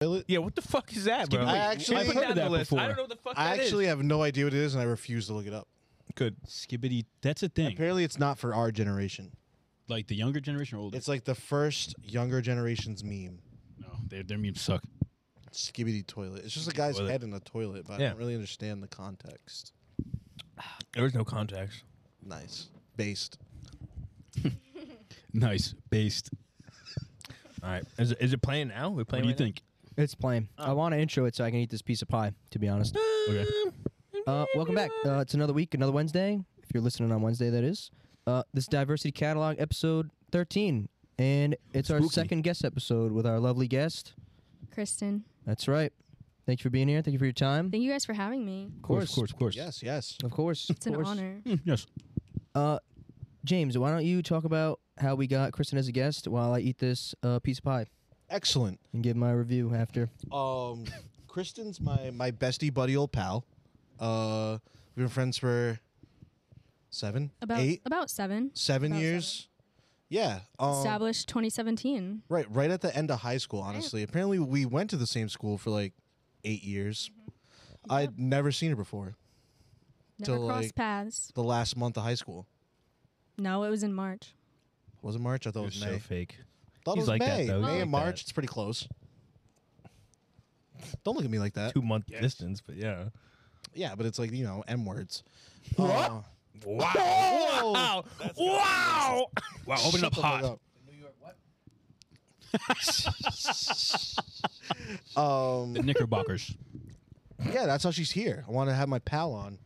toilet. Yeah, what the fuck is that, bro? me- Wait, I actually- put I've that heard on of the that list. before. I don't know what the fuck I that is. actually have no idea what it is, and I refuse to look it up. good. Skibbity. That's a thing. Apparently, it's not for our generation. Like the younger generation or older. It's like the first younger generation's meme. no, their their memes suck. Skibbity toilet. It's just a guy's Toilet. head in a toilet, but I Yeah. don't really understand the context. There was no context. Nice. Based. Nice. Based. All right, is it, is it playing now? We're What playing. do you right now? think? It's plain. I want to intro it so I can eat this piece of pie. To be honest. Okay. Uh, welcome back. Uh, it's another week, another Wednesday. If you're listening on Wednesday, that is. Uh, this diversity catalog episode 13, and it's our Spooky. second guest episode with our lovely guest. Kristen. That's right. Thank you for being here. Thank you for your time. Thank you guys for having me. Of course, of course, of course. Yes, yes. Of course. It's an honor. Mm, yes. Uh, James, why don't you talk about how we got Kristen as a guest while I eat this uh, piece of pie Excellent. and give my review after. Um, Kristen's my my bestie buddy, old pal. Uh, we've been friends for seven, About eight, about seven. seven about years. Yeah. Um, Established 2017. Right, right at the end of high school, honestly. Apparently, we went to the same school for like eight years. I'd never seen her before Never Till, crossed like- paths. the last month of high school. No, it was in March. Was it March? I thought it You're so was May. fake. thought it He's was like that, May. though. He's May like and March, that. it's pretty close. Don't look at me like that. Two month distance, but yeah. Yeah, but it's like, you know, M words. What? Uh, Wow! Whoa! Wow! Wow! wow! Open shut it up the fuck hot. um, The Knickerbockers. yeah, that's how she's here. I want to have my pal on.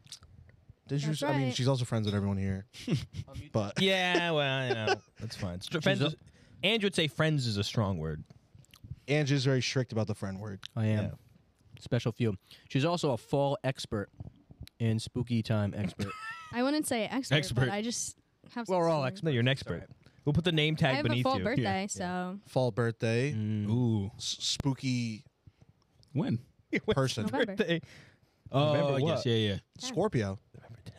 Didn't That's you? I mean, right. she's also friends with everyone here. but Yeah, well, you know, that's fine. Str- Friends is, Andrew would say friends is a strong word. Angie's very strict about the friend word. I am. Yeah. Special few. She's also a fall expert and spooky time expert. I wouldn't say expert. Expert. But I just have. We're some all feeling. expert. No, you're an expert. We'll put the name I tag have a beneath full you. birthday, Yeah. so Fall birthday, Mm. Ooh. s- spooky When? person. November. Birthday. Oh, November I what? guess. Yeah, yeah. Scorpio.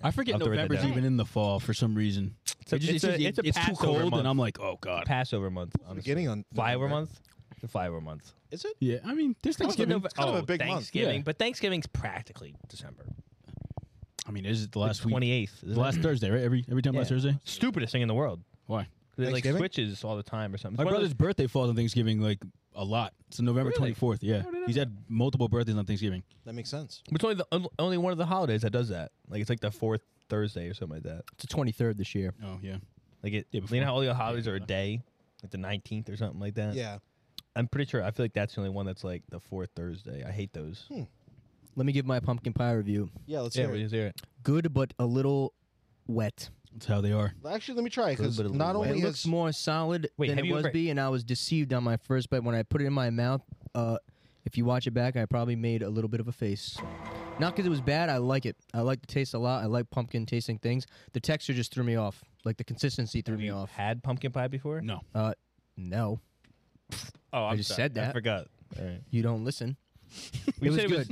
I forget I'll have to write that November's down. even in the fall for some reason. a- It just- it's a- just- it's a too Passover cold, month. and I'm like, oh god. Passover month. honestly. Beginning on Flyover November. month. The flyover month. Is it? Yeah, I mean, there's What's the Thanksgiving. Nove- kind of oh, a big month. Thanksgiving, Yeah. but Thanksgiving's practically December. I mean, is it the last week? twenty eighth. The last Thursday, right? Every every time last Thursday. Stupidest thing in the world. Why? 'Cause It like Thanksgiving? switches all the time or something. It's My one of brother's those- birthday falls on Thanksgiving like a lot. It's November Really? twenty fourth. Yeah, he's had multiple birthdays on Thanksgiving. That makes sense. It's only the on- only one of the holidays that does that. Like it's like the fourth Thursday or something like that. it's the 23rd this year. Oh yeah, Like it. Yeah, you before- know how all the holidays are a day, like the nineteenth or something like that. Yeah. I'm pretty sure. I feel like that's the only one that's like the fourth Thursday. I hate those. Hmm, Let me give my pumpkin pie review. Yeah, let's yeah, hear we it. just hear it. Good, but a little wet. that's how they are. Actually, let me try because Good, but a not little only It is looks more solid Wait, than have it you was ever- be, and I was deceived on my first bite. When I put it in my mouth, uh, if you watch it back, I probably made a little bit of a face. Not because it was bad. I like it. I like the taste a lot. I like pumpkin tasting things. The texture just threw me off. Like the consistency threw Have me you off. had pumpkin pie before? No, Uh, no, Oh, I'm just sorry. said I that. forgot. All right. you don't listen. We It was said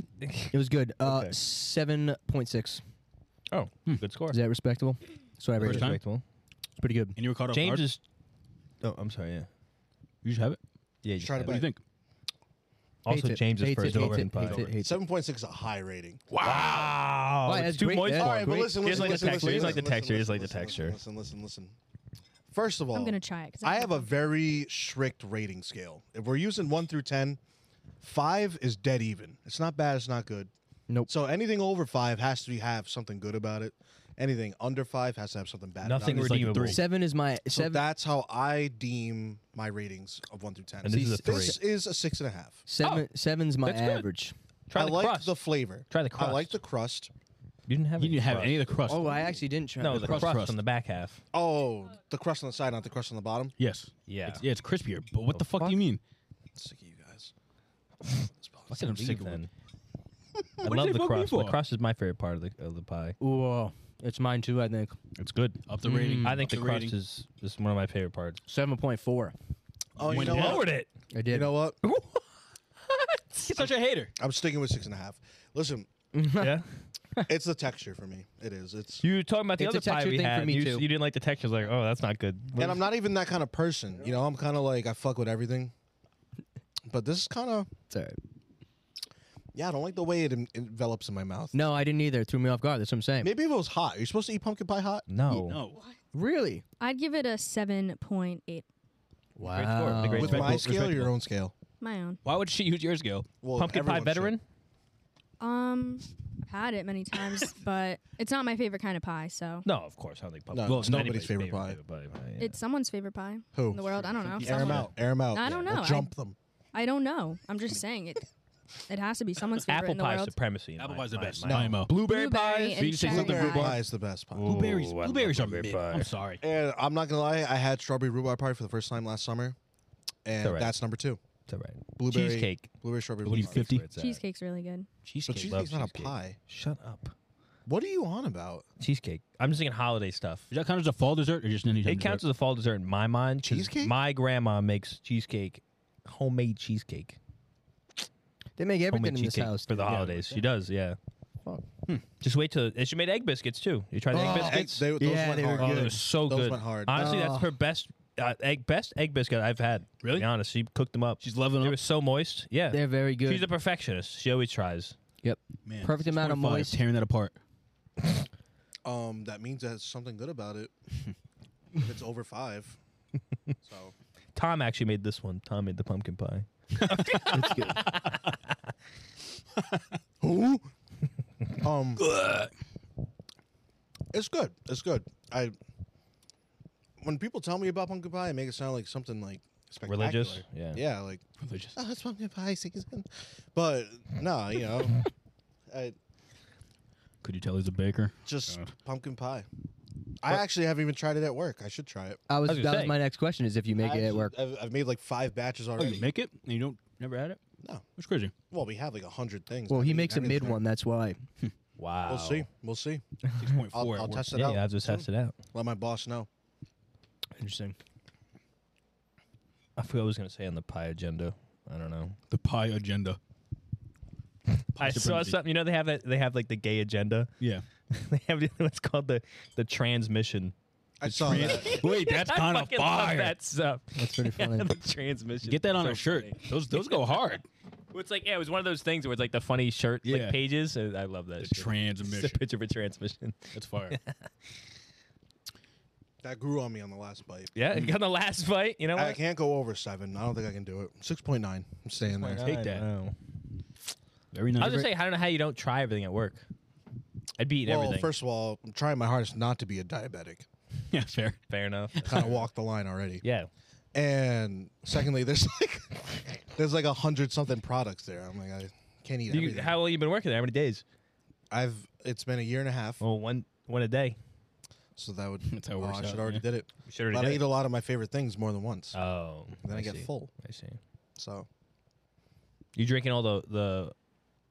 It was good. Uh, Okay. seven point six. oh, good score. Hmm. Is that respectable? That's what I First rated. it. time? Respectable. It's pretty good. and you were caught off James guard. is. Oh, I'm sorry. Yeah. you should have it. Yeah. try to What do you think? Also, Hates it, James is hates first it, hates over it, in pie. hates it, hates it. seven point six is a high rating. Wow. Why, It's that's too great, moist. yeah. All Oh, right, but great. listen, He doesn't listen, listen, like the listen, texture. He doesn't like the listen, texture. He doesn't like the listen, texture. Listen, listen, listen. First of all, I'm gonna try it. 'cause I have a very strict rating scale. If we're using one through ten, five is dead even. It's not bad. It's not good. Nope. So anything over five has to be, have something good about it. Anything under five has to have something bad. Nothing about it. like a redeemable. three. Seven is my So seven. that's how I deem my ratings of one through ten. And this is a three. This is a six and a half. seven seven's my that's good. average. Try I the like crust. the flavor. Try the crust. I like the crust. You didn't have. You didn't have any of the crust. Oh, I actually didn't try. No, that. the crust crust, crust. on the back half. Oh, the crust on the side, not the crust on the bottom. Yes. Yeah. It's, yeah, it's crispier. But what the, fuck, fuck? do you mean? Sick of you guys. Fucking I'm sick unbelievable. then. I What did love they the vote me crust. The for? crust is my favorite part of the of the pie. Whoa, it's mine too. I think It's good. Up the rating. I think up the crust rating. is is one of my favorite parts. seven point four. Oh, you When know lowered what? it. I did. You know what? He's such a hater. I'm sticking with six and a half. Listen, yeah. it's the texture for me. It is. It's You were talking about the It's a other pie texture we thing for had. me you, too. you didn't like the texture. Like, oh, that's not good. and I'm not even that kind of person. You know, I'm kind of like I fuck with everything. but this is kind of It's all right. yeah. I don't like the way it en- envelops in my mouth. No, I didn't either. It threw me off guard. That's what I'm saying. Maybe if it was hot, are you supposed to eat pumpkin pie hot? No. No. Really? I'd give it a 7.8. Great score. The great Wow. With my respectable- scale or your respectable. own scale? My own. Why would she use yours go? Well, Pumpkin pie everyone should. veteran. Um, I've had it many times, but it's not my favorite kind of pie. So No, of course. I don't think pumpkin. No, well, it's not nobody's anybody's favorite pie, yeah. it's someone's favorite pie Who? in the world. I don't know. Air them Someone- out. Air them out. I don't Or know, I- jump them. I don't know. I'm just saying it. It has to be someone's favorite apple in the pie world. supremacy. in Apple my- pie's the my- best. my- No. my- Blueberry, Blueberry pies. and you say cherry. something Blueberry Blueberry. pie is the best pie. Blueberries. Ooh, I love blueberries are blueberry mid. pie. I'm sorry. And I'm not gonna lie, I had strawberry rhubarb pie for the first time last summer, and alright. that's number two. It's all right. Blueberry Cheesecake. blueberry strawberry What do you rhubarb. think? That's where it's at. Cheesecake's really good. But Cheesecake. cheesecake's Love not cheesecake. a pie. Shut up. What are you on about? Cheesecake. I'm just thinking holiday stuff. Does that count as a fall dessert or just any It counts as a fall dessert in my mind. 'cause Cheesecake? My grandma makes cheesecake, homemade cheesecake. They make everything Homemade in this cheesecake house. for the dude. holidays. She does, yeah. Hmm. Fuck. Just wait till and she made egg biscuits too. You tried the Oh, egg egg- biscuits? they- those Yeah, went they were hard. oh, good. they're so Those good. went hard. Ah. Honestly, Oh. that's her best uh, egg best egg biscuit I've had. Really? To be honest, she cooked them up. She's loving They them. were so moist. Yeah. They're very good. She's a perfectionist. She always tries. yep. Man, perfect amount of 6.5, moist. Tearing that apart. Um, that means there's something good about it. if it's over five, so Tom actually made this one. Tom made the pumpkin pie. It's good. who? um, it's good. It's good. I when people tell me about pumpkin pie, I make it sound like something like spectacular. Religious. Yeah. Yeah, like Religious. oh, it's pumpkin pie season. But no, you know, I, Could you tell he's a baker? just God. pumpkin pie. I actually haven't even tried it at work. I should try it. I was, I was gonna that was say. my next question is if you make I it at actually- work. I've, I've made like five batches Oh, already. you make it and you don't never had it? No. That's crazy. well, we have like a hundred things. Well, I've he eaten makes a mid everything. one. That's why. Wow. We'll see. We'll see. Six point I'll, four. I'll test it Yeah, out. I'll just test it out. Let my boss know. Interesting. I forgot what I was gonna say on the pie agenda. I don't know. The pie agenda. I saw supremacy. something. You know they have that. They have like the gay agenda. Yeah. they have the- what's called the the transmission. I saw that. Wait, that's I kind of fucking love fire. that stuff. That's pretty Yeah, funny. the transmission. Get that on So a shirt. funny. Those those go hard. Well, It's like yeah, it was one of those things where it's like the funny shirt Yeah. like pages. and I love that. The shit. transmission. It's a picture of a transmission. That's fire. that grew on me on the last bite. Yeah, on the last fight, you know I what? can't go over seven. I don't think I can do it. Six point nine. I'm staying there. Take that. Very I nice. was just saying, I don't know how you don't try everything at work. I'd be eating Well, everything. first of all, I'm trying my hardest not to be a diabetic. yeah, fair. Fair enough. Kind of walked the line already. yeah. And secondly, there's like there's like a hundred something products there. I'm like, I can't eat You- everything. how long you been working there? How many days? I've it's been a year and a half, Well, one one a day. so that would That's how it oh, works I should out, already yeah. did it. You should But I already eat did it. a lot of my favorite things more than once. Oh, then I, get see. full. I see. So You drinking all the the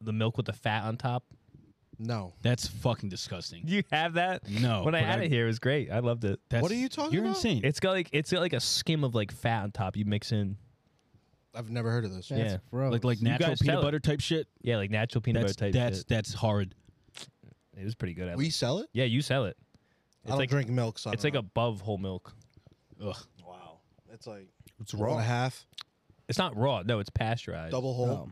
the milk with the fat on top? no. That's fucking disgusting. You have that? No, When I but had I- it here, it was great. I loved it. That's, What are you talking You're about? insane. It's got like it's got like a skim of like fat on top. You mix in I've never heard of this. That's Yeah. gross. like like natural guys tell peanut it. butter type shit. yeah like natural peanut That's butter type. that's shit. that's hard. it was pretty good. I We liked sell it. it. yeah, you sell it. I don't like- drink milk. So I It's don't like above whole milk. Ugh. know. wow. It's like It's one and a half It's not raw. No, it's pasteurized. double whole. Oh.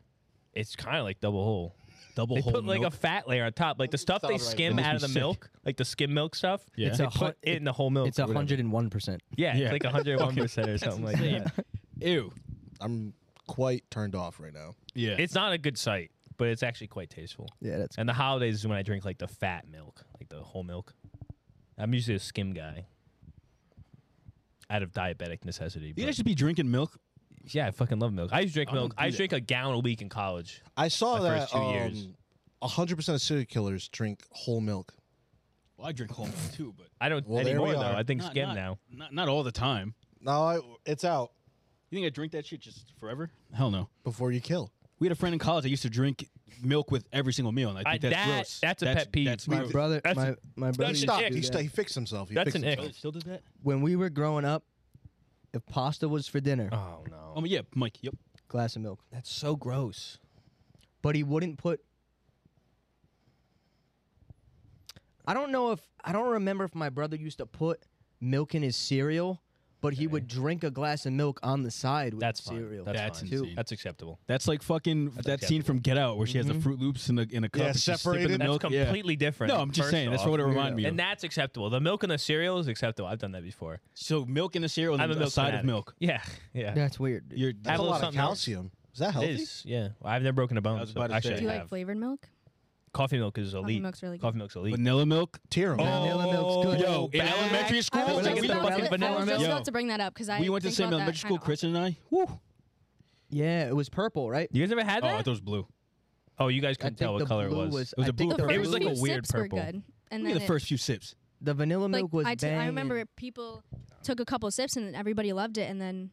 It's kind of like double whole. Double They whole put like milk. a fat layer on top, like the That's stuff they solid right skim there. out of Makes me the sick. milk, like the skim milk stuff. Yeah. It's It's they a put hun- it in the whole milk. It's or whatever. 101%. Yeah, it's Yeah. like hundred and one percent or something like that. Ew. I'm quite turned off right now. Yeah. It's not a good sight, but it's actually quite tasteful. Yeah, that's And the holidays is when I drink like the fat milk, like the whole milk. I'm usually a skim guy. Out of diabetic necessity. you but- guys should be drinking milk. yeah, I fucking love milk. I used to drink I don't milk. do I used to that. drink a gallon a week in college. I saw My that first two years. um, 100% of serial killers drink whole milk. Well, I drink whole milk too, but I don't Well, there anymore we though. are. I think not, skim not- now. Not not all the time. No, I, it's out You think I drink that shit just forever? Hell no. before you kill. We had a friend in college that used to drink milk with every single meal, and I think I- that's that- gross. that's a pet peeve. That's We- my gross. brother. that's- my my brother. He an used stopped. to do He, that. sta- he fixed himself. He That's fixed an himself. ick. Still did that? When we were growing up, if pasta was for dinner, Oh no. Oh yeah, Mike. Yep. glass of milk. That's so gross. But he wouldn't put. I don't know if I don't remember if my brother used to put milk in his cereal but he would drink a glass of milk on the side with That's the fine. cereal. That's, That's fine. insane. That's acceptable. That's like fucking that scene from Get Out where she has the Fruit Loops in a in a cup. Yeah, and she's sipping separated. The That's milk. Mm-hmm. That's completely different. Yeah. No, I'm just first saying. That's off. what it reminded me. of. And that's acceptable. The milk and the cereal is acceptable. I've done that before. So milk in a cereal and I'm a then a milk side fanatic. of milk. Yeah, yeah. That's weird. dude. You're That's Have a a little lot of something else. calcium. Is that healthy? It is. Yeah. Well, I've never broken a bone. was so about to actually, say. I Do you have. like flavored milk? Coffee milk is elite. Coffee milk's really good. Coffee milk's elite. vanilla milk. Tear 'em. Oh, Vanilla milk's good. Oh, Yo, in Back- elementary school, Oh, I was, like just, we about, fucking to, I vanilla was just milk. about to bring that up because I we went to the think same about that elementary school, kinda often. Christian and I. Woo. yeah, it was purple, right? you guys ever had Oh, I thought that? it was blue. Oh, you guys I couldn't tell what think the color it blue was. was. It was I a think blue the The purple. first It was first like few a weird sips were purple. good, Look and at then the it- first few sips. The vanilla like milk was I, t- I banging. remember it- people took a couple sips and everybody loved it, and then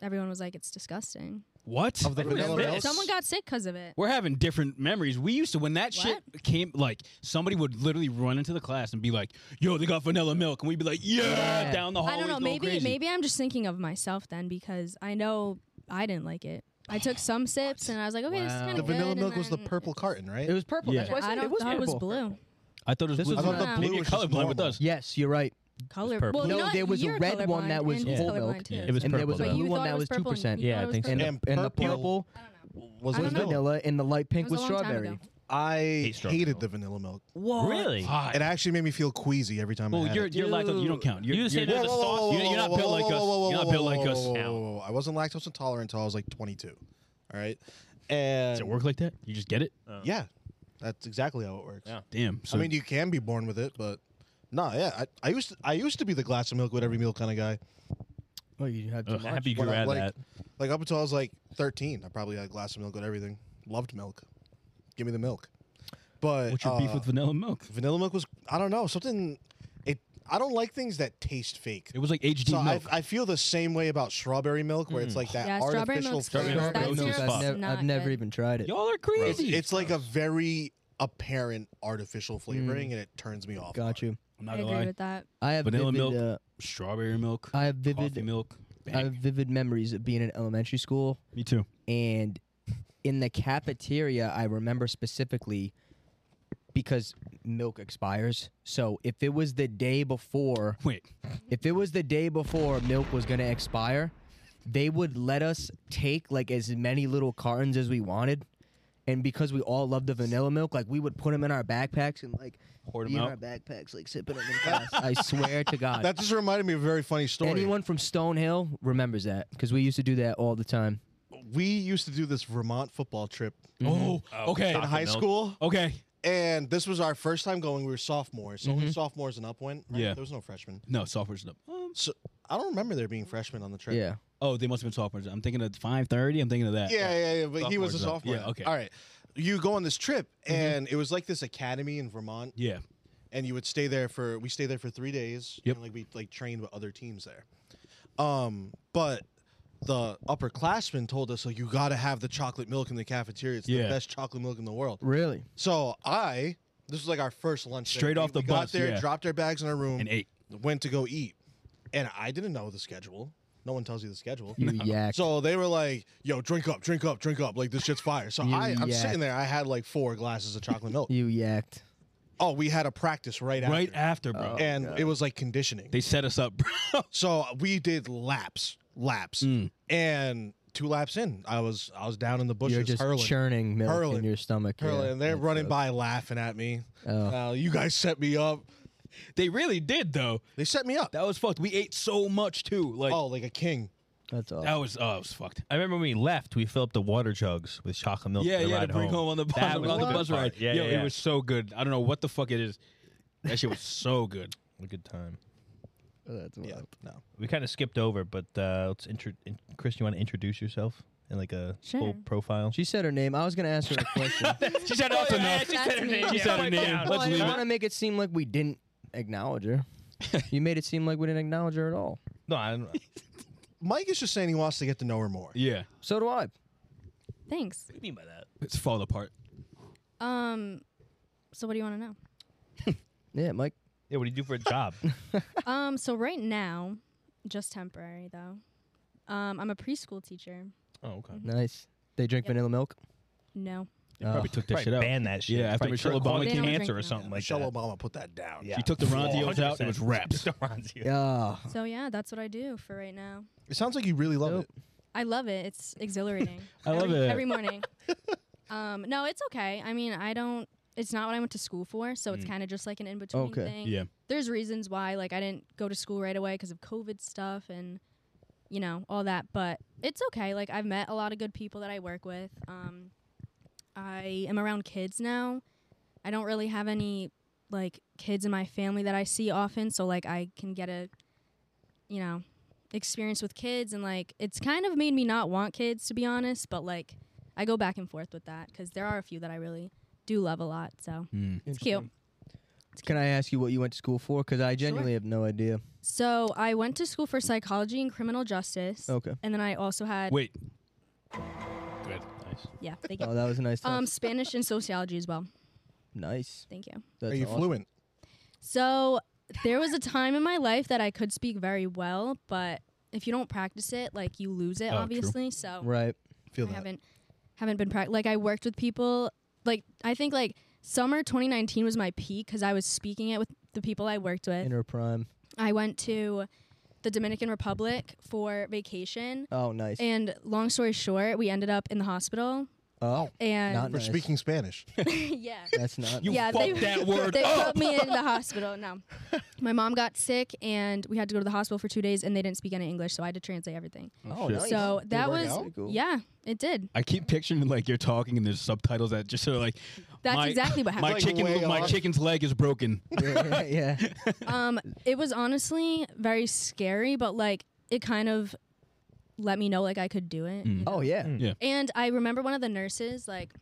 everyone was like, "It's disgusting." What? Of the What is vanilla this? milk. Someone got sick because of it. We're having different memories. We used to when that What? shit came, like somebody would literally run into the class and be like, "Yo, they got vanilla milk," and we'd be like, "Yeah!" Yeah. Down the hallway, I don't know. going Maybe crazy. maybe I'm just thinking of myself then because I know I didn't like it. I took some sips and I was like, okay, this is Wow. kind The The of vanilla good. milk and was the then purple carton, right? It was purple. Yeah. That's why I I said don't it was thought it was purple. blue. I thought it was. This blue. I was thought Nah. the blue Maybe was you're just colorblind with normal. us. Yes, you're right. Color. purple. Well, No, not- there was a you're red one that colorblind was and full colorblind milk. too. Yeah. It was and there purple, was a though. But blue you one thought it that was was two purple and percent. you Yeah, thought I it was think so. pink. And, And and the purple purple I don't know. was I was don't know. vanilla. vanilla, and the light pink It was was, a long time strawberry. ago. I Hate strawberry hated milk. the vanilla milk. Really? It actually made me feel queasy every time I Well, had you're it. you're lactose. You don't count. You're, You you're, say you're, there's a sauce- you're, you're not built like us. You're not built like us. whoa, whoa, whoa, whoa. I wasn't lactose intolerant until I was like 22. All right, and Does it work like that? You just get it. yeah, that's exactly how it works. Yeah. Damn. So I mean, you can be born with it, but no, yeah. I, I used to, I used to be the glass of milk with every meal kind of guy. Oh, you had too I'm much. happy you When grew I- out of like, that. Like up until I was like 13, I probably had a glass of milk with everything. Loved milk. Give me the milk. But what's your beef uh, with vanilla milk? vanilla milk? Was I don't know something. It I don't like things that taste fake. It was like HD So I, milk. I feel the same way about strawberry milk, where Mm. it's like that Yeah, strawberry artificial milk. flavor. Strawberry Strawberry milk milk, is I've, fucked. never, I've never even tried it. Y'all are It's, crazy. it's like a very apparent artificial Mm. flavoring, and it turns me off. Got you. I'm not I gonna agree lie. with that. I have Vanilla milk, vivid, Uh, strawberry milk, I have coffee vivid. milk. I have vivid memories of being in elementary school Me too. and in the cafeteria. I remember specifically because milk expires. So if it was the day before Wait, if it was the day before milk was gonna expire, they would let us take like as many little cartons as we wanted. And because we all loved the vanilla milk, like we would put them in our backpacks and like Hoard be 'em in out. our backpacks, like sipping them in class. I swear to God, That just reminded me of a very funny story. anyone from Stonehill remembers that because we used to do that all the time. we used to do this Vermont football trip Oh, okay. in high milk. school, Okay. and this was our first time going. We were sophomores, so Mm-hmm. only sophomores and up went. Right? Yeah. there was no freshmen. No, sophomores. No. Um, So I don't remember there being freshmen on the trip. Yeah, Oh, they must have been sophomores. I'm thinking of 5:30. I'm thinking of that. Yeah, yeah, yeah. But he was a Sophomores up. sophomore. Yeah, okay. All right. You go on this trip, Mm-hmm. and it was like this academy in Vermont, Yeah. and you would stay there for we stayed there for three days. Yep. And like we like trained with other teams there. Um, but the upperclassmen told us like you got to have the chocolate milk in the cafeteria. It's Yeah. the best chocolate milk in the world. really. So I this was like our first lunch. there. Straight We- off the we Got bus, there, yeah. dropped our bags in our room, And eight. went to go eat, and I didn't know the schedule. No one tells you the schedule. You yak. So they were like, "Yo, drink up, drink up, drink up!" Like this shit's fire. So You I, I'm yak. sitting there. I had like four glasses of chocolate milk. you yacked. Oh, we had a practice right after, Right after, bro. and it was like conditioning. They set us up, bro. so we did laps, laps, and two laps in, I was I was down in the bushes You're just hurling. churning milk in Hurling. your stomach. hurling, yeah. and they're That's running dope. by laughing at me. Oh. Uh, you guys set me up. they really did though. They set me up. That was fucked. We ate so much too. Like oh, like a king. That's all. that was oh, it was fucked. I remember when we left, we filled up the water jugs with chocolate milk. Yeah, for the yeah. To ride bring home on the bus, That on was the good bus part. ride. Yeah, Yo, yeah, yeah. it was so good. I don't know what the fuck it is. That shit was so good. a good time. That's Yeah, wild. no. We kind of skipped over, but uh, let's intro. In- Chris, you want to introduce yourself and like a full Sure. profile? She said her name. I was gonna ask her a question. She said that's enough. she said her name. Oh, She Yeah, said her wipe name. down. Let's Wipe leave I down. it. want to make it seem like we didn't acknowledge her. you made it seem like we didn't acknowledge her at all. No, I don't. Mike is just saying he wants to get to know her more. Yeah, So do I. Thanks. you mean by that? it's falling apart. Um, so what do you want to know? Yeah, Mike. Yeah, what do you do for a job? Um, so right now, just temporary though. Um, I'm a preschool teacher. oh, okay. Nice. They drink vanilla milk. No, They probably took that Probably shit out. ban that shit. Yeah, after Probably Michelle call Obama it came cancer cancer or or drinking. something something like Michelle that. Obama put that down. Yeah. She took the Ronzios out. It 100%. was wraps. The Ronzio. Uh, Yeah. So yeah, that's what I do for right now. It sounds like you really love Nope. it. I love it. It's exhilarating. I love every, it. every morning. um, no, it's okay. I mean, I don't. It's not what I went to school for, so it's Mm. kind of just like an in between Okay. thing. Yeah. There's reasons why, like, I didn't go to school right away because of COVID stuff and you know all that, but it's okay. Like, I've met a lot of good people that I work with. Um, I am around kids now. I don't really have any like kids in my family that I see often, so like I can get a you know experience with kids and like it's kind of made me not want kids to be honest, but like I go back and forth with that cuz there are a few that I really do love a lot, so Mm. it's cute. Can I ask you what you went to school for? Because I genuinely have no idea. So, I went to school for psychology and criminal justice. Oh. Okay. And then I also had Wait. Good. Nice. yeah, thank uh, you. Oh, that was a nice. Test. Um Spanish and sociology as well. nice. Thank you. That's Are you awesome. fluent? So there was a time in my life that I could speak very well, but if you don't practice it, like you lose it, Oh, true. obviously. So Right. Feel I that. haven't haven't been prac Like I worked with people. Like I think like summer 2019 was my peak because I was speaking it with the people I worked with. Inner prime. I went to the Dominican Republic for vacation, Oh, nice. and long story short, we ended up in the hospital. oh, And Not For nice. speaking Spanish. yeah, that's not. You Yeah, they- fucked that word they up. put me in the hospital. No, my mom got sick, and we had to go to the hospital for two days, and they didn't speak any English, so I had to translate everything. Oh, Shit. nice. So Did it that work was out? Cool. yeah, it did. I keep picturing like you're talking and there's subtitles that just sort of like That's My- exactly what my happened. Like way chicken my off. chicken's leg is broken. yeah, yeah, yeah. um, it was honestly very scary, but like it kind of let me know like I could do it. Mm. you know? Oh, yeah. Mm. And I remember one of the nurses like,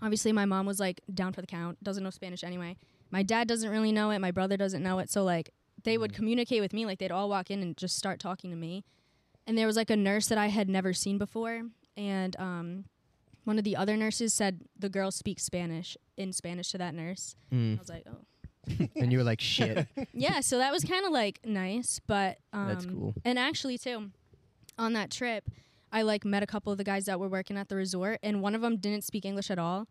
obviously my mom was like down for the count, doesn't know Spanish anyway. My dad doesn't really know it. My brother doesn't know it. So like they would communicate with me, like they'd all walk in and just start talking to me. And there was like a nurse that I had never seen before, and um, one of the other nurses said the girl speaks Spanish in Spanish to that nurse. I Hmm. Mm. was like, oh. And you were like, shit. yeah, so that was kind of like nice, but um, That's cool. And actually, too, on that trip, I like met a couple of the guys that were working at the resort, and one of them didn't speak English at all.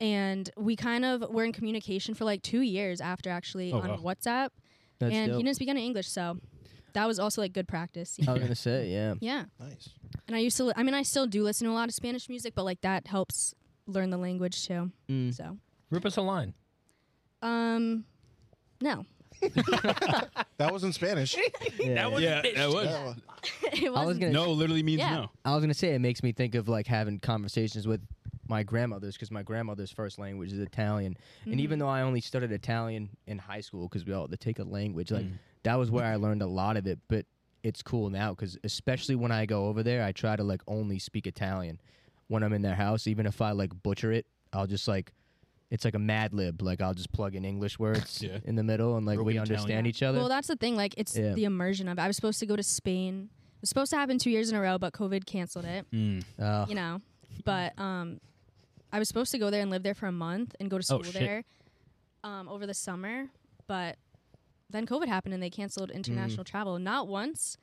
And we kind of were in communication for like two years after actually Oh, on wow. WhatsApp, That's and dope. he didn't speak any English, so that was also like good practice. you I know? was gonna say, yeah. yeah, Nice. and I used to. Li- I mean, I still do listen to a lot of Spanish music, but like that helps learn the language too. Mm. So, Rip us a line. um, no, That was in Spanish. yeah, yeah. Yeah, that was. Yeah. it wasn't. I was gonna. No, literally means Yeah. no. I was gonna say it makes me think of like having conversations with my grandmother's because my grandmother's first language is Italian, and even though I only studied Italian in high school because we all they take a language like that was where I learned a lot of it, but it's cool now because especially when I go over there, I try to like only speak Italian when I'm in their house, even if I like butcher it, I'll just like. It's like a Mad Lib. Like I'll just plug in English words Yeah. in the middle, and like Broken we understand Italian. each other. Well, that's the thing. Like, it's Yeah. the immersion of it. I was supposed to go to Spain. It was supposed to happen two years in a row, but COVID canceled it. Mm. Uh, You know, but um, I was supposed to go there and live there for a month and go to school Oh, shit. there um, over the summer, but then COVID happened and they canceled Mm. international travel. Not once,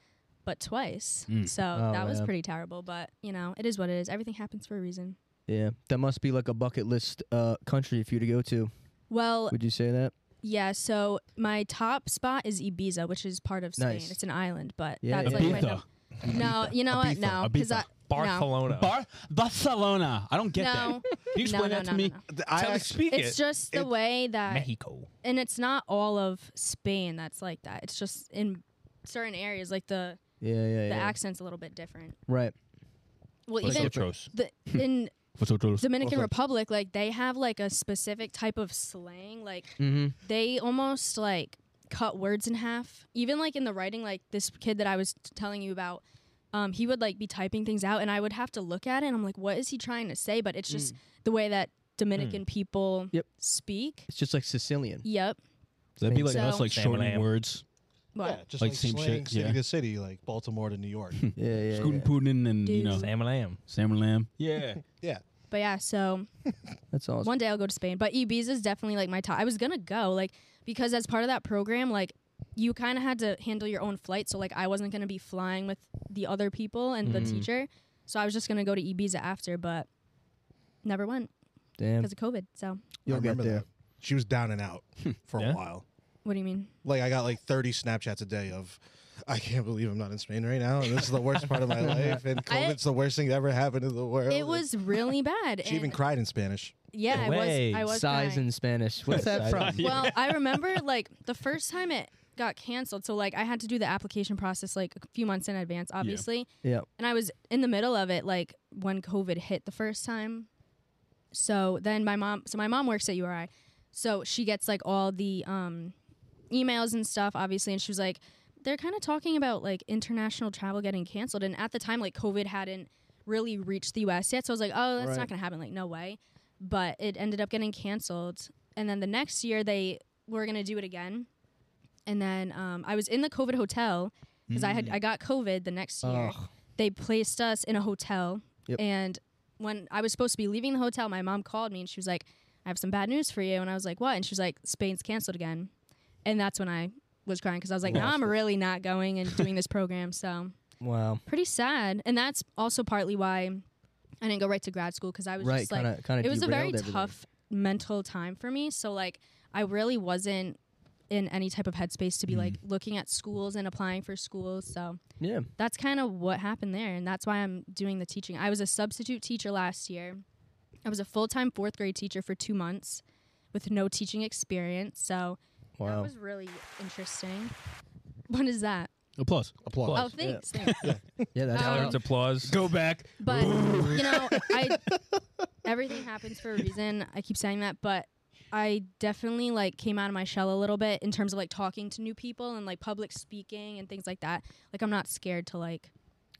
but twice. Mm. So Oh, that was man. pretty terrible. But you know, it is what it is. Everything happens for a reason. yeah, that must be like a bucket list uh, country for you to go to. Well, Would you say that? yeah. So my top spot is Ibiza, which is part of Spain. Nice. It's an island, but Yeah, that's yeah. like my Ibiza. num- No, you know what? Ibiza. No, because I Ibiza. no. Barcelona. Bar- Barcelona. I don't get no, that. Can you no, explain no, that to no, me? no, no. Th- I Tell me, actually, speak It's it. just the It- way that, Mexico. and it's not all of Spain that's like that. It's just in certain areas, like the Yeah, yeah, yeah. the accent's a little bit different. Right. Well, Los even Otros. the, in What's up, Tolos? Dominican Republic, like they have like a specific type of slang. Like Mm-hmm. they almost like cut words in half. Even like in the writing, like this kid that I was t- telling you about, um, he would like be typing things out, and I would have to look at it. and I'm like, what is he trying to say? But it's just the way that Dominican people Yep. speak. It's just like Sicilian. Yep. That'd be like So- us, like Sam shortening Lamb. words. What? yeah, just Like like, same slang shit, city yeah. to city, like Baltimore to New York. Yeah, yeah. Scootin' Putin and, you Dude. know, Sam Lamb. Sam Lamb. Yeah. yeah. But yeah, so That's awesome. one day I'll go to Spain. But Ibiza is definitely like my top. I was gonna go like because as part of that program, like you kind of had to handle your own flight. So like I wasn't gonna be flying with the other people and the teacher. So I was just gonna go to Ibiza after, but never went. Damn. because of COVID. So I You'll get remember there. that. She was down and out for Yeah? a while. what do you mean? Like I got like 30 Snapchats a day of I can't believe I'm not in Spain right now and this is the worst part of my life and I- COVID's the worst thing that ever happened in the world. It was really bad. She even and- cried in Spanish. yeah, I Away. was. I was Size crying. in Spanish. What's that from? Size. Well, I remember like the first time it got canceled. So like I had to do the application process like a few months in advance, obviously. Yep. And I was in the middle of it like when COVID hit the first time. So then my mom so my mom works at URI. So she gets like all the um emails and stuff obviously and she was like they're kind of talking about like international travel getting canceled and at the time like COVID hadn't really reached the US yet. So I was like, "Oh, that's Right. not going to happen like no way." But it ended up getting canceled. And then the next year they were going to do it again. And then um, I was in the COVID hotel because I had I got COVID the next year Mm. Ugh. they placed us in a hotel Yep. and when i was supposed to be leaving the hotel my mom called me and she was like i have some bad news for you and i was like what and she was like spain's canceled again and that's when i was crying because i was like no i'm really not going and doing this program so Wow. pretty sad and that's also partly why i didn't go right to grad school because i was Right. just like Kind of. Kind of. it was a very tough mental time for me so like i really wasn't in any type of headspace to be like looking at schools and applying for schools so Yeah. that's kind of what happened there and that's why i'm doing the teaching i was a substitute teacher last year i was a full-time fourth grade teacher for two months with no teaching experience so that Wow. was really interesting what is that Applause. Applause. oh Applause. thanks, thanks. Yeah. That's Um, hard. It's applause. Go back. but you know i everything happens for a reason i keep saying that but i definitely like came out of my shell a little bit in terms of like talking to new people and like public speaking and things like that like i'm not scared to like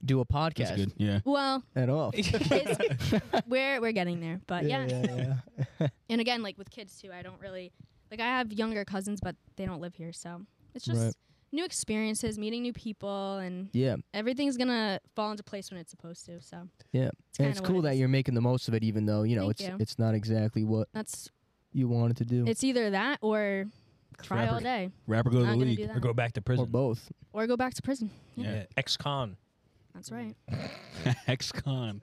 Do a That's podcast good. Yeah. well at all. it's, we're we're getting there, but yeah. yeah, yeah. And again, like with kids too, I don't really like. I have younger cousins, but they don't live here, so it's just Right. new experiences, meeting new people, and Yeah. everything's gonna fall into place when it's supposed to. So Yeah. it's, And it's kinda what cool it that is. you're making the most of it, even though you know Thank it's you. it's not exactly what That's you wanted to do, it's either that or cry all Trapper. day Rapper go to the Not gonna do league. that. Or go back to or prison. both. or go back to prison. Yeah, Yeah. Ex-con. that's right. Ex-con.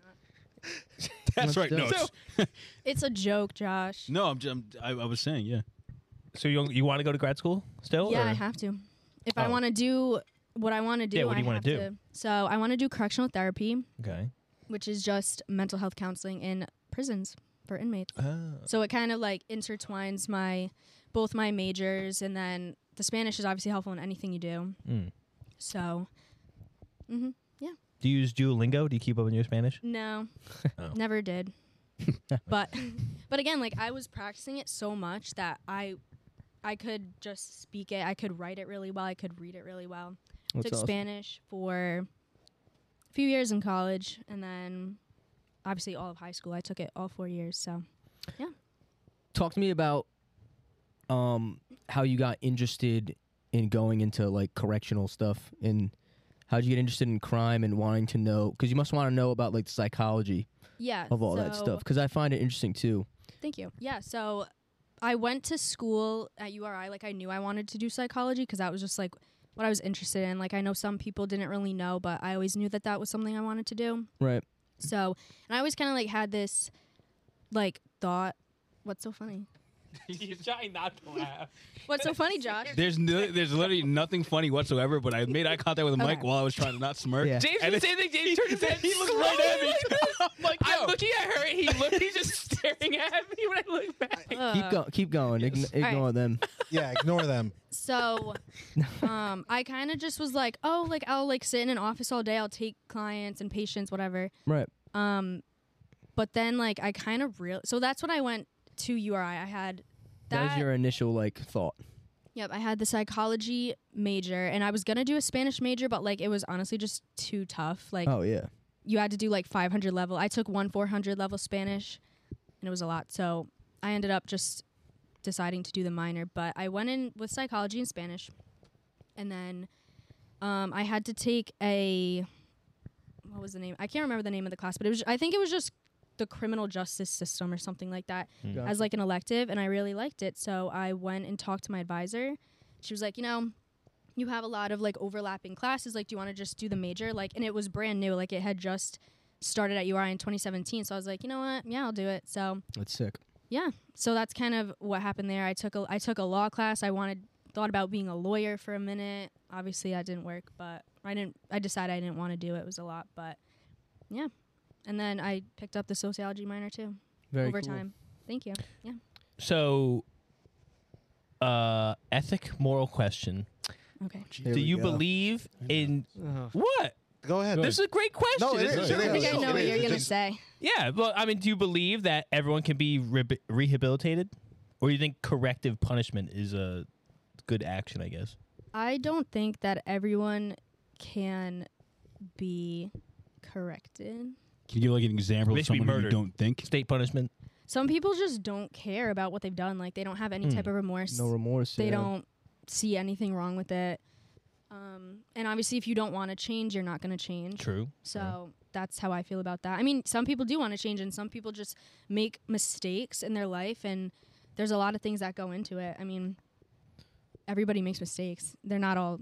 Let's That's right. do No, it. it's- It's a joke, Josh. no. I'm. j- I'm I, I was saying. Yeah. So you you want to go to grad school still? Yeah, or- I have to. If I uh, Oh. want to do what I want to do, Yeah, what do I you wanna have do? to- So I want to do correctional therapy. Okay. which is just mental health counseling in prisons for inmates. Ah. Uh. So it kind of like intertwines my both my majors and then the Spanish is obviously helpful in anything you do. Mm. So hmm Do you use Duolingo? Do you keep up on your Spanish? no, Oh. never did. but but again, like I was practicing it so much that I I could just speak it. I could write it really well. I could read it really well. That's Took awesome. Spanish for a few years in college and then obviously all of high school. I took it all four years. So Talk to me about um how you got interested in going into like correctional stuff, and how did you get interested in crime and wanting to know? Because you must want to know about like the psychology Yeah. of all that so- stuff. Because I find it interesting too. Thank you. Yeah. So I went to school at URI. Like, I knew I wanted to do psychology because that was just like what I was interested in. Like, I know some people didn't really know, but I always knew that that was something I wanted to do. Right. So, and I always kind of like had this like thought. What's so funny? He's trying not to laugh. What's so funny, Josh? There's no, there's literally nothing funny whatsoever. But I made eye contact with Mike Okay. while I was trying to not smirk. Yeah. James And was it- saying that James turned his head. He looked right at me. I'm like, yo. I'm looking at her. and He looked. He's just staring at me when I look back. keep going. Keep going. Ign- right. ignore them. Yeah, ignore them. So, um, I kind of just was like, oh, like I'll like sit in an office all day. I'll take clients and patients, whatever. Right. Um, but then like I kind of real. So that's when I went to URI. I had That, that. was your initial like thought. yep, I had the psychology major, and I was gonna do a Spanish major, but like it was honestly just too tough. Like Oh yeah. you had to do like 500 level. I took one 400 level Spanish, and it was a lot. So I ended up just deciding to do the minor. But I went in with psychology and Spanish, and then um, I had to take a what was the name? I can't remember the name of the class, but it was I think it was just the criminal justice system or something like that as like an elective and I really liked it. So I went and talked to my advisor. She was like, you know, you have a lot of like overlapping classes. Like, do you want to just do the major? Like, and it was brand new. Like, it had just started at URI in 2017. So I was like, you know what? Yeah, I'll do it. So That's sick. yeah, so that's kind of what happened there. I took a I took a law class. I wanted thought about being a lawyer for a minute. Obviously, that didn't work, but I didn't. I decided I didn't want to do it. It was a lot, but yeah. And then I picked up the sociology minor too Very over cool. time. Thank you. Yeah. So, uh, ethic, moral question. Okay. There Do we you go. believe in Ugh. what? Uh-huh. Go ahead. This is a great question. No, it This is. is It a I is. great think I so know it what is. you're gonna Just- say. Yeah, well, I mean, do you believe that everyone can be re- rehabilitated, or you think corrective punishment is a good action? I guess. I don't think that everyone can be corrected. Can you give like an example They of should be someone who you murdered. don't think? State punishment. Some people just don't care about what they've done. Like they don't have any Hmm. type of remorse. No remorse. they yeah. don't see anything wrong with it. Um, and obviously, if you don't want to change, you're not going to change. True. So that's how I feel about that. I mean, some people do want to change, and some people just make mistakes in their life, and there's a lot of things that go into it. I mean, everybody makes mistakes. They're not all,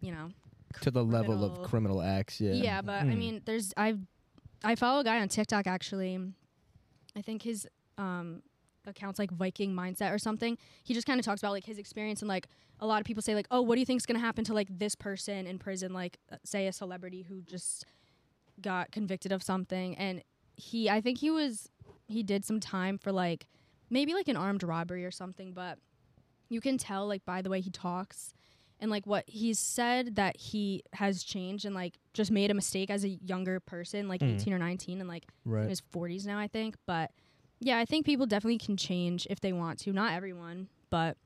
you know. to the level of criminal. criminal acts. Yeah. Yeah, but I Mm. mean, there's I've I follow a guy on TikTok actually. I think his um account's like Viking mindset or something. He just kind of talks about like his experience and like a lot of people say like, "Oh, what do you think's going to happen to like this person in prison like uh, say a celebrity who just got convicted of something and he I think he was he did some time for like maybe like an armed robbery or something, but you can tell like by the way he talks and like what he's said that he has changed and like just made a mistake as a younger person like Mm. 18 or 19 and like in Right. his 40s now i think but yeah i think people definitely can change if they want to not everyone but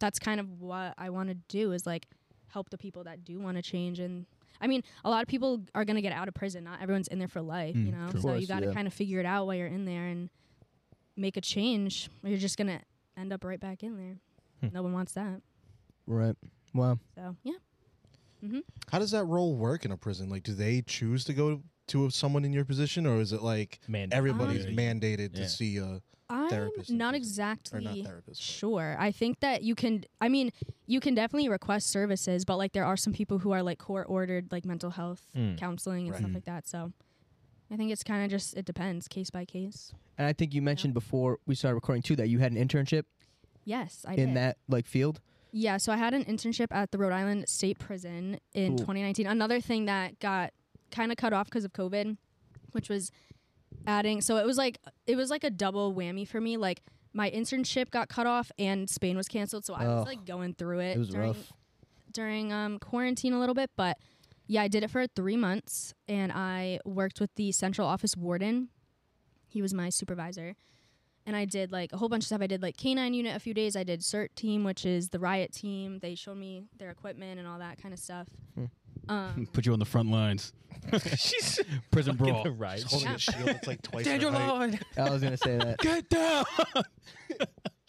that's kind of what i want to do is like help the people that do want to change and i mean a lot of people are going to get out of prison not everyone's in there for life you Mm, know true. so Course, you got to yeah. kind of figure it out while you're in there and make a change or you're just going to end up right back in there Hmm. no one wants that Right. Wow. so yeah How does that role work in a prison? Like, do they choose to go to someone in your position, or is it like Man, everybody's Um, mandated Yeah. to see a i'm Therapist in not prison. exactly or not therapist? Sure. I think that you can I mean, you can definitely request services, but like there are some people who are like court ordered like mental health Mm. counseling and Hmm. Right. stuff Mm. like that. So I think it's kind of just it depends case by case. And I think you mentioned before we started recording too that you had an internship Yes, I in did. that like field. Yeah, so I had an internship at the Rhode Island State Prison in Cool. 2019. Another thing that got kind of cut off because of COVID, which was adding. So it was like it was like a double whammy for me. Like my internship got cut off and Spain was canceled, so I Ugh. was like going through it. It was during, rough. during um, quarantine a little bit, but yeah, I did it for three months and I worked with the central office warden. He was my supervisor. And I did like a whole bunch of stuff. I did like canine unit a few days. I did CERT team, which is the riot team. They showed me their equipment and all that kind of stuff. Hmm. Um, Put you on the front lines. she's Prison fucking brawl. right. She's holding Yeah. a shield that's like twice. Stand her your height. lawn. I was gonna say that. Get down.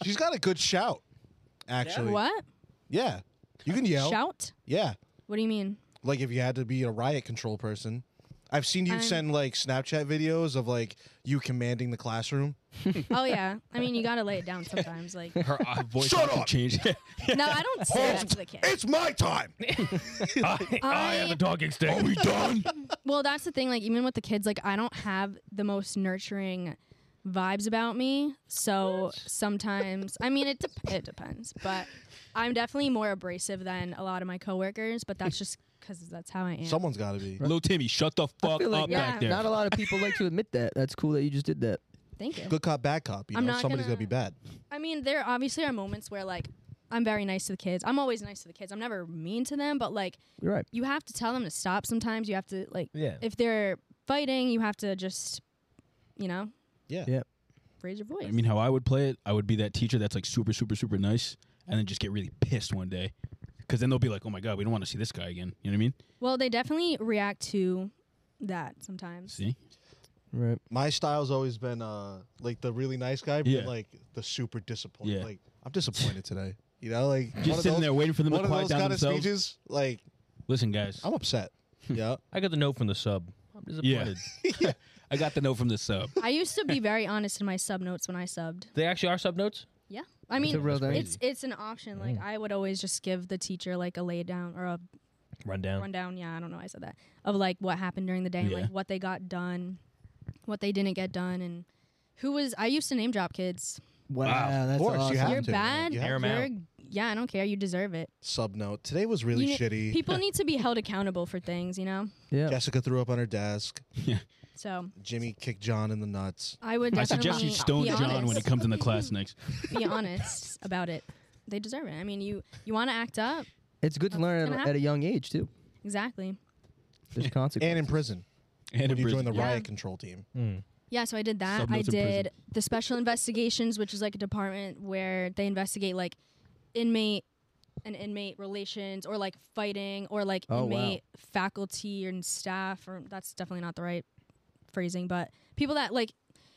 She's got a good shout, actually. what? Oh, Yeah, you can yell. Shout? Yeah, What do you mean? like if you had to be a riot control person. I've seen you I'm- send like Snapchat videos of like you commanding the classroom. oh, yeah. I mean, you got to lay it down sometimes. Like, no, Her uh, voice Shut also up. changed. I don't say that to the kids. It's my time. I, I have I- a talking stick. Oh, Are we done? Well, that's the thing. Like, even with the kids, like, I don't have the most nurturing vibes about me. So sometimes, I mean, it dep it depends. But I'm definitely more abrasive than a lot of my coworkers. But that's just because that's how I am. Someone's got to be. Little Timmy, shut the fuck feel like up yeah. back there. Not a lot of people like to admit that. That's cool that you just did that. Thank you. Good cop, bad cop. You I'm know, not somebody's gonna- gonna be bad. I mean, there obviously are moments where like I'm very nice to the kids. I'm always nice to the kids. I'm never mean to them. But like, You're right. you have to tell them to stop. Sometimes you have to like, Yeah. if they're fighting, you have to just, you know, Yeah. Yep. raise your voice. I mean, how I would play it, I would be that teacher that's like super, super, super nice, and then just get really pissed one day, because then they'll be like, "Oh my god, we don't want to see this guy again." You know what I mean? Well, they definitely react to that sometimes. See? Right. My style's always been uh like the really nice guy, but Yeah. like the super disappointed. Yeah. Like I'm disappointed today. You know, like one of Just sitting those- there waiting for them One to of quiet those down kind of themselves. stages, like Listen, guys, I'm upset. yeah, I got the note from the sub. I'm disappointed. I got the note from the sub. I used to be very honest in my sub notes when I subbed. They actually are sub notes. Yeah. I mean, a real thing. it's it's an option. Like I would always just give the teacher like a lay down or a Rundown. rundown. Yeah, I don't know. why I said that of like what happened during the day, and, Yeah. like what they got done, what they didn't get done, and who was. I used to name drop kids. Wow, Wow. that's of course, awesome. you have You're to. bad. You You have Air are to. amount. yeah, I don't care. You deserve it. Sub note. Today was really You- shitty. People need to be held accountable for things, you know. yeah. Jessica threw up on her desk. So Jimmy kicked John in the nuts. I would. I Definitely suggest you stone be John honest. when he comes in the class next. be honest about it. They deserve it. I mean, you you want to act up, It's good to That's learn gonna at, happen. at a young age too. exactly. There's consequences. And in prison. And when in you join prison. the Yeah. riot control team. Mm. Yeah, so I did that. Sub I notes in prison. did the special investigations, which is like a department where they investigate like inmate and inmate relations or like fighting or like Oh, wow. inmate faculty and staff or that's definitely not the right phrasing, but people that like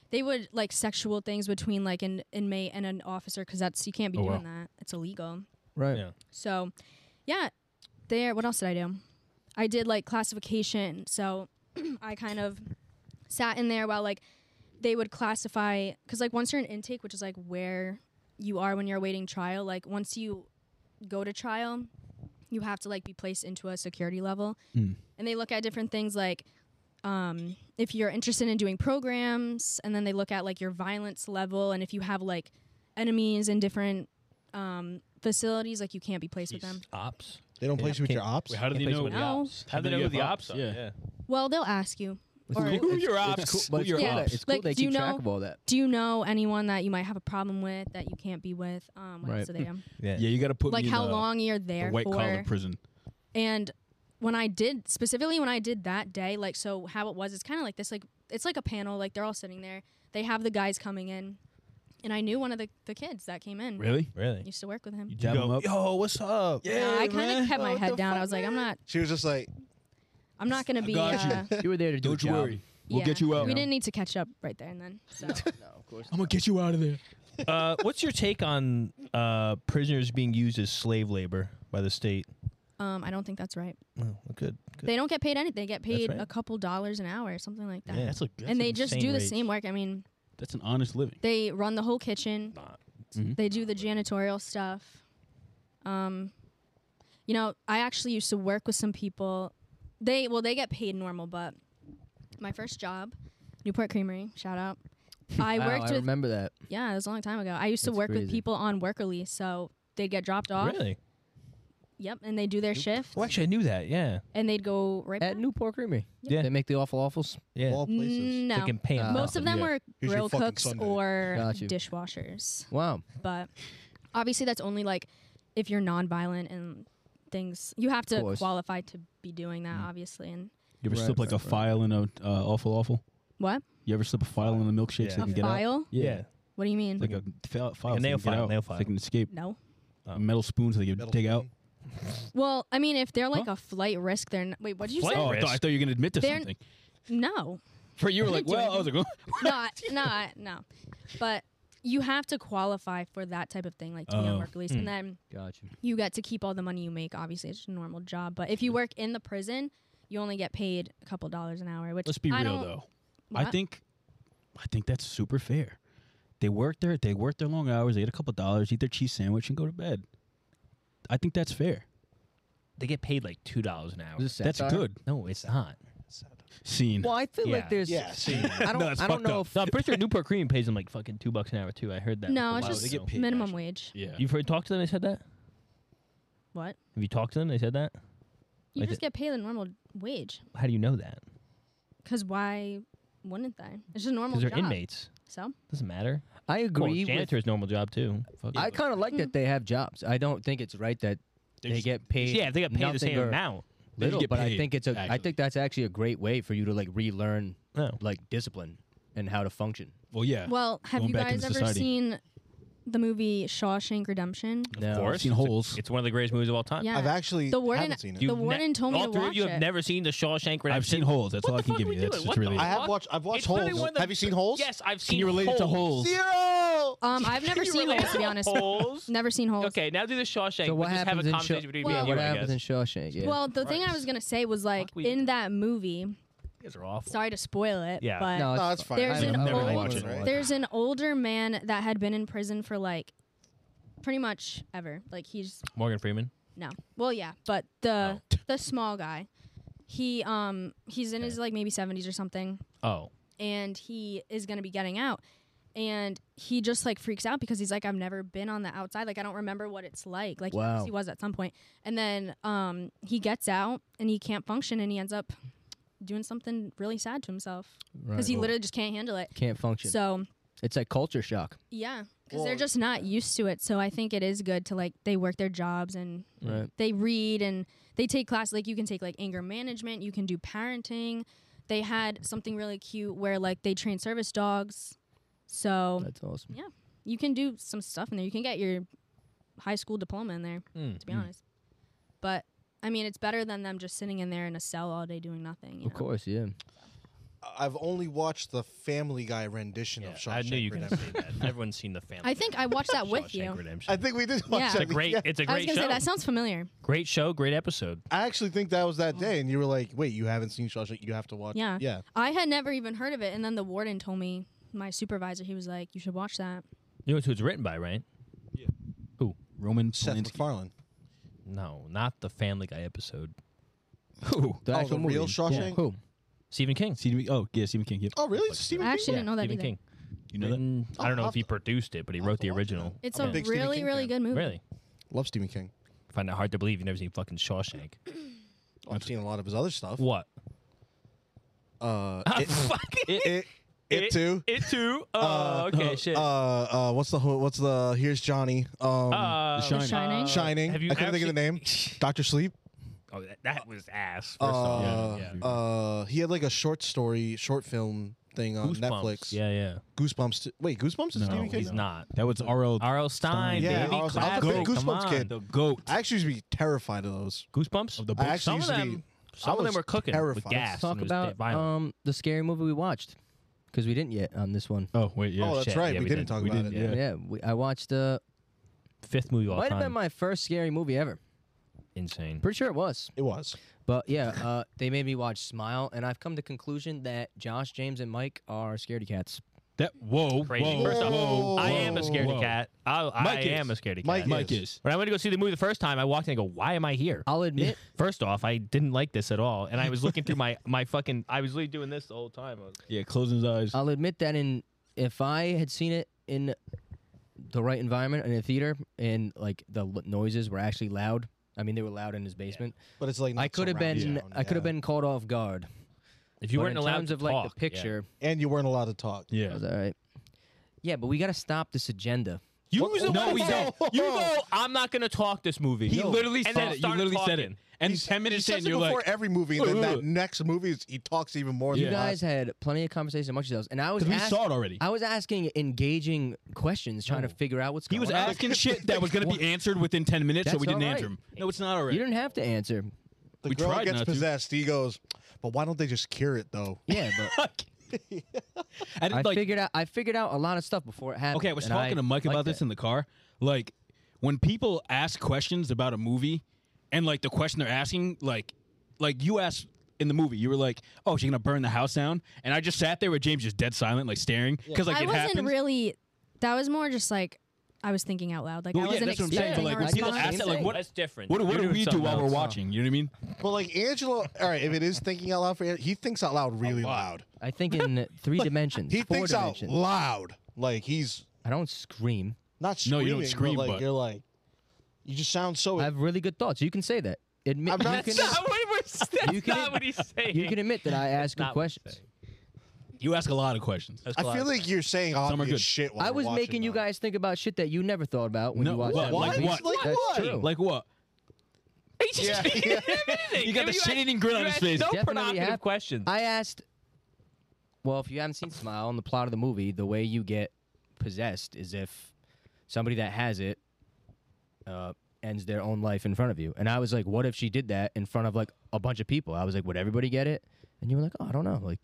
they would like sexual things between like an inmate and an officer because that's you can't be Oh, wow. doing that. It's illegal. right. Yeah. So, yeah, there. What else did I do? I did like classification. So, I kind of sat in there while like they would classify because like once you're in intake, which is like where you are when you're awaiting trial. Like once you go to trial, you have to like be placed into a security level, Hmm. and they look at different things like. Um, if you're interested in doing programs, and then they look at like your violence level, and if you have like enemies in different um, facilities, like you can't be placed with them. Ops. They don't Yeah. place you with your ops. Wait, how do Can't they place know with the the ops? ops. How do they know who the ops are? Yeah. Well, they'll ask you. It's Or- cool- Who it's- your it's ops? cool- but Who it's your cool ops? that- It's cool Like, they do you keep track know- of all that. Do you know anyone that you might have a problem with that you can't be with? Um, what Right. else do they do? Yeah. Yeah, you got to put Like me in how the- long you're the there white collar for? prison. And when I did specifically when I did that day, like so how it was, it's kind of like this, like it's like a panel, like they're all sitting there. They have the guys coming in, and I knew one of the, the kids that came in. Really? Really? Used to work with You him. dab go, him up. Yo, what's up? Yeah, I kind of kept my head down. I was like, I'm not, She was just like, I'm not gonna be. got you. uh, You were there to do a Don't you job. worry. We'll yeah. get you out. We didn't need to catch up right there and then. So. No, of course. I'm gonna get you out of there. uh, what's your take on uh, prisoners being used as slave labor by the state? Um, I don't think that's right. Well, good. good. They don't get paid anything. They get paid right. a couple dollars an hour or something like that. Yeah. That's like that's, and a- they just insane do the wage. same work. I mean, that's an honest living. they run the whole kitchen. Not- Mm-hmm. Mhm. They do the janitorial stuff. Um, you know, I actually used to work with some people. They well, they get paid normal, but my first job, Newport Creamery, shout out. I Wow, worked I with remember that. yeah, it was a long time ago. I used to That's work with crazy. people on work release, so they'd get dropped off. Really? Yep, and they do their shift, Well, actually, I knew that. Yeah. and they'd go right At back. Newport Creamery. Yeah. They make the awful awfuls. Yeah. all places. No, Freaking pay 'em Uh, Most nothing. of them Yeah. were Here's your grill fucking cooks Sunday. or Got you. dishwashers. Wow. But obviously, that's only like if you're nonviolent and things. You have to course. qualify to be doing Mm. that, obviously. And You ever Right, slip like right, a right. file in a uh, awful awful? what? You ever slip a file in the Yeah. milkshake so they A can get out? file? Yeah. What do you mean? Like a file, file a so nail they can get file, out, nail so file. they can escape. no. Oh. A metal spoon so they can Metal dig out. spoon. Well, I mean, if they're like a flight risk, they're n- wait. What did you flight say? Oh, I thought, I thought you were gonna admit to They're- something. No, For you were like, do well, I was like, oh. not, not, no. But you have to qualify for that type of thing, like to be Oh. on work release, Hmm. and then Got you. you get to keep all the money you make. Obviously, it's a normal job, but if you work in the prison, you only get paid a couple dollars an hour. Which let's be real I don't- though. I What? think, I think that's super fair. They work their they work their long hours, they get a couple dollars, eat their cheese sandwich, and go to bed. I think that's fair. They get paid like two dollars an hour. Is this That's satire? good. no, it's not. Scene. Well, I feel Yeah. like there's. Yeah, see. I don't. No, it's I fucked don't know up. if No, I'm pretty sure Newport Cream pays them like fucking two bucks an hour too. I heard that. No, from it's a while just ago. minimum wage. yeah. You've heard talked to them. They said that. What? Have you talked to them? They said that. You Like just get paid the normal wage. How do you know that? Cause why wouldn't they? It's just a normal Because they're job. inmates. So Doesn't matter. I Well, agree. with, janitor's normal job too. Fuck I it. kind of like that they have jobs. I don't think it's right that they, just- get paid. yeah, if they got paid the nothing same or amount. They just Little, get but I paid, think it's a. I actually. think that's actually a great way for you to like relearn No. like discipline and how to function. Well, yeah. well, have Going you back guys into ever society. seen the movie Shawshank Redemption? No. Of course. seen It's a- holes. It's one of the greatest movies of all time. Yeah. I've actually The warden- haven't seen it. You've The warden told me all to three of watch you have it. never seen the Shawshank Redemption. I've seen holes. That's What all I the can fuck give we you. That's doing? just What the really. I have fuck? watched. I've watched It's literally Holes. one of the- Have you seen Holes? Yes, I've seen. Can you relate it to holes? Zero. Um, I've never You seen relate holes to be to honest. Holes? Never seen holes. Okay, now do the Shawshank. So but what just have happens a in conversation Shaw- between Well, me and you, what I happens in guess. Shawshank? Yeah. Well, the thing I Christ. was gonna say was like we- in that movie. You guys are awful. Sorry to spoil it. Yeah. But no, No, that's it's fine. There's I an know. old- Everyone Watch knows, it, right? watch it. There's an older man that had been in prison for like pretty much ever. Like he's Morgan Freeman. no. Well, yeah, but the the small guy, he um he's in his like maybe 70s or something Oh, and he is going to be getting out. and he just like freaks out because he's like i've never been on the outside like i don't remember what it's like like he Wow. obviously was at some point and then um he gets out and he can't function and he ends up doing something really sad to himself because he literally just can't handle it can't function. so it's like culture shock. yeah because Well, they're just not used to it so i think it is good to like they work their jobs and Right. they read and they take classes like you can take like anger management you can do parenting they had something really cute where like they train service dogs so That's awesome. you can do some stuff in there you can get your high school diploma in there Mm. to be honest but i mean it's better than them just sitting in there in a cell all day doing nothing you Of know? course, yeah. I've only watched the Family Guy rendition Yeah, of I Shawshank knew you could Redemption. say that. Everyone's seen the family. i think i watched that with you Shawshank I Redemption. think we did watch Yeah. that. It's It's a great. It's a i was great gonna show. say that sounds familiar great show. Great episode. I actually think that was that day, and you were like, "Wait, you haven't seen Shawshank? You have to watch." Yeah. yeah. I had never even heard of it, and then the warden told me, my supervisor, he was like, "You should watch that." You know who it's written by, right? Roman Seth Polanski. MacFarlane. No, not the Family Guy episode. Who? The Oh, actual the movie. real Shawshank? Who? Stephen King. Stephen, oh, yeah, Stephen King. Yep. Oh, really? Stephen I King? actually didn't know that Stephen either. King. You know that? Written- Oh, I don't know I'll if he have to- produced it, but he I'll have wrote to the watch original. it. It's I'm a a big Stephen really, King really fan. good movie. Really? Love Stephen King. Find it hard to believe you've never seen fucking Shawshank. I've seen a lot of his other stuff. What? Uh, it, it, it, too. It too. Oh, Uh, okay, shit. Uh, uh, what's the ho- what's the here's Johnny? Um, Uh, The Shining. Shining. Shining. have you I couldn't think of the name. Doctor Sleep. Oh, that, that was ass. First Uh, off. Yeah. uh, he had like a short story, short film thing on Goosebumps. Netflix. Yeah, yeah. Goosebumps. t- Wait, Goosebumps is No, Stephen No, King. he's not. That was R.L. R.L. Stein, Stein. Yeah, baby. R.L. Stein. I was a classic. big Goosebumps Come on. kid. the goat I actually used to be terrified of those. The Goosebumps. of the I book. actually some of used to them, be. some I of them was were cooking with terrified. gas. Let's talk and it was about violent. um the scary movie we watched because we didn't yet on this one. Oh, wait, yeah. oh, that's shit. right. Yeah, we, we did. didn't talk We about did, it. yeah. Yeah, we, I watched. Uh, fifth movie of all might have time. been my first scary movie ever. Insane. Pretty sure it was. It was. But yeah, uh, they made me watch Smile, and I've come to conclusion that Josh, James, and Mike are scaredy cats. That, whoa, Crazy. whoa, First off, whoa, I am a whoa, scaredy whoa. cat. I, I Mike am is. a scaredy cat. Mike Mike Yes. is. When I went to go see the movie the first time, I walked in and go, "Why am I here?" I'll admit, First off, I didn't like this at all, and I was looking through my my fucking. I was really doing this the whole time. I was- Yeah, closing his eyes. I'll admit that in if I had seen it in the right environment in a theater, and like the l- noises were actually loud. I mean, they were loud in his basement. But it's like I not could have surround been, sound, I could have yeah. been caught off guard. If you But weren't in allowed terms to of like talk, the yeah. picture, And you weren't allowed to talk. I yeah. was all right. Yeah, but we got to stop this agenda. You What- was the No, one we who said, don't. You know, I'm not gonna talk this movie. He literally and said then it. You started literally said it. talking. And He's- 10 minutes he in, says it you're like, before every movie, and then "Ugh." that next movie is he talks even more. You than You the guys last. had plenty of conversation amongst yourselves, and I was because we ask- saw it already. Oh. I was asking engaging questions, trying to figure out what's He going on. was asking shit that was going to be answered within 10 minutes, so That's we didn't all right. answer him. No, it's not all You right. didn't have to answer. the we girl tried gets not to. possessed. He goes, but why don't they just cure it though? Yeah, but And I like, figured out I figured out a lot of stuff before it happened. okay, I was and talking to Mike liked about this it. in the car. Like, when people ask questions about a movie, and like the question they're asking, like, like you asked in the movie, you were like, "Oh, she's gonna burn the house down," and I just sat there with James just dead silent, like staring, because like I it wasn't happened. really. That was more just like I was thinking out loud. Like Well, I yeah, wasn't that's what I'm saying, expecting but, a like, when people response. ask that, like, what- That's different. what what You're do doing we do something while we're else. watching? You know what I mean? But like Angelo, all right, if it is thinking out loud for, An- he thinks out loud really loud. I think in three dimensions, He four thinks out dimensions. loud, like he's I don't scream. not No, screaming. you don't scream, but like but- you're like, you just sound so. I have really good thoughts. You can say that. Admit I'm you not- can, That's Not what we're- that's You can- not what he's saying. you can admit that I ask good not what he's questions. saying. You ask a lot of questions. That's I feel called- like you're saying are obvious good. shit. While I we're was watching, making you though. guys think about shit that you never thought about when No, you watched what? that Like movie. what? Like That's what? true. Like what? He's just- Yeah, yeah. Everything. You got the You asked- shit-eating grin on you his asked face. No Definitely provocative happened. questions. I asked. Well, if you haven't seen Smile and the plot of the movie, the way you get possessed is if somebody that has it uh, ends their own life in front of you. And I was like, what if she did that in front of like a bunch of people? I was like, would everybody get it? And you were like, oh, I don't know. Like,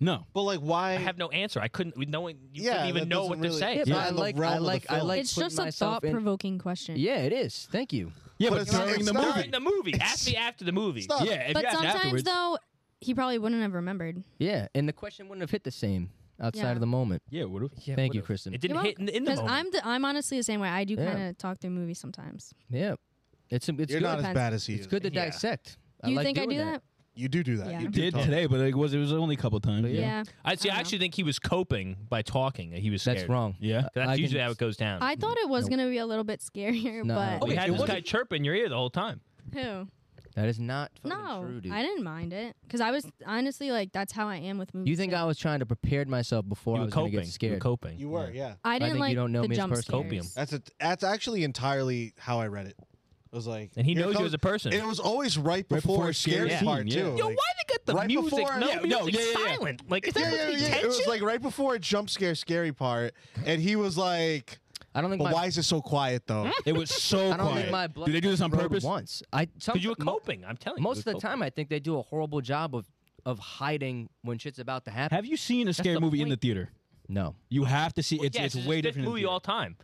No. But like, why? I have no answer. I couldn't. we- No one. You Yeah, couldn't that even know doesn't what really- to say. Yeah, but not I in the like, realm I of the like, I film. like. it's putting just a myself in- thought-provoking question. Yeah, it is. Thank you. Yeah, But but it's not- during it's the not- movie. During the movie. Ask me after the movie. It's not- Yeah, if But you ask sometimes afterwards, though, he probably wouldn't have remembered. Yeah, and the question wouldn't have hit the same outside Yeah. of the moment. yeah, what if? Thank you, Kristen. It didn't You're hit in, in the Because moment. I'm the, I'm honestly the same way. I do Yeah. kind of talk through movies sometimes. yeah, it's it's You're good. not as depends. bad as he it's is. good to Yeah. dissect. Do you like think I doing do that? You do do that. Yeah. You You do Did talk. today, but it was it was only a couple times. Yeah. I see. I I, don't actually think he was coping by talking. He was That's scared. wrong. Yeah. 'Cause That's I usually can- how it goes down. I thought it was Nope. gonna be a little bit scarier, No. but we Wait, had it this guy wasn't- chirping your ear the whole time. who? That is not fucking No, true, dude. I didn't mind it because I was honestly like that's how I am with movies. you think too. I was trying to prepare myself before you I were was coping. gonna You get were scared? coping. You were, yeah. I didn't think you like don't know the me as a jump person. scares. Copium. That's a, that's actually entirely how I read it. It was like, And he here knows you comes- as a person. It was always right before, before the scary scary part scene, too. yeah. Yo, like- why they got the right music? before- no, yeah, no, music's yeah, yeah, yeah. silent. Like, is that yeah, yeah, supposed to be yeah. It was tension? like right before a jump scare scary part, and he was like, I don't think "But my why is it so quiet Hmm? though?" It was so I don't quiet. think my blood Did they do this on flowed purpose? Once I some- Because you were mo- coping. I'm telling you. Most of the you were time, coping. I think they do a horrible job of of hiding when shit's about to happen. Have you seen a scary the movie in the point. theater? no, You have to see. It's Yeah, it's way his fifth different. in movie theater. all time.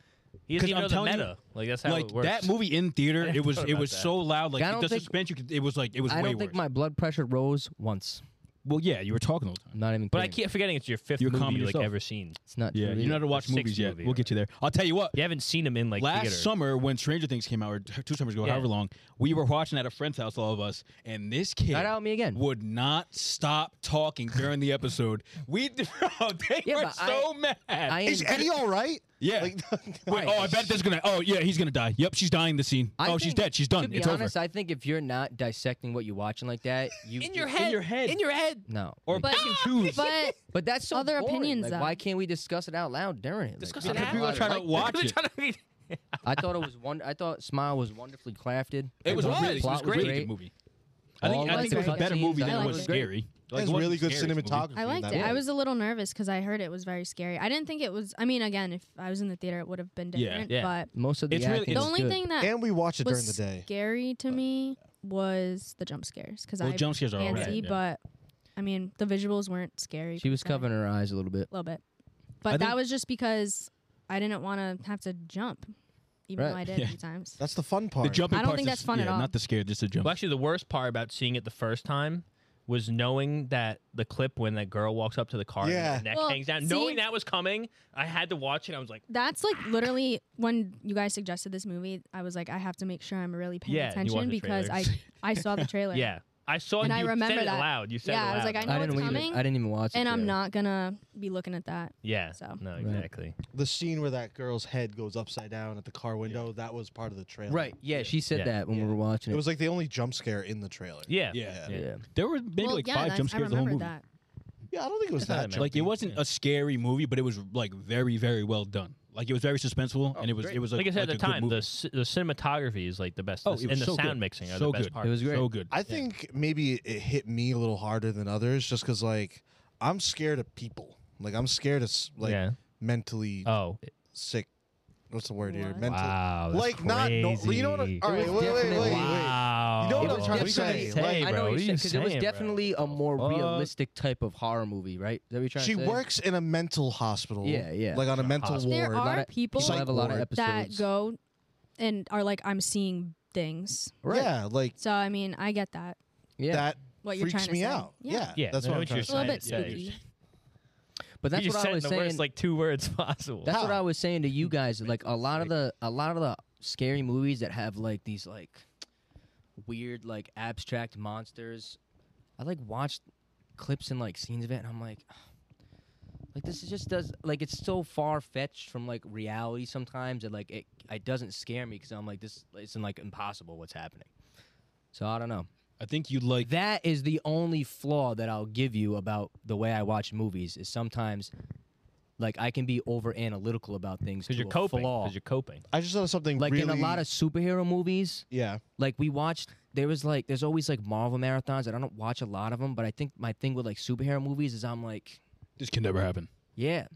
He doesn't 'Cause even I'm know the telling you, meta. like that's how like it works. that movie in theater, hadn't it was thought it about was that. so loud. Like I don't the think- suspense, you could, it was like it was I way don't think worse. my blood pressure rose once. well, yeah, you were talking all the I'm time. not even. But I kidding. keep forgetting it's your fifth You're movie calming you like yourself. ever seen. It's not. Yeah, true you know how either. to watch sixth movies yet. movie, We'll get right. you there. I'll tell you what. You haven't seen him in like last theater. summer when Stranger Things came out, or two summers ago, Yeah. however long, we were watching at a friend's house, all of us, and this kid Shout out me again. would not stop talking during the episode. We bro, they Yeah, were but I- so mad. I Is am- Eddie all right? yeah. Like, Wait, oh, I bet there's gonna. Oh, yeah, he's gonna die. Yep, she's dying. The scene. I oh, she's think- dead. She's done. To be it's honest, over. I think if you're not dissecting what you're watching like that, you in your head. your head. In your head. no. Or But- pick and choose. But but that's so other boring. opinions, Like, though. why can't we discuss it out loud during it? Discuss like, it there's out a People lot are loud. of trying to like- watch it. it. I thought it was one. I thought Smile was wonderfully crafted. It was The really, it was plot a really good movie. I think, All I of think the it was a great better scenes, movie I than it liked was it. scary. Like, That's it wasn't really good scary, this movie. cinematography. I in liked that it. I movie. was a little nervous because I heard it was very scary. I didn't think it was. I mean, again, if I was in the theater, it would have been Yeah. different. Yeah. But Most of the It's really- acting the was only good. thing that and we watched it during the uh, was day. scary to me was the jump scares because Well, I jump scares are all fancy, right. yeah. but I mean, the visuals weren't scary. She was per se. covering her eyes a little bit. a little bit. I But think- that was just because I didn't want to have to jump, even though Right. I did Yeah. a few times. That's the fun part. The jumping I don't parts think is- that's fun yeah, at all. Not the scare, just the jump. Well, actually, the worst part about seeing it the first time was knowing that the clip when that girl walks up to the car Yeah. and the neck Well, hangs down. see- knowing that was coming, I had to watch it. I was like, That's like literally when you guys suggested this movie, I was like, I have to make sure I'm really paying Yeah, you watched attention the because I trailer. I saw the trailer. yeah. I saw And you I remember said it that. loud. You said Yeah, it I was loud. Uh, like, I know I didn't it's even. coming, I didn't even watch it. And I'm not gonna be looking at that. Yeah. So. No, exactly. the scene where that girl's head goes upside down at the car window, that was part of the trailer. Right. Yeah, she said Yeah. that when we were watching It it. was like the only jump scare in the trailer. Yeah. Yeah. Yeah. yeah. There were maybe well, like yeah, five that's- jump I scares the whole remembered movie. that. Yeah, I don't think it was It's not that. that jumpy. Like it wasn't a scary movie, but it was like very, very well done. Like it was very suspenseful, and it was great. it was Like I said like at a the good time, movie. the, c- the cinematography is like the best, Oh, this- it was and the so good. sound mixing are So the best good. part. It was great. so good. I think maybe it hit me a little harder than others, just because like I'm scared of people. Like I'm scared of s- like Yeah. mentally Oh, sick. What's the word here? What? Mental. wow. that's like not. No, you know what? I'm, crazy. all right, was wait, wait, wait, definitely- wait. Wow. You know what It I'm was trying to definitely- say? Hey, Like, I bro, know what what are you're you saying because it was saying, bro? definitely a more Fuck. realistic type of horror movie, right? Is that what you're trying She to say? works in a mental hospital. Yeah, yeah. Like on a mental hospital. There ward. are of- people People have a lot of Psych that episodes. go and are like, I'm seeing things. right. Yeah, like So I mean, I get that. yeah. that What you're freaks trying to me say. out. Yeah. Yeah, Yeah, that's I know what I'm what trying you're to A little say. saying. bit Yeah, you're spooky. but that's you what just I said was the saying. worst like two words possible. that's what How? I was saying to you guys. Like a lot of the a lot of the scary movies that have like these like weird like abstract monsters. I like watched clips and like scenes of it, and I'm like, like this is just does like it's so far fetched from like reality sometimes that like it it doesn't scare me because I'm like this isn't like impossible what's happening. So I don't know. I think you'd like That is the only flaw that I'll give you about the way I watch movies is sometimes like I can be over analytical about things Because to you're a coping. flaw. Because you're coping. I just saw something like in a really- lot of superhero movies, yeah. like we watched there was like there's always like Marvel marathons and I don't watch a lot of them, but I think my thing with like superhero movies is I'm like, this can never happen. yeah.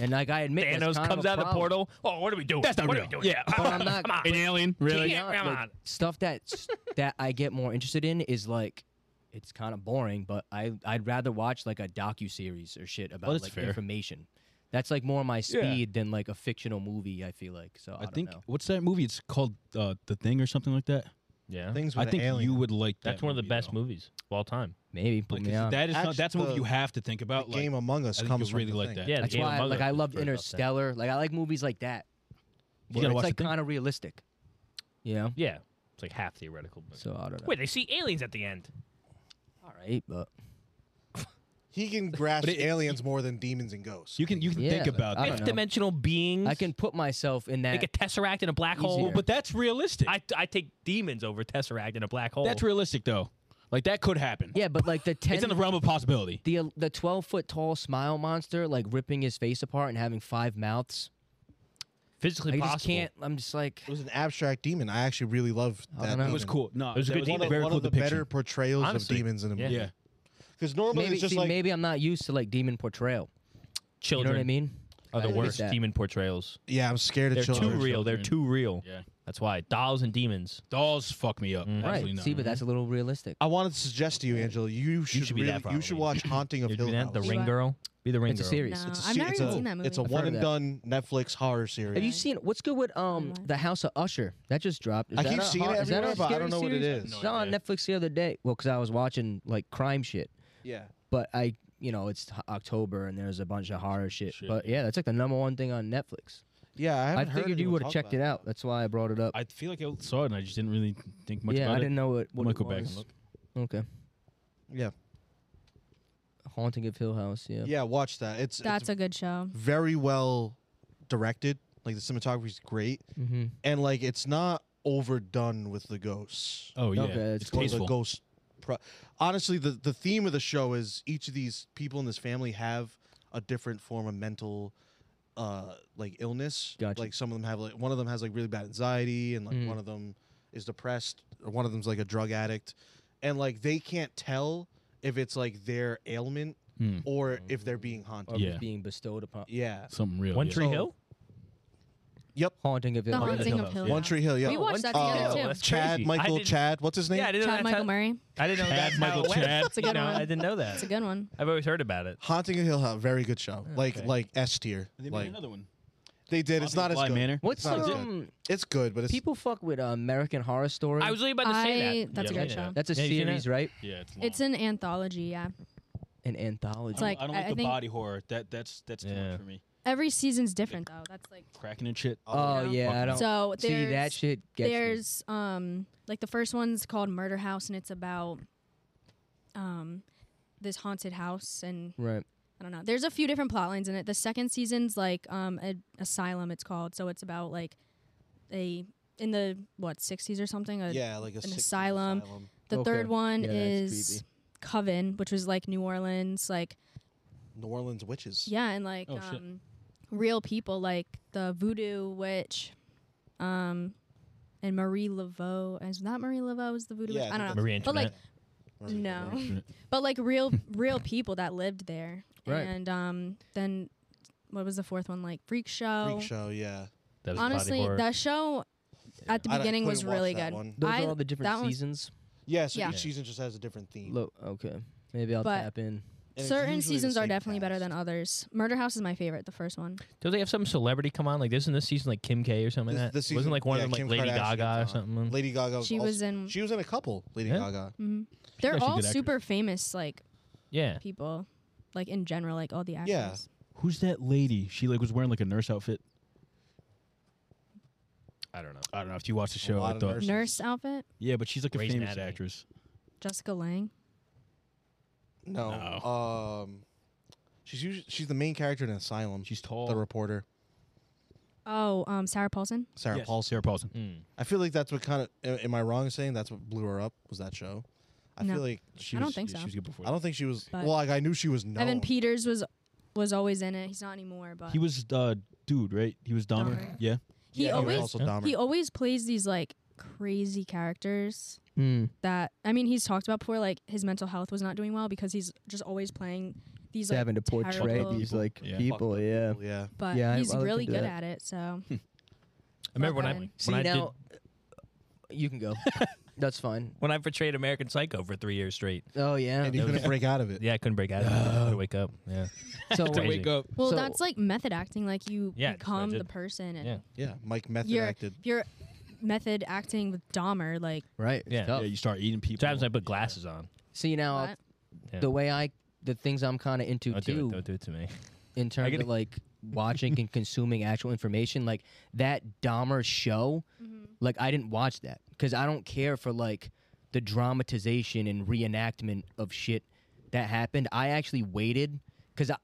and like I admit that's Thanos kind comes a out of the problem. portal. Oh, what are we doing? That's not what real. Are we doing? Yeah. But I'm not- Come on. An alien, really? be Yeah, honest, come like, on. Stuff that's that I get more interested in is like it's kind of boring, but I I'd rather watch like a docu series or shit about that's like fair. information. That's like more my Yeah. speed than like a fictional movie. I feel like so. I, I don't think know. what's that movie? It's called uh, The Thing or something like that. Yeah. Things I with an think alien. you would like that. That's one of the movie, best though. movies of all time. maybe put Like, me 'cause on. that is That's some- that's a movie the- you have to think The about. like, Game Among I Us think comes you'll from really the like thing. that. Yeah. The That's Game why Among like Us I was love first up there. Interstellar. Like I like movies like that. You where gotta it's watch like the thing. kind of realistic. You know. Yeah. It's like half theoretical. but- So uh, I don't know. Wait, they see aliens at the end. All right. right? But He can grasp But it- aliens more than demons and ghosts. You can you can Yeah, think like, about I that. don't Fifth know. dimensional Mm. beings. I can put myself in that. like a tesseract in a black hole. Easier. But But that's realistic. I, I take demons over tesseract in a black hole. that's realistic though. Like that could happen. yeah, but like the ten, It's in the realm of possibility. the uh, the twelve foot tall smile monster, like ripping his face apart and having five mouths. physically I possible. just can't. I'm just like It was an abstract demon. I actually really loved I that. dunno. It was demon. cool. No, It was a that good One demon. of, Very one cool of the depiction. better portrayals Honestly. of demons in a Yeah. movie. Yeah. Because normally maybe it's just see, like maybe I'm not used to like demon portrayal. You Children know what I mean? are I the hate worst that. demon portrayals. yeah, I'm scared of They're children. too real. They're too real. Yeah. That's why dolls and demons. Dolls fuck me up. Mm. Absolutely Right. not. See, but that's a little realistic. I wanted to suggest to you, Angela, you should, should be really, that you should probably. watch Haunting of You're Hill doing that. The House. ring What? girl. Be the ring It's a girl. series. No, It's a, I've se- never it's even a- seen that movie. It's a I've heard one of and that. done Netflix horror Have series. you seen what's good with um Anyway. the House of Usher that just dropped? Is I that keep a seeing hor- it is that a everywhere, but I scary don't know what it series? is. It's on Netflix the other day. Well, because I was watching like crime shit, Yeah. but I, you know, it's h- October and there's a bunch of horror shit. Shit, But yeah, that's like the number one thing on Netflix. Yeah, I I haven't heard figured you anyone would have talk checked about it out. That's why I brought it up. I feel like I saw it and I just didn't really think much yeah, about I it. didn't know what. I'm what gonna it go back and was. look. Okay, Yeah. Haunting of Hill House. Yeah. Yeah, watch that. It's That's it's a good show. very well directed. Like the cinematography's great. Mm-hmm. And like it's not overdone with the ghosts. Oh yeah, Okay, it's, it's or the tasteful. ghost. Pro- Honestly, the the theme of the show is each of these people in this family have a different form of mental, uh, like illness. Gotcha. Like some of them have like one of them has like really bad anxiety, and like Mm. one of them is depressed, or one of them's like a drug addict, and like they can't tell if it's like their ailment Hmm. or if they're being haunted. Or Yeah. being bestowed upon. Yeah. Something real. One yeah. Tree So- Hill. Haunting of Hill The House. Haunting Hill of Hill House. House. One Tree Hill. Yeah. We Oh, watched that together uh, too. That's Chad crazy. I Michael didn't- Chad. What's his name? Yeah, I didn't know Chad that's Michael how, Murray. I didn't know Chad that's how Michael it went. Chad. It's a good You know, one. I didn't know that. It's a good one. I've always heard about it. Haunting of Hill House. Very good show. Like Okay. like S tier. They made Like another one. they did. It's not as Fly good. Manor. What's It's not as good. um? It's good, but it's People fuck with uh, American Horror Story. I was really about to say I- that. that's a Yeah, good yeah. show. That's a Yeah, you seen series, it? right? Yeah, it's. Long. It's an anthology, yeah. An anthology. It's like- I don't like I- I the think- body horror. That that's that's too Yeah. much for me. Every season's different though. That's like Cracking and shit. oh you know? yeah, I don't so. see There's, that shit. Gets me. there's um like the first one's called Murder House and it's about um this haunted house and right. I don't know. There's a few different plot lines in it. The second season's like um a, asylum it's called. So it's about like a in the what 60s or something. A, yeah, like a sick uh, asylum. The Okay. third one Yeah, that's is Coven, which was like New Orleans like New Orleans witches. Yeah, and like Oh, shit. um, real people like the voodoo witch, um, and Marie Laveau. Is that Marie Laveau? Is the voodoo? Yeah, witch? I I don't think know. Marie But like Antoinette. no, but like real real people that lived there. Right. And um, then what was the fourth one? Like Freak Show. Freak show, yeah. That was body Honestly, horror. that show at the I don't- I beginning was couldn't watch really that good. one. Those I- are all the that different one's- seasons. Yeah, so Yeah. each season just has a different theme. Look, okay, maybe I'll But- tap in. And it's Certain usually the seasons are same definitely better cast. than others. Murder House is my favorite, the first one. Don't they have some celebrity come on? Like, this in this season like Kim K or something This- like that? this season- Wasn't like one yeah, of them like Kim Lady Kardashian Gaga or was on. something? Lady Gaga. She was in. She was in a couple. Lady Yeah? Gaga. mhm. They're actually a all good actress. super famous, like yeah. people, like in general, like all the actors. Yeah. Who's that lady? She like was wearing like a nurse outfit. I don't know. I don't know if you watched the A show. lot I of thought. nurses. Nurse outfit, Yeah, but she's like a Grey's famous Anatomy. actress. Jessica Lange. No. No. Um, she's usually, she's the main character in Asylum. She's tall. the reporter Oh, um, Sarah Paulson. Sarah Yes, Paulson. Sarah Paulson. Mm. I feel like that's what kind of. Am I wrong in saying that's what blew her up? Was that show? I No. feel like she. I was, don't think yeah, so. She was good before. I don't think she was. But- well, like I knew she was known. Evan Peters was was always in it. He's not anymore, but He was uh, dude, right? He was Dahmer. Dahmer. Yeah. he yeah, always he was also Yeah. Dahmer. he always plays these like crazy characters Hmm. that I mean he's talked about before. Like his mental health was not doing well because he's just always playing these like Having to portray terrible- these like Yeah. people, yeah. yeah. But Yeah, I- he's I looked really into good that. at it. So I remember when I, Fuck when, Ellen. See I did, now, you can go. That's fine. when I portrayed American Psycho for three years straight. Oh yeah. And you couldn't break out of it. Yeah, I couldn't break out of it. I had to wake up. Yeah. So To wake up. well, So- that's like method acting. Like you Yeah, that's what I become the did. person, and Yeah. Yeah. Mike Method You're- acted. if you're method acting with Dahmer, like right. it's Yeah. tough. Yeah, you start eating people. Sometimes I put glasses on. See now, I'll- What? Yeah. the way I, the things I'm kind of into Don't do too, it. Don't do it to me. in terms get of like watching and consuming actual information, like that Dahmer show, like I didn't watch that because I don't care for like the dramatization and reenactment of shit that happened. I actually waited because I,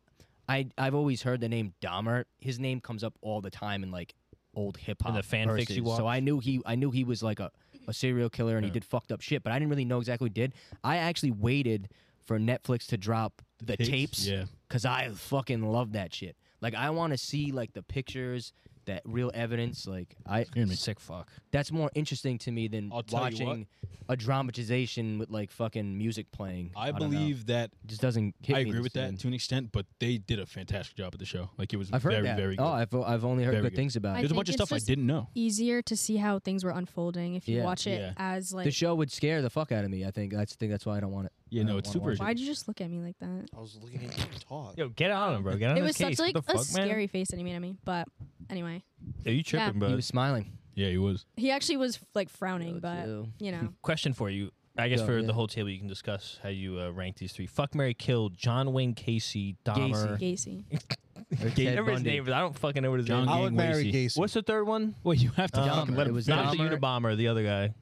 I I've always heard the name Dahmer. His name comes up all the time in like old hip hop the fanfics you So I watch? knew he I knew he was like a, a serial killer and he did fucked up shit, but I didn't really know exactly what he did. I actually waited for Netflix to drop the tapes, Yeah. cuz I fucking love that shit. Like I want to see like the pictures, that real evidence like I Sick fuck. that's more interesting to me than I'll tell you what. watching a dramatization with like fucking music playing. I, don't know. believe that It just doesn't hit I me agree the with that same. to an extent, but they did a fantastic job at the show. Like it was I've heard very, that. very good. Oh, I've, I've only heard Very good good. things about I it. There's a think bunch of it's stuff I just didn't know. Easier to see how things were unfolding if you Yeah. watch it Yeah. as like. the show would scare the fuck out of me. I think that's I think that's why I don't want it. Yeah, I no, don't it's wanna super. watch Why'd you just look at me like that? I was looking at you talk. Yo, get on him, bro. Get on It his was case. such like what the a fuck, man? scary face that he made at me. But anyway, Yo, you Yeah. tripping, bro? He was smiling. Yeah, he was. he actually was like frowning, Yeah, but too. you know, Question for you. I guess Go, for yeah. the whole table, you can discuss how you uh, rank these three. Fuck, Mary, kill John Wayne Casey, Dahmer. Gacy. Or Ted Remember his Bundy. name, but I don't fucking know what his John name. I would Gangway marry seat. Gacy. What's the third one? Wait, you have to Dahmer. fucking let It him was Not the Dahmer. Unabomber, the other guy.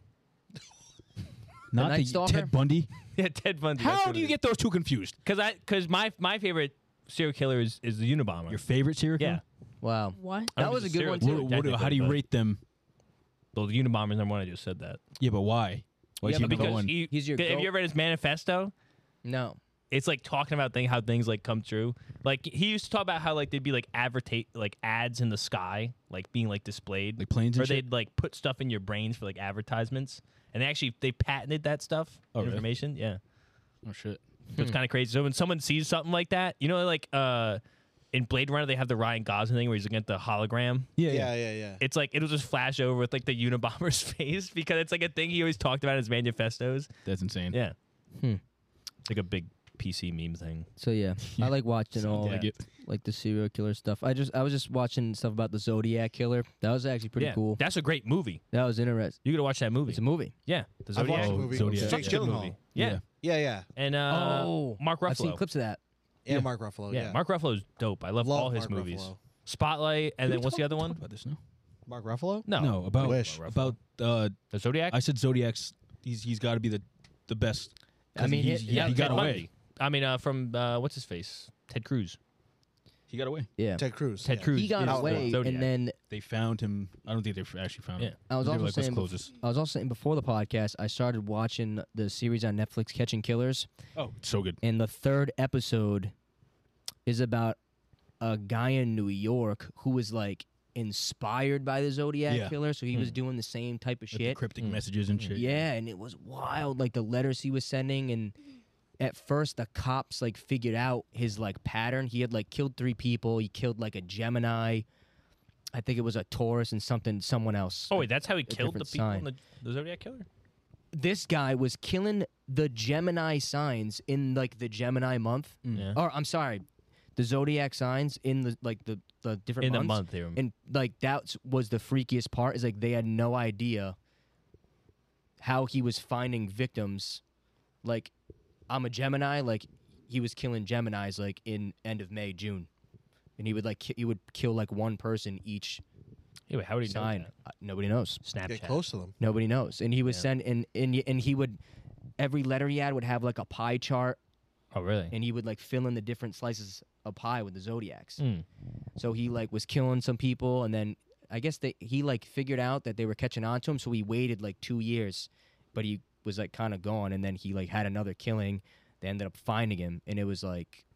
Not Night the Stalker? Ted Bundy. yeah, Ted Bundy. How do you get those two confused? Because I because my my favorite serial killer is, is the Unabomber. Your favorite serial yeah, killer? Wow. What? I That don't was think a it's good one, serial What, killer what, technically, how do you but- rate them? Well, the Unabomber's number one. I just said that. Yeah, but why? Why Yeah, is he number because one? he- He's your have goat. you ever read his manifesto? No. It's like talking about thing how things like come true. Like he used to talk about how like there'd be like advertise like ads in the sky, like being like displayed, Like planes and or shit? they'd like put stuff in your brains for like advertisements. And they actually they patented that stuff Oh, really? information. Yeah. Oh shit. So It's kind of crazy. So when someone sees something like that, you know, like uh, in Blade Runner, they have the Ryan Gosling thing where he's looking at the hologram. Yeah, Yeah, yeah. yeah, yeah. It's like it'll just flash over with like the Unabomber's face because it's like a thing he always talked about in his manifestos. That's insane. Yeah, Hmm. it's like a big PC meme thing. So yeah, I like watching all Yeah. like, like the serial killer stuff. I just I was just watching stuff about the Zodiac killer. That was actually pretty yeah. cool. That's a great movie. That was interesting. You gotta watch that movie. It's a movie. yeah, the I've Zodiac. watched the Oh, movie. Zodiac. It's Jake Such a good Gyllenhaal. movie. Yeah. Yeah. Yeah, yeah. and uh, Mark Ruffalo. Oh. I've seen clips of that. And Mark Ruffalo. Yeah, Yeah, Mark Ruffalo's dope. I love, Love all his Mark movies. Ruffalo. Spotlight, and then what's the other one? About this, no? Mark Ruffalo. No, No, about Wish. about uh the Zodiac. I said Zodiac's he's he's got to be the the best. 'Cause I mean, he's- it- he, yeah, he got Ted away. Bundy. I mean, uh, from uh, what's his face? Ted Cruz. He got away. Yeah. Ted Cruz. Ted yeah. Cruz. He got is the away, Zodiac. and then They found him. I don't think they actually found him. I was They were also like, let's saying close bef- this. I was also saying before the podcast, I started watching the series on Netflix, Catching Killers, Oh, it's so good. and the third episode is about a guy in New York who was like inspired by the Zodiac Yeah. killer, so he was doing the same type of With the shit. cryptic messages and shit. Yeah, and it was wild, like the letters he was sending, and at first the cops like figured out his like pattern. He had like killed three people. He killed like a Gemini. I think it was a Taurus and something, someone else. Oh wait, that's how he killed the different people in sign. the, the Zodiac killer. this guy was killing the Gemini signs in like the Gemini month. Mm. Yeah. Or I'm sorry, the zodiac signs in the like the the different in the months. month they were. And like that was the freakiest part is like they had no idea how he was finding victims. Like I'm a Gemini, like he was killing Geminis like in end of May, June. And he would like ki- he would kill like one person each anyway, how would he know sign. that? Uh, nobody knows. Snapchat. Get close to them. Nobody knows. And he would Yeah. send and and y- and he would every letter he had would have like a pie chart Oh really? and he would like fill in the different slices of pie with the zodiacs. Mm. So he like was killing some people and then I guess they he like figured out that they were catching on to him so he waited like 2 years but he was like kind of gone and then he like had another killing. They ended up finding him and it was like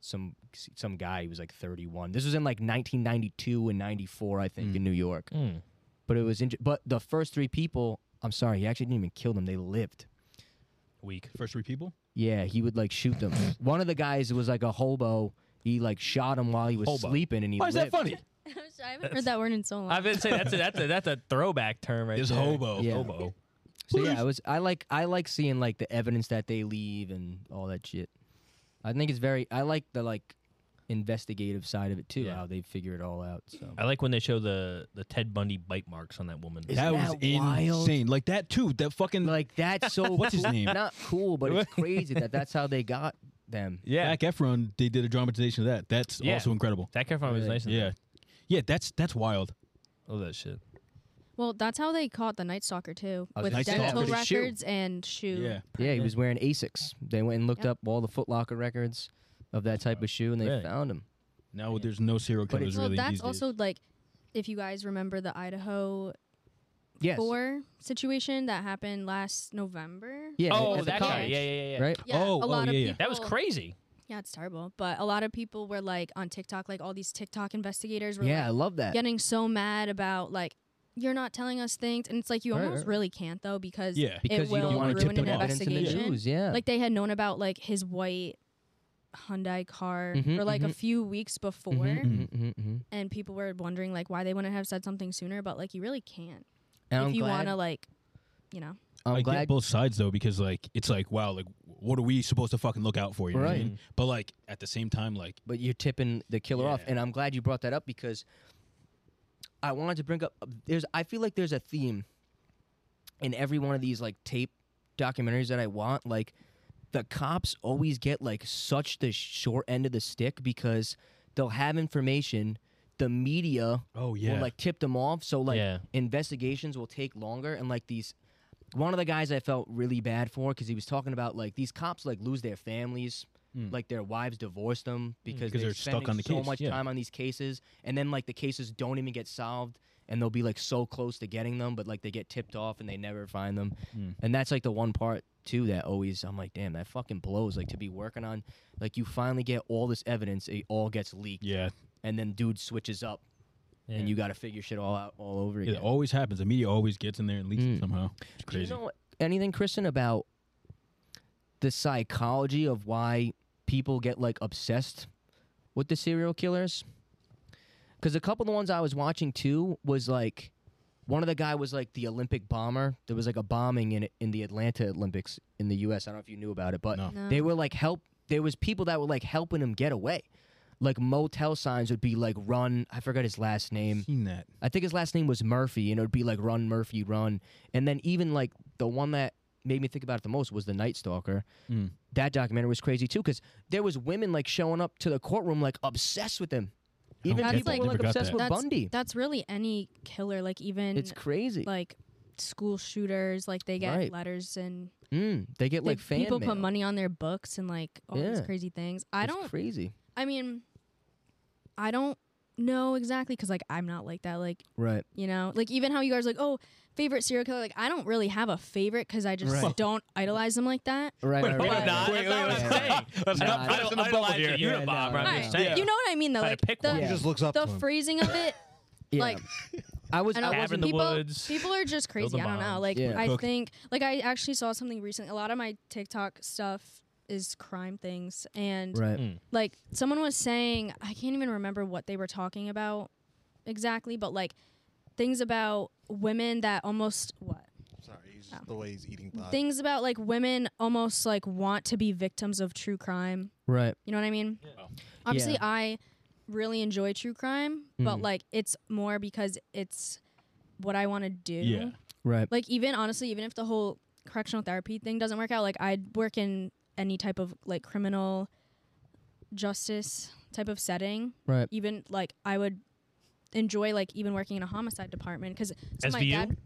some some guy he was like 31. This was in like 1992 and 94 I think in New York Mm. but it was in, but the first three people i'm sorry he actually didn't even kill them they lived Hmm. Weak. First three people. yeah he would like shoot them one of the guys was like a hobo he like shot him while he was Hobo. sleeping and he Why is that lived. funny? I'm sorry, I haven't heard that word in so long. I was gonna say that's a that's a that's a throwback term right Is there. hobo. Yeah. Hobo. so yeah i was i like i like seeing like the evidence that they leave and all that shit i think it's very i like the like investigative side of it too Yeah. how they figure it all out so I like when they show the the Ted Bundy bite marks on that woman. Is- That Isn't was that wild? insane. Like that too. That fucking like that's so What's his cool- name? not cool but it's crazy that that's how they got them yeah. Zac Efron. They did a dramatization of that. That's Yeah. also incredible. That guy from was Really? nice. in Yeah, Oh, that. yeah. That's that's wild. Love that shit. Well, that's how they caught the Night Stalker too, I was with gonna say that. dental With a shoe. records and shoe. Yeah. Yeah, he was wearing Asics. They went and looked Yep. up all the Foot Locker records of that type of shoe, and they Really? found him. No, there's no serial But killers Well, really that's these also days. like, if you guys remember the Idaho Yes. four situation that happened last November. Yeah. Oh, at the that guy. guy. college, Yeah, yeah, yeah. yeah. Right. Yeah, Oh, a oh, lot of yeah, yeah. people. That was crazy. Yeah, it's terrible. But a lot of people were like on TikTok, like all these TikTok investigators were Yeah, I like, love that. getting so mad about like you're not telling us things, and it's like you Right, almost right. really can't though because Yeah. because it you don't will want to ruin put an evidence in the investigation. news. Yeah. like they had known about like his white Hyundai car Mhm, for like a mhm. few weeks before, Mhm, mhm, mhm, mhm. and people were wondering like why they wouldn't have said something sooner. But like you really can't And if I'm you glad. want to like, you know, I'm I get glad. both sides though because like it's like wow, like what are we supposed to fucking look out for? You know what I Right. mean? But like at the same time, like but you're tipping the killer off Yeah. and i'm glad you brought that up because i wanted to bring up uh, there's i feel like there's a theme in every one of these like tape documentaries that i want like the cops always get like such the short end of the stick because they'll have information the media oh yeah, will like tip them off so like Yeah. investigations will take longer and like these one of the guys i felt really bad for because he was talking about like these cops like lose their families Mm. like their wives divorce them because Because they're, Hmm, they're stuck spending on the so case, much yeah. time on these cases and then like the cases don't even get solved and they'll be like so close to getting them but like they get tipped off and they never find them Mm. and that's like the one part too that always i'm like damn that fucking blows like to be working on like you finally get all this evidence it all gets leaked yeah, and then dude switches up Yeah. and you got to figure shit all out all over again it always happens. The media always gets in there and leaks Mm. it somehow. It's Do crazy. you know anything, Kristen, about the psychology of why people get like obsessed with the serial killers? Because a couple of the ones I was watching too was like one of the guy was like the Olympic bomber. There was like a bombing in in the Atlanta Olympics in the U.S. I don't know if you knew about it, but No. no. they were like help. There was people that were like helping him get away. Like motel signs would be like run. I forgot his last name. seen that. I think his last name was Murphy, and it would be like Run Murphy Run. And then even like the one that made me think about it the most was the Night Stalker. Mm. That documentary was crazy too, because there was women like showing up to the courtroom like obsessed with him. Even get people that. were Never like got obsessed that. with That's- Bundy. that's really any killer. Like even It's crazy. like school shooters, like they get Right. letters and mm, they get like, like, fan people mail. put money on their books and like all these Yeah. crazy things. I It's don't. crazy. I mean, I don't know exactly because like I'm not like that. Like Right. You know, like even how you guys are like, oh, favorite serial killer. Like I don't really have a favorite because I just Right. don't idolize them like that. Right. right, But right, I'm not. right. That's not what I'm wait. saying. Let's No, not I- I put us don't in a bubble idolize here. the Yeah, Unabomber. no, I'm just no. saying. You know what I mean though? Had to Like pick the, one. He Yeah. just looks up the to him. phrasing of it. Yeah. Like I was. and I all Cabin those in the wasn't. people, woods. people are just Build crazy. the I don't know. bombs. Like Yeah. I Cook. think, like I actually saw something recently. A lot of my TikTok stuff is crime things, and Right. Mm. like someone was saying i can't even remember what they were talking about exactly but like things about women that almost what Sorry, he's just the way he's eating pot. things about like women almost like want to be victims of true crime Right. you know what i mean obviously Yeah. i really enjoy true crime but Mhm. like it's more because it's what i want to do Yeah. Right. like even honestly even if the whole correctional therapy thing doesn't work out like i'd work in any type of like criminal justice type of setting Right. even like i would enjoy like even working in a homicide department because my SVU? dad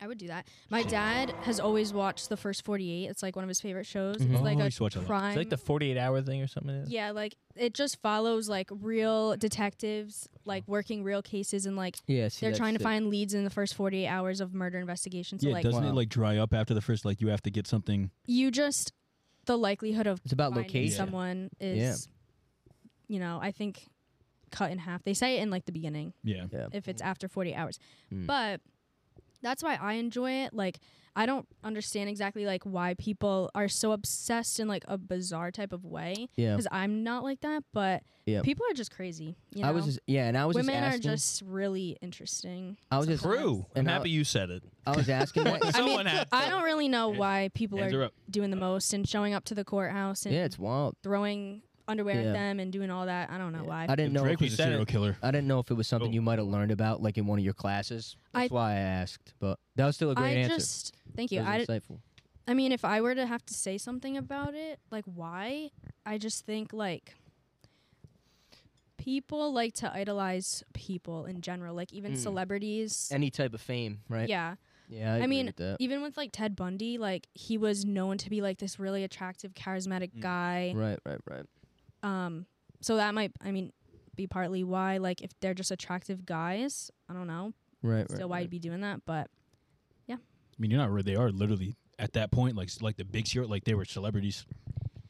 i would do that my dad has always watched the first 48 it's like one of his favorite shows Mhm. it's like Oh, I a used to watch that a lot. crime It's like the 48 hour thing or something. like that? yeah like it just follows like real detectives like working real cases and like Yeah. see, they're that's trying to sick. find leads in the first 48 hours of murder investigation so Yeah, like doesn't Wow. it like dry up after the first? Like you have to get something. you just the likelihood of It's about finding location. someone is you know i think cut in half they say it in like the beginning Yeah, if it's after 40 hours Mm. but that's why i enjoy it like i don't understand exactly like why people are so obsessed in like a bizarre type of way Yeah. because i'm not like that but Yeah. people are just crazy you know I was. Just, yeah, and I was. women just are asking- just really interesting I was just. True. I'm And happy you said it. I was asking that. Someone had i don't really know Hands- why people hands are, are up. doing the most and showing up to the courthouse and Yeah, it's wild. throwing underwear Yeah. at them and doing all that. I don't know why. I didn't know. Drake If, was a said serial it. killer. I didn't know if it was something Oh. you might have learned about, like in one of your classes. That's I- why I asked. But that was still a great I answer. just thank That you. was I, d- insightful. I mean, if I were to have to say something about it, like why, I just think like people like to idolize people in general, like even Mm. celebrities. Any type of fame, right? yeah. Yeah, I, I agree mean, with that. Even with like Ted Bundy, like he was known to be like this really attractive, charismatic Mm. guy. right, right, Hmm. right. Um, so that might, I mean, be partly why, like, if they're just attractive guys, I don't know, Right, still why you'd be doing that, but I mean, you're not. right. They are literally at that point, like like the big hero, like they were celebrities.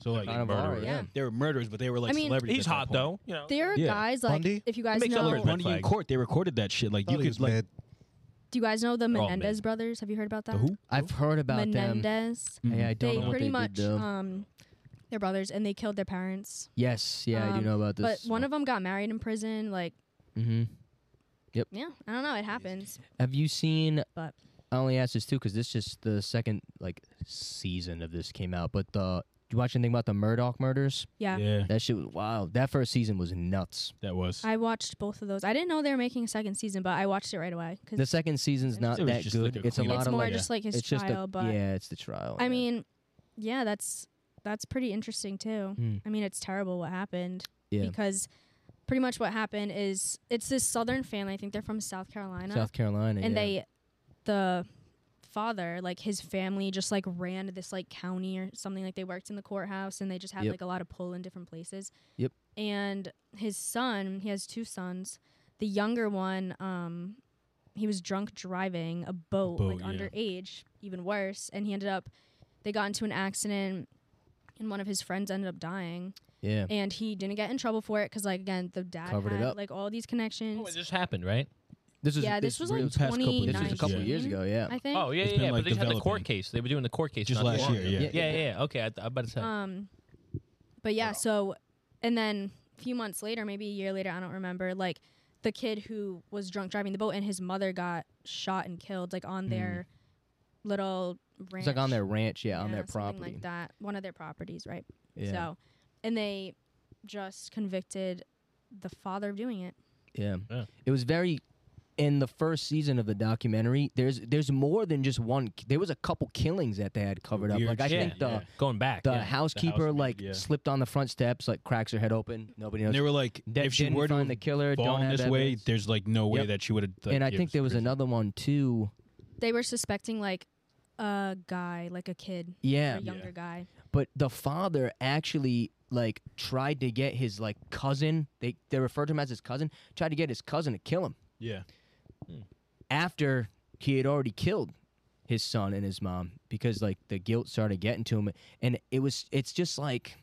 So like kind of are, murderers. yeah. they were murderers, but they were like I mean- celebrities. He's at that hot point. though. You know. there are Yeah. guys like Bundy? if you It guys makes it know, look like Bundy in flag. court. They recorded that shit. Like Thought you he was could like mad. do you guys know the They're all Menendez men. brothers? Have you heard about that? the who? Mm-hmm. I've heard about them. Menendez. Hey, I don't They know what pretty they much, did, though. um, they're brothers, and they killed their parents. yes, yeah, I do um, know about But this. one of them got married in prison. Like, hmm yeah, I don't know. It happens. Have you seen? But- I only asked this too because this just the second like season of this came out. But the you watch anything about the Murdoch murders? Yeah. That shit was wild. That first season was nuts. that was. I watched both of those. I didn't know they were making a second season, but I watched it right away The because second season's not It was that just like good. a it's a cleanup. lot it's of more like just like his it's trial. just a, but yeah, it's the trial. I yeah. mean, yeah, that's that's pretty interesting too. Hmm. I mean, it's terrible what happened Yeah. because pretty much what happened is it's this Southern family. I think they're from South Carolina, South Carolina, and yeah. they the father like his family just like ran this like county or something like they worked in the courthouse and they just had Yep. like a lot of pull in different places Yep. and his son he has two sons the younger one um he was drunk driving a boat, boat, like yeah. underage even worse and he ended up they got into an accident and one of his friends ended up dying yeah. and he didn't get in trouble for it because like again the dad Covered it had up. like all these connections Oh, it just happened, right? This was yeah this was real- like the past couple twenty years. this was a couple Yeah. years ago. Yeah. i think Oh yeah, It's yeah. been, yeah, like, but they just had the developing. court case. They were doing the court case Just not too last long year, ago. yeah. yeah, yeah, yeah. Okay, I, I'm about to say. Um, but yeah, so and then a few months later, maybe a year later, I don't remember. Like the kid who was drunk driving the boat and his mother got shot and killed, like on their little ranch. Hmm. It's like on their ranch, yeah, on their something property. like that. One of their properties, right? Yeah. So, and they just convicted the father of doing it. Yeah. Yeah. It was very in the first season of the documentary, there's there's more than just one k- there was a couple killings that they had covered up. Weird Like I shit, think the yeah. going back. the yeah. housekeeper housekeeper, like yeah. slipped on the front steps, like cracks her head open. Nobody knows. And they were like, That if she didn't were to find the have killer, don't fallen have this way, evidence. there's like no way Yep. that she would have. Like, and I yeah, think it's there was crazy. another one too. They were suspecting like a guy, like a kid, Yeah, a younger guy. but the father actually like tried to get his like cousin. They they referred to him as his cousin. Tried to get his cousin to kill him Yeah, after he had already killed his son and his mom because like the guilt started getting to him, and it was it's just like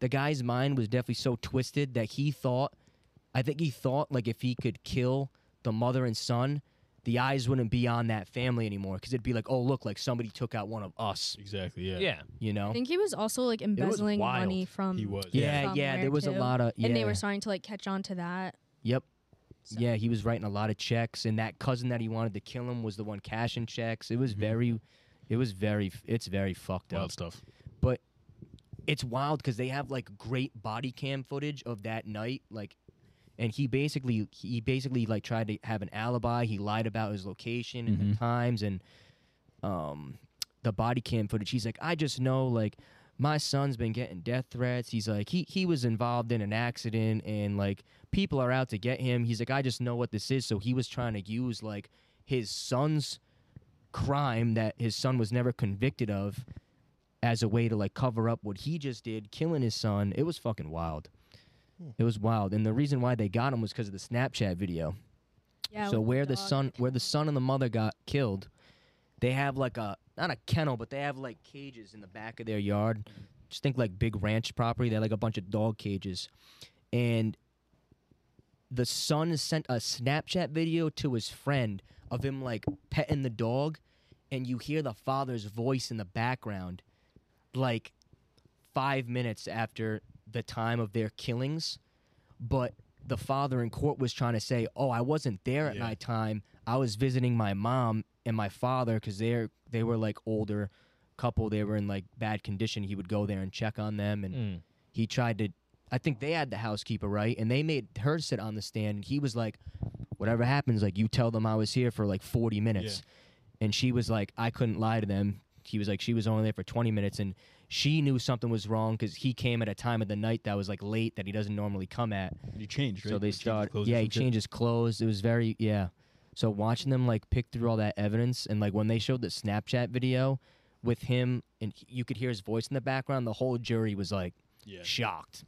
the guy's mind was definitely so twisted that he thought, I think he thought like if he could kill the mother and son. The eyes wouldn't be on that family anymore because it'd be like, oh look, like somebody took out one of us, exactly. Yeah, Yeah. you know? I think he was also like embezzling money Oh. wild. from he was. yeah, from yeah. there, There was too. a lot of, yeah. and they were starting to like catch on to that. Yep. So- Yeah, he was writing a lot of checks, and that cousin that he wanted to kill him was the one cashing checks. It was very, it was very, it's very fucked wild up. stuff. It's wild because they have like great body cam footage of that night, like, and he basically, he basically like tried to have an alibi. He lied about his location and the Mhm. times and, um, the body cam footage. He's like, I just know like. My son's been getting death threats. He's like, he he was involved in an accident, and like people are out to get him. He's like, I just know what this is. So he was trying to use like his son's crime that his son was never convicted of as a way to like cover up what he just did, killing his son. It was fucking wild. It was wild, and the reason why they got him was because of the Snapchat video. Yeah. so with where the dog son, and where the everything. son and the mother got killed, they have like a not a kennel, but they have like cages in the back of their yard. Just think like big ranch property. They had like a bunch of dog cages, and the son sent a Snapchat video to his friend of him like petting the dog, and you hear the father's voice in the background, like five minutes after the time of their killings. But the father in court was trying to say, "Oh, I wasn't there at Yeah. night time. I was visiting my mom and my father because they're they were like older couple. They were in like bad condition. He would go there and check on them and." Mm. he tried to I think they had the housekeeper right and they made her sit on the stand and he was like whatever happens like you tell them I was here for like 40 minutes and she was like I couldn't lie to them he was like she was only there for 20 minutes and she knew something was wrong because he came at a time of the night that was like late that he doesn't normally come at. You changed, right? So they You changed start. clothes or Yeah, he some shit? changed his clothes. It was very yeah. So watching them like pick through all that evidence and like when they showed the Snapchat video with him and he- you could hear his voice in the background, the whole jury was like Yeah. shocked.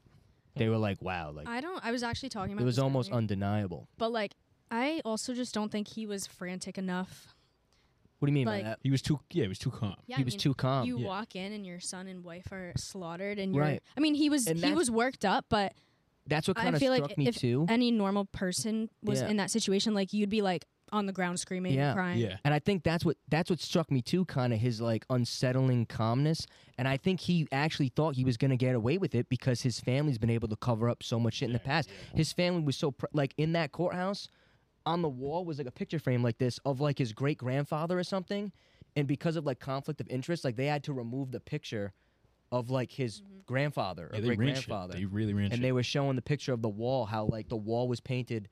They were like, "Wow!" Like I don't. I was actually talking about. it was this almost earlier, undeniable. but like, I also just don't think he was frantic enough. What do you mean Like- by that? He was too. Yeah, he was too calm. Yeah, he I was mean, too calm. You Yeah. walk in and your son and wife are slaughtered, and you're. Right. I mean, he was And he that's- was worked up, but That's what I kind of feel like struck me if too. any normal person was Yeah. in that situation, like you'd be like on the ground screaming, Yeah. and crying. Yeah. And I think that's what that's what struck me too, kind of his like unsettling calmness. And I think he actually thought he was gonna get away with it because his family's been able to cover up so much shit in the past. His family was so pr- like in that courthouse, on the wall was like a picture frame like this of like his great grandfather or something. And because of like conflict of interest, like they had to remove the picture of like his grandfather or Mm-hmm. Yeah, they great ran shit. grandfather They really ran and shit. they were showing the picture of the wall how like the wall was painted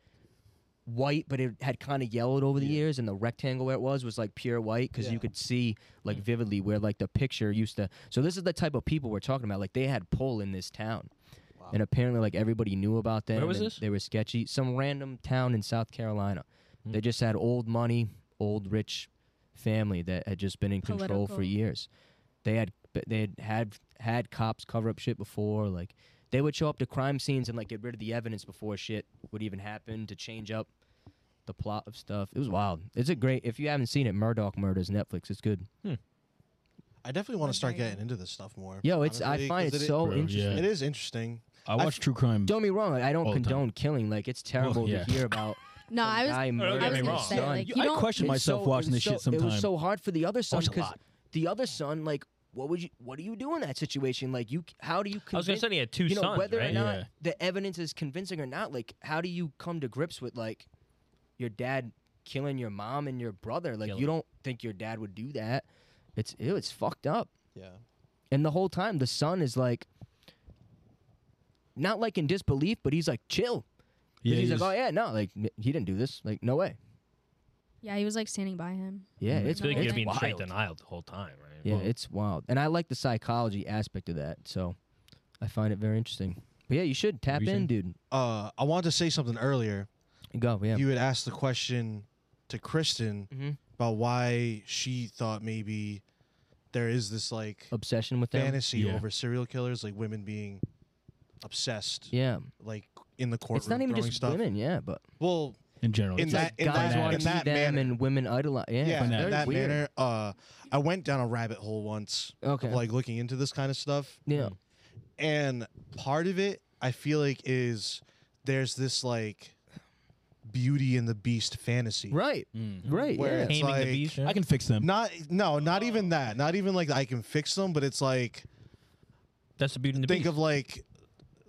white but it had kind of yellowed over the years and the rectangle where it was was like pure white because you could see like vividly where like the picture used to so this is the type of people we're talking about like they had pull in this town and apparently like everybody knew about them Where was and this? they were sketchy some random town in south carolina they Hmm. just had old money old rich family that had just been in control for Political. years they had but they had had had cops cover up shit before like they would show up to crime scenes and like get rid of the evidence before shit would even happen to change up the plot of stuff it was wild it's a great if you haven't seen it murdoch murders netflix it's good I definitely want to Like, start there you getting into this stuff more. yo it's honestly, i find 'cause it so Bro, yeah. interesting It is interesting. I I watched f- true crime. don't get me wrong like, i don't All the time. condone killing like it's terrible yeah. to hear about No, some I was. guy get murdering me his wrong. son. Yeah, like, you I don't- question It's myself so- it watching this was so, shit It was sometimes. so hard for the other son Watch a because lot. the other son, like, what would you, what do you do in that situation? Like, you, how do you? Convince, I was gonna say he had two you know, sons, whether right? or not Yeah. the evidence is convincing or not, like, how do you come to grips with like your dad killing your mom and your brother? Like, Kill you him. don't think your dad would do that? It's ew, it's fucked up. Yeah. And the whole time, the son is like, not like in disbelief, but he's like chill. 'Cause yeah, he's he like, was- oh yeah, no, like n- he didn't do this. Like, no way. Yeah, he was like standing by him. Yeah, Mm-hmm. it's it's like it's you're being straight wild. denial the whole time, right? Yeah, it's wild, and I like the psychology aspect of that, so I find it very interesting. But yeah, you should tap you in, saying? dude. Uh, I wanted to say something earlier. Go, yeah. You had asked the question to Kristen Mhm. about why she thought maybe there is this like Obsession with them. fantasy Yeah. over serial killers, like women being obsessed, Yeah, like in the courtroom. it's not even throwing just stuff. women. Yeah, but Well, in general. in it's that- like- in guys that- want in to be that them, manner. and women idolize. Yeah, yeah, it's in very that weird. manner. Uh, I went down a rabbit hole once, Okay. of, like looking into this kind of stuff, yeah, and part of it I feel like is there's this like Beauty and the Beast fantasy, right, right. Where yeah. it's Taming like the beast. mm. I can fix them. not no, not even that, not even like I can fix them, but it's like That's the beauty in the think beast. of like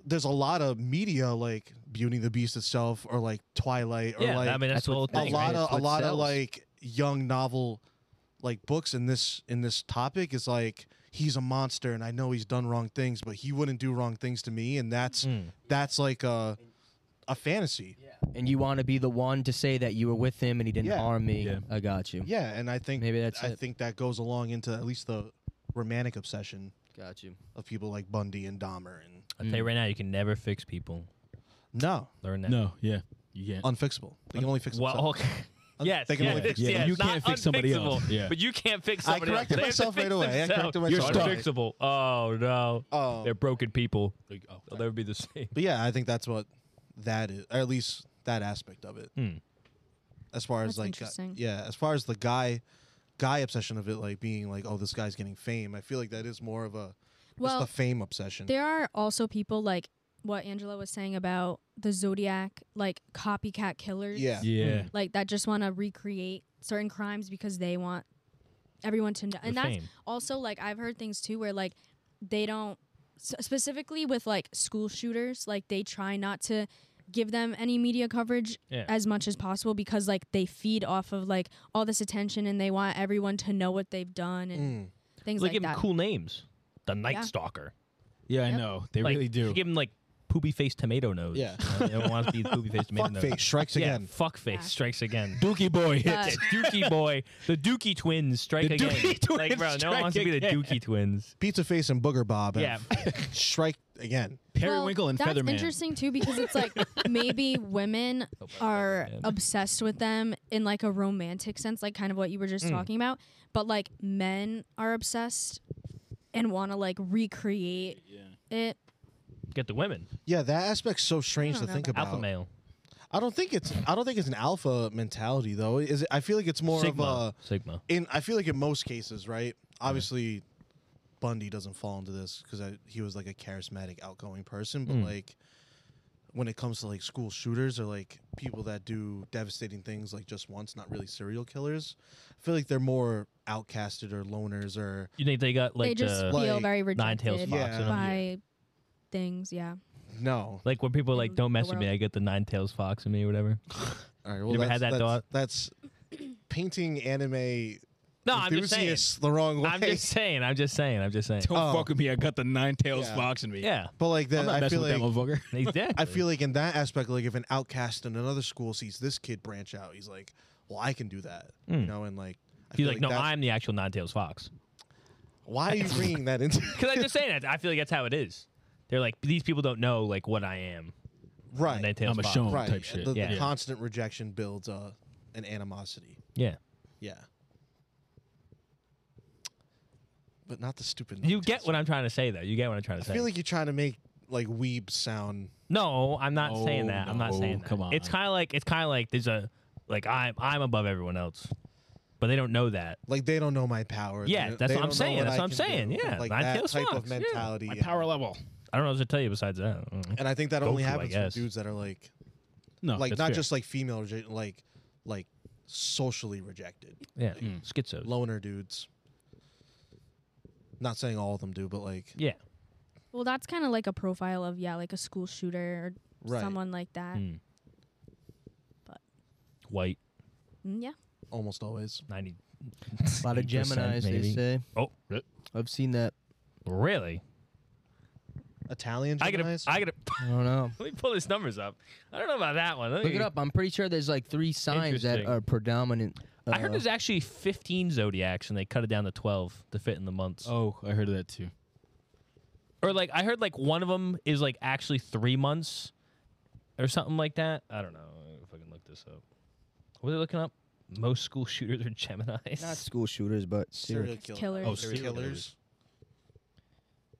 there's a lot of media like Beauty and the Beast itself, or like Twilight, or yeah, like I mean that's, That's the what- whole a thing. Thanks, lot man. of It's a what lot of sells. like young novel like books in this in this topic is like he's a monster and I know he's done wrong things but he wouldn't do wrong things to me and that's that's like a a fantasy. Yeah, and you want to be the one to say that you were with him and he didn't Yeah. harm me. Yeah. I got you. and I think Maybe that's I it. think that goes along into at least the romantic obsession Got you. of people like Bundy and Dahmer and I tell you right now, you can never fix people. no, Learn that. No, yeah, you Oh, can't. unfixable. They can only fix Well, themselves. okay. yes, they can yes, only fix yes, themselves. You not can't fix somebody else. unfixable, Yeah. but you can't fix I somebody else. corrected They have to myself fix right away. I themselves. corrected myself. stuck. right away. unfixable. Oh no, Oh. they're broken people. Like, oh, They'll never be the same. But yeah, I think that's what that is, or at least that aspect of it. Hmm. As far as That's like, uh, interesting. yeah, as far as the guy, guy obsession of it, like being like, oh, this guy's getting fame. I feel like that is more of a Well, it's the fame obsession. There are also people like what Angela was saying about the Zodiac, like copycat killers. Yeah. yeah. Like that just want to recreate certain crimes because they want everyone to know. And The that's fame. also like I've heard things too where like they don't s- specifically with like school shooters, like they try not to give them any media coverage Yeah. as much as possible because like they feed off of like all this attention and they want everyone to know what they've done and things Like like give him that. cool names. The Night Yeah. Stalker. Yeah, I Yep. know. They Like, really you do. Give him like poopy faced tomato nose. Yeah. I don't want to be the poopy faced tomato Fuck nose. face strikes yeah, again. Fuck face Yeah. strikes again. Dookie boy hits. Uh, Yeah, Dookie boy, the Dookie twins strike The again. Dookie like, twins bro, no one strike wants to be the again. Dookie twins. Pizza face and Booger Bob. Yeah, have strike again. Periwinkle well, and that's Featherman. interesting too because it's like maybe women are Featherman. obsessed with them in like a romantic sense, like kind of what you were just talking about. But like men are obsessed and want to like recreate it. get the women. Yeah, that aspect's so strange I to don't know think about about. Alpha male. I don't think it's I don't think it's an alpha mentality though. Is it, I feel like it's more Sigma. of a Sigma. in I feel like in most cases, right? Obviously, Bundy doesn't fall into this because he was like a charismatic, outgoing person. But like, when it comes to like school shooters or like people that do devastating things like just once, not really serial killers, I feel like they're more outcasted or loners or You think they got like they just the, Like feel very Nine-Tails rejected fox Yeah. in 'em? by things. Yeah, no. like when people are like in don't the mess with me, world. I get the nine tails fox in me or whatever. All right, well, ever that's, had that that's, thought? That's painting anime No, I'm just saying. enthusiasts the wrong way. I'm just saying. I'm just saying. I'm just saying. Don't Oh. fuck with me. I got the nine tails Yeah. fox in me. Yeah, but like I'm that, not I messing feel with like that motherfucker. exactly. I feel like in that aspect, like if an outcast in another school sees this kid branch out, he's like, "Well, I can do that," you know, and like, I Hmm. He's feel like, no, that's- I'm the actual nine tails fox. Why are you bringing that into? Because I'm just saying that. I feel like that's how it is. They're like these people don't know like what I am. right, Nine tails I'm a fox. shown. right. type shit. The, the Yeah. constant rejection builds uh, an animosity. Yeah. Yeah, but not the stupid. You nine-tails. get what I'm trying to say though. You get what I'm trying to I say. feel like you're trying to make like weeb sound. No, I'm not saying No, that. I'm not saying no, that. come on. It's kind of like it's kind of like there's a like I'm I'm above everyone else, but they don't know that. Like they don't know my power. Yeah, They- that's they what I'm don't know saying. That's I what I'm can saying. do. Yeah, like that nine-tails type fox. of Yeah. mentality. My yeah. power level. I don't know what to tell you besides that. Mm, I don't know. And I think that Goku, only I happens guess. with dudes that are like No, like Oh, that's not fair. just like female reje- like like socially rejected Yeah, schizo. loner dudes not saying all of them do but like yeah, well, that's kind of like a profile of yeah, like a school shooter or Right. someone like that. Mm. But- white Mm, yeah, almost always ninety. A lot 8%, of Gemini's, maybe. they say. Oh, I've seen that. really? italian I gotta. Geminis? I gotta. I don't know. Let me pull these numbers up. I don't know about that one. Let Look me- it up. I'm pretty sure there's like three signs that Interesting. are predominant. Uh, I heard there's actually 15 zodiacs, and they cut it down to 12 to fit in the months. Oh, I heard of that too. or like I heard like one of them is like actually three months or something like that. I don't know if I can look this up. What are they looking up? Most school shooters are Gemini's. not school shooters, but serial- serial serial killer- killers. oh Oh, serial serial killers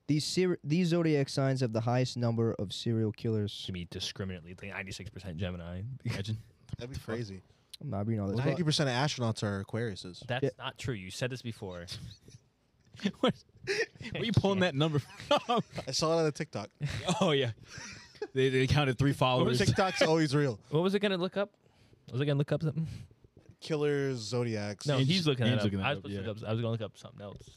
these ser- these zodiac signs have the highest number of serial killers. to me discriminately, like 96% Gemini. Imagine. that'd be crazy I'm not reading all this. 90 percent of astronauts are aquariuses That's Yeah. not true. You said this before. what? Where you pulling that number from? i saw it on the tiktok oh, yeah. They, they counted three followers. tiktok's always real What was I gonna look up? Was I gonna look up something? killers zodiacs No, Ian's- he's looking Ian's at looking it that up. I was up, supposed to look yeah. up- I was gonna look up something else.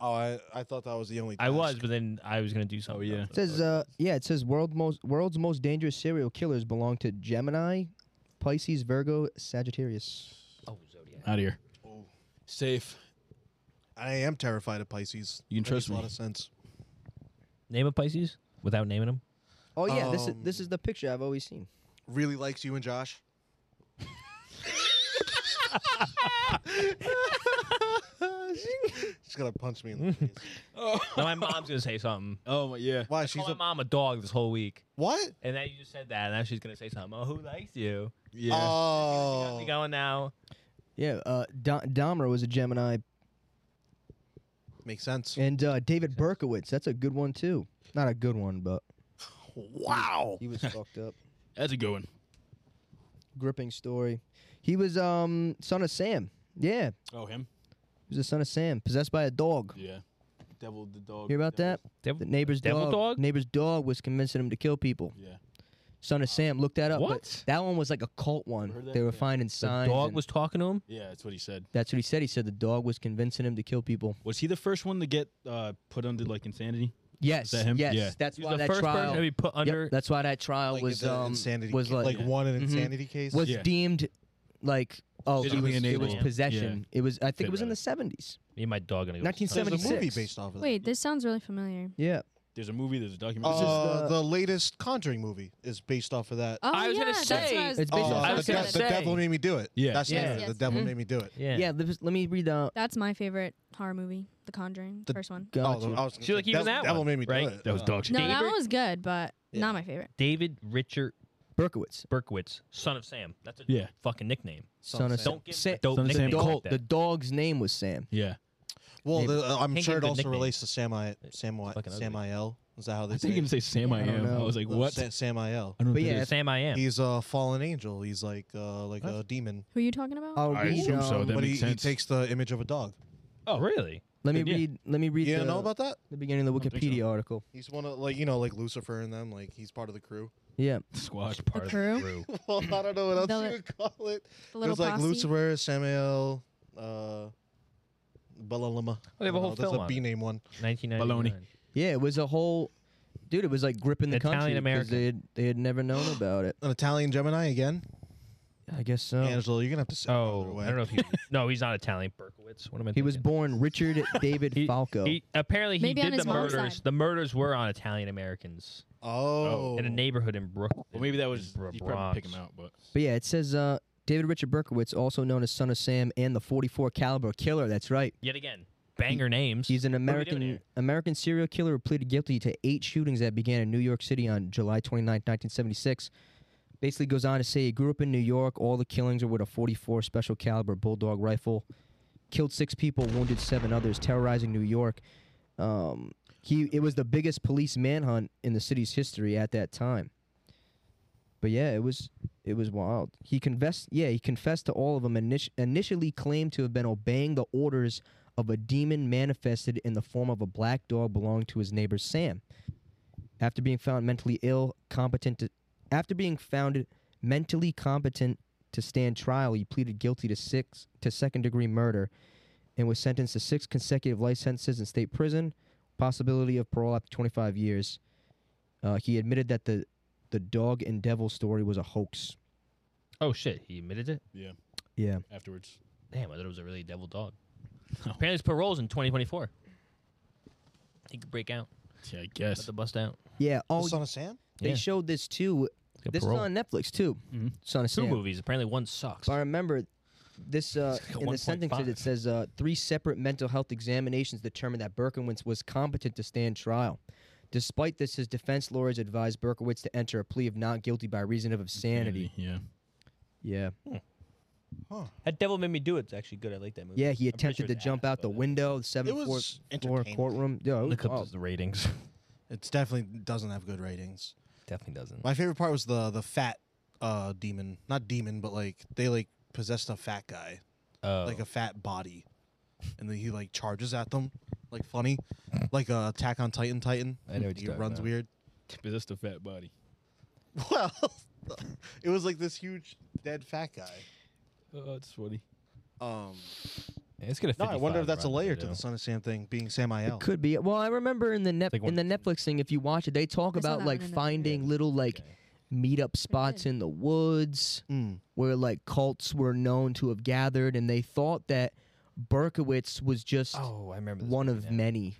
oh i i thought that was the only I was, task. but then I was gonna do something. yeah. else. It says, uh, yeah, it says world most world's most dangerous serial killers belong to Gemini, Pisces, Virgo, Sagittarius. oh zodiac. Out of here. Oh. Safe. i am terrified of pisces You can That makes trust a me. lot of sense Name of Pisces without naming him. Oh yeah, this is this Um, is the picture I've always seen. really likes you and josh she's gonna punch me in the face Oh, No, my mom's gonna say something. oh my, yeah. why She's she's my a, mom a dog this whole week. what And then you just said that, and now she's gonna say something. Oh, who likes you? Yeah. You got Oh, me going now. Yeah, uh, Do- Dahmer was a Gemini, makes sense. and uh, David Berkowitz. That's a good one too. Not a good one, but Wow. he was fucked up. That's a good one. Gripping story. He was um son of Sam. Yeah, Oh, him? he was the son of Sam, possessed by a dog. Yeah. Devil the dog. Hear about that? The neighbor's Devil dog? Neighbor's dog was convincing him to kill people. Yeah. Son of Sam. Look that up. but What? that one was like a cult Heard one. that? They were Yeah. finding The signs. dog and- was talking to him. Yeah, that's what he said. That's what he said. He said the dog was convincing him to kill people. Was he the first one to get uh, put under like insanity? Yes. that him? Yes. Yeah. That's He why was the that first trial. person to be put Yep, under. that's why that trial Like was the um insanity was ca- like one an mhm. insanity case. was Yeah. deemed like oh it Physically was, it was enabled. possession. It was I think Fit it was in right. the seventies. Me and my dog gonna go. 1970. There's a movie 76. based off of that. Wait, this sounds really familiar. Yeah. There's a movie. There's a documentary. This is- Uh, the, latest Conjuring movie is based off of that. Oh, I was yeah, gonna that's say- what I was It's based Uh, off- I the, was gonna De- the say. devil made me do it. Yeah. that's Yes, the, yes. the devil Mm-hmm. Mhm. made me do it. Yeah. Yeah, let me- let me read out. That's my favorite horror movie, The Conjuring, The- first one. Oh, Got the- you. I was gonna See, like, say, even devil, that devil one, made me right? do it. that was Uh, dog shit. No, that Favorite? one was good, but not my favorite. David Richard Berkowitz, Berkowitz, son of Sam. That's a Yeah. fucking nickname. son of Don't give him Sam. a dope Son of Sam nickname Dog- like the that. dog's name was Sam. Yeah. Well, the, uh, I'm Can't sure get it a good also nickname. relates to Samuel. Samuel. fucking ugly. Samuel. Is that how they I say? think you it? can say Sam. I I don't am. I know. was like, Well, what? Sa- Samuel. I don't know But what that yeah, is. it's- Sam I am. He's a fallen angel. He's like uh, like a demon, Who are you talking about? Oh, I'll I read, assume so, um, then. but he, makes he sense. takes the image of a dog. oh, really? Let me Yeah. read. Let me read. You the, know about that? the beginning of the I don't think Wikipedia so. article. He's one of like you know like Lucifer and them. Like he's part of the crew. Yeah, squad. Part crew? crew. well, I don't know what else The- you would call it. the There's little like posse? Lucifer, Samuel, uh, Balalama. they have a whole film That's a on B it. name one. 1999. yeah. It was a whole. Dude, it was like gripping the country Italian-American. they had, they had never known about it. An Italian Gemini again. I guess so. Angela, you're gonna have to say. Oh, I don't know if he. no, he's not Italian. Berkowitz. What am I? He was thinking? born Richard David He- Falco. He, apparently he Maybe on did the his mom's murders. side. The murders were on Italian Americans Oh, in a neighborhood in Brooklyn. Well, maybe that was. Bro- You probably pick him Bronx. out, but But yeah, it says uh, David Richard Berkowitz, also known as Son of Sam and the 44 caliber killer. That's right. Yet again, banger names. He's an What are we doing American here? American serial killer who pleaded guilty to eight shootings that began in New York City on July 29, 1976. Basically goes on to say he grew up in New York. All the killings were with a 44 special caliber bulldog rifle. Killed six people, wounded seven others, terrorizing New York. Um, he it was the biggest police manhunt in the city's history at that time. But yeah, it was it was wild. He confessed. Yeah, he confessed to all of them. Init- initially claimed to have been obeying the orders of a demon manifested in the form of a black dog belonging to his neighbor Sam. After being found mentally ill, competent to, after being found mentally competent to stand trial, he pleaded guilty to six to second degree murder, and was sentenced to six consecutive life sentences in state prison, possibility of parole after 25 years. Uh, he admitted that the the dog and devil story was a hoax. oh shit, he admitted it. Yeah. afterwards. Damn, I thought it was a really devil dog. Oh. Apparently, his parole's in 2024. He could break out. Yeah, I Let guess. the bust out. Yeah. the Oh, son of Sam. they Yeah. showed this too. He's got This parole. Mm-hmm. is on Netflix too. Mhm. Son of two Sam. movies. Apparently, one sucks. If I remember this uh, It's like a in the 1.5. sentences, it says uh, three separate mental health examinations determined that Berkowitz was competent to stand trial. Despite this, his defense lawyers advised Berkowitz to enter a plea of not guilty by reason of Sanity. insanity. Yeah. Yeah, That Devil Made Me Do It's actually good. I like that movie. yeah. He I'm pretty attempted sure to it's jump ass, out the but- window, the It seventh floor, was floor entertaining. courtroom. Yeah, it was Look up wild. the ratings. It's definitely doesn't have good ratings. Definitely doesn't. My favorite part was the the fat uh demon, not demon, but like they like possessed a fat guy, Oh. like a fat body, and then he like charges at them, like funny, like uh, Attack on Titan Titan. I know what he you're talking runs about. weird. Possessed a fat body. Well, it was like this huge dead fat guy. Oh, it's funny. Um, it's gonna. no, I wonder if that's a layer to the Son of Sam thing being Samael. Could be. Well, I remember in the net Like one- in the Netflix thing. If you watch it, they talk I saw about that like one in the- finding little like Okay. meetup spots good. in the woods. Mm. where like cults were known to have gathered, and they thought that Berkowitz was just Oh, I remember. one this movie of now. many,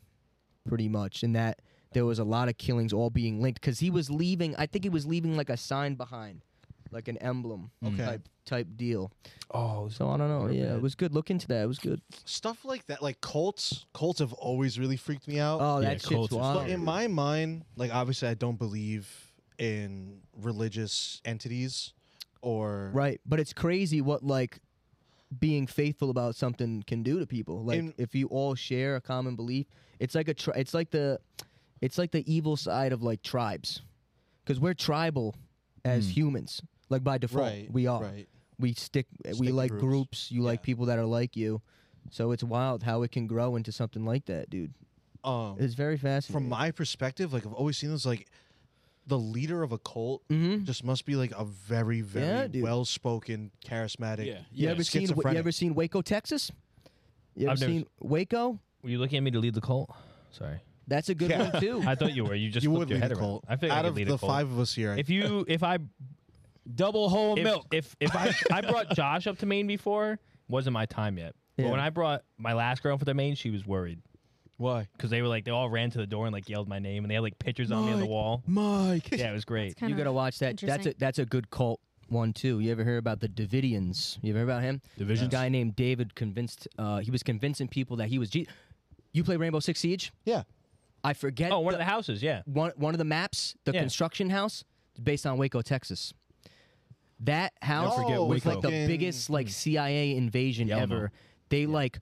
pretty much, and that there was a lot of killings all being linked because he was leaving. I think he was leaving like a sign behind, like an emblem Okay. type type deal. Oh, So I don't know. Or Yeah, bad. it was good. Look into that. It was good. Stuff like that, like cults. Cults have always really freaked me out. Oh, yeah, that shit's cults is But wild. weird. in my mind, like obviously, I don't believe in religious entities or Right, but it's crazy what like being faithful about something can do to people. Like And- if you all share a common belief, it's like a tri- it's like the it's like the evil side of like tribes, because we're tribal as humans. Like by default, Mm. Right, we are. right. We stick. Stick we to like groups. groups. You like Yeah. people that are like you. So it's wild how it can grow into something like that, dude. Um, It's very fascinating. from my perspective, like I've always seen this, like the leader of a cult Mhm. just must be like a very, Yeah, very dude. well-spoken, charismatic. Yeah. you yeah. ever seen you schizophrenic. ever seen Waco, Texas? You ever I've never seen Waco? were you looking at me to lead the cult? Sorry, That's a good Yeah. one too. I thought you were. You just you flipped would your lead head a around. cult. I think Out I of could lead the a cult. five of us here, If you, if I, Double whole if, milk. if if I, I brought Josh up to Maine before. Wasn't my time yet. But Yeah. when I brought my last girl up to Maine, she was worried. Why? because they were like they all ran to the door and like yelled my name and they had like pictures on me on the Mike. wall. Mike. Yeah, it was great. It's kind you gotta watch that. That's a interesting. that's a good cult one too. You ever hear about the Davidians? You ever hear about him? Divisions? A guy named David convinced. Uh, he was convincing people that he was. Je- you play Rainbow Six Siege? Yeah. I forget. Oh, one the- of the houses, yeah. one one of the maps, the Yeah. construction house, is based on Waco, Texas. That house forget was Waco. like the Fucking- biggest like CIA invasion Yelmo. ever. They like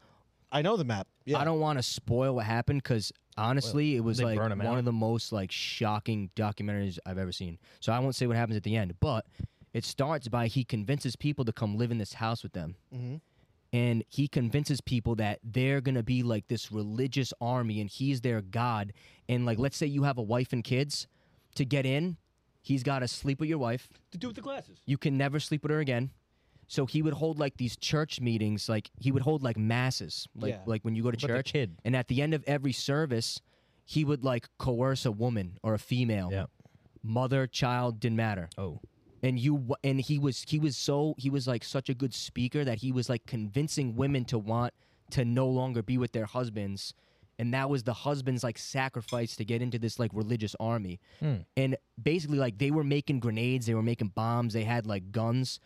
I know the map. Yeah. I don't want to spoil what happened because honestly, it was they like burn 'em one out? of the most like shocking documentaries I've ever seen. So I won't say what happens at the end, but it starts by he convinces people to come live in this house with them. Mm-hmm. Mhm. And he convinces people that they're gonna be like this religious army, and he's their god. And like, let's say you have a wife and kids, to get in, he's got to sleep with your wife. To do with the glasses. You can never sleep with her again. So he would hold like these church meetings, like he would hold like masses, like Yeah. like when you go to But the church. kid. And at the end of every service, he would like coerce a woman or a female. Yeah. Mother, child, didn't matter. Oh, And you w- and he was he was so he was like such a good speaker that he was like convincing women to want to no longer be with their husbands. And that was the husband's like sacrifice to get into this like religious army. And basically like they were making grenades, they were making bombs, they had like guns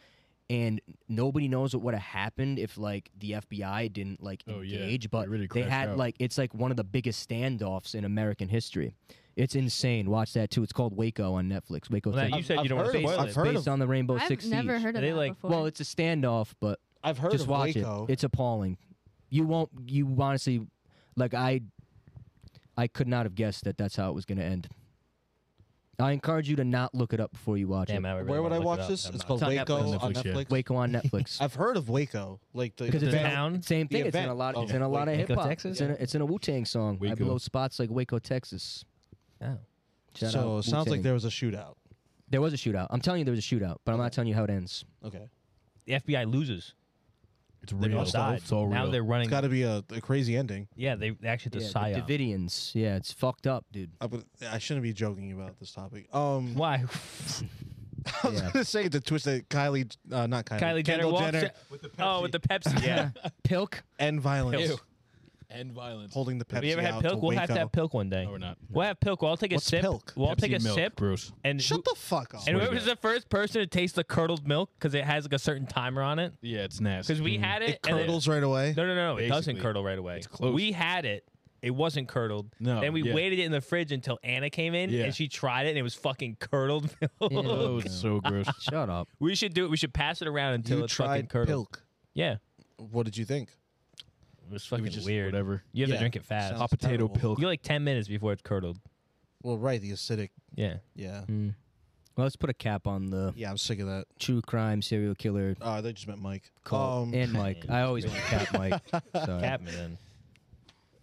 and nobody knows what would have happened if like the FBI didn't like Oh, yeah. engage, but It really they crashed had out. like it's like one of the biggest standoffs in American history. It's insane. Watch that too. It's called Waco on Netflix. Waco, well, now you Texas. said I've you don't want heard to of- spoil I've it. heard based of- on the Rainbow I've Six never Siege. heard Are of they that like- before. Well, it's a standoff, but I've heard just of watch Waco. it. It's appalling. You won't. You honestly, like I, I could not have guessed that that's how it was going to end. I encourage you to not look it up before you watch Damn, it. I really Where would wanna I look it watch up. this? I'm It's not. called It's on Waco Netflix. on Netflix, yeah. Netflix. Waco on Netflix. I've heard of Waco, like the Because the it's The town. town. Same The thing. It's in a event lot. Of, it's of in a lot of Waco, hip hop. Texas? It's in a, it's in a Wu Tang song. I Waco. blow spots like Waco, Texas. Oh. Shout out So it sounds Wu-Tang. like there was a shootout. there was a shootout. I'm telling you, there was a shootout, but I'm not Okay. telling you how it ends. Okay, The FBI loses. It's They real. all died. It's all real. Now they're running. it's got to be a, a crazy ending. yeah, they they actually the yeah, psyop. the Davidians. Yeah, it's fucked up, dude. I, would- I shouldn't be joking about this topic. Um, Why? I was Yeah. gonna say the twist that Kylie, uh, not Kylie Kylie, Jenner Kendall walks. Jenner With the Oh, with the Pepsi. Yeah. Pilk. and violence, Ew. and violence. holding the Pepsi Have you ever had out to pilk? We'll have to Waco. have pilk one day. No, we're not. We'll have pilk. I'll take a What's sip. pilk? We'll all take Pepsi a milk, sip. Bruce. And who- Shut the fuck up. And Swear to whoever's the God. first person to taste the curdled milk because it has like a certain timer on it. Yeah, it's nasty. Because we had it, it and curdles right away. no, no, no, no. It doesn't Mm. Basically, curdle right away. it's close. We had it. It wasn't curdled. No, Then we yeah. waited it in the fridge until Anna came in Yeah. and she tried it and it was fucking curdled milk. Yeah. Oh, it's so gross. Shut up. We should do it. We should pass it around until You it's fucking tried curdled. pilk. Yeah. What did you think? It was It fucking was just weird. Whatever. You have Yeah. to drink it fast. Sounds Hot potato terrible. pilk. You're like 10 minutes before it's curdled. Well, right, the acidic. Yeah. Yeah, Mm. Well, let's put a cap on the yeah, I'm sick of that. true crime serial killer Oh, they just meant Mike. cult Um, and Mike. I always want to cap Mike. Sorry. Cap me then.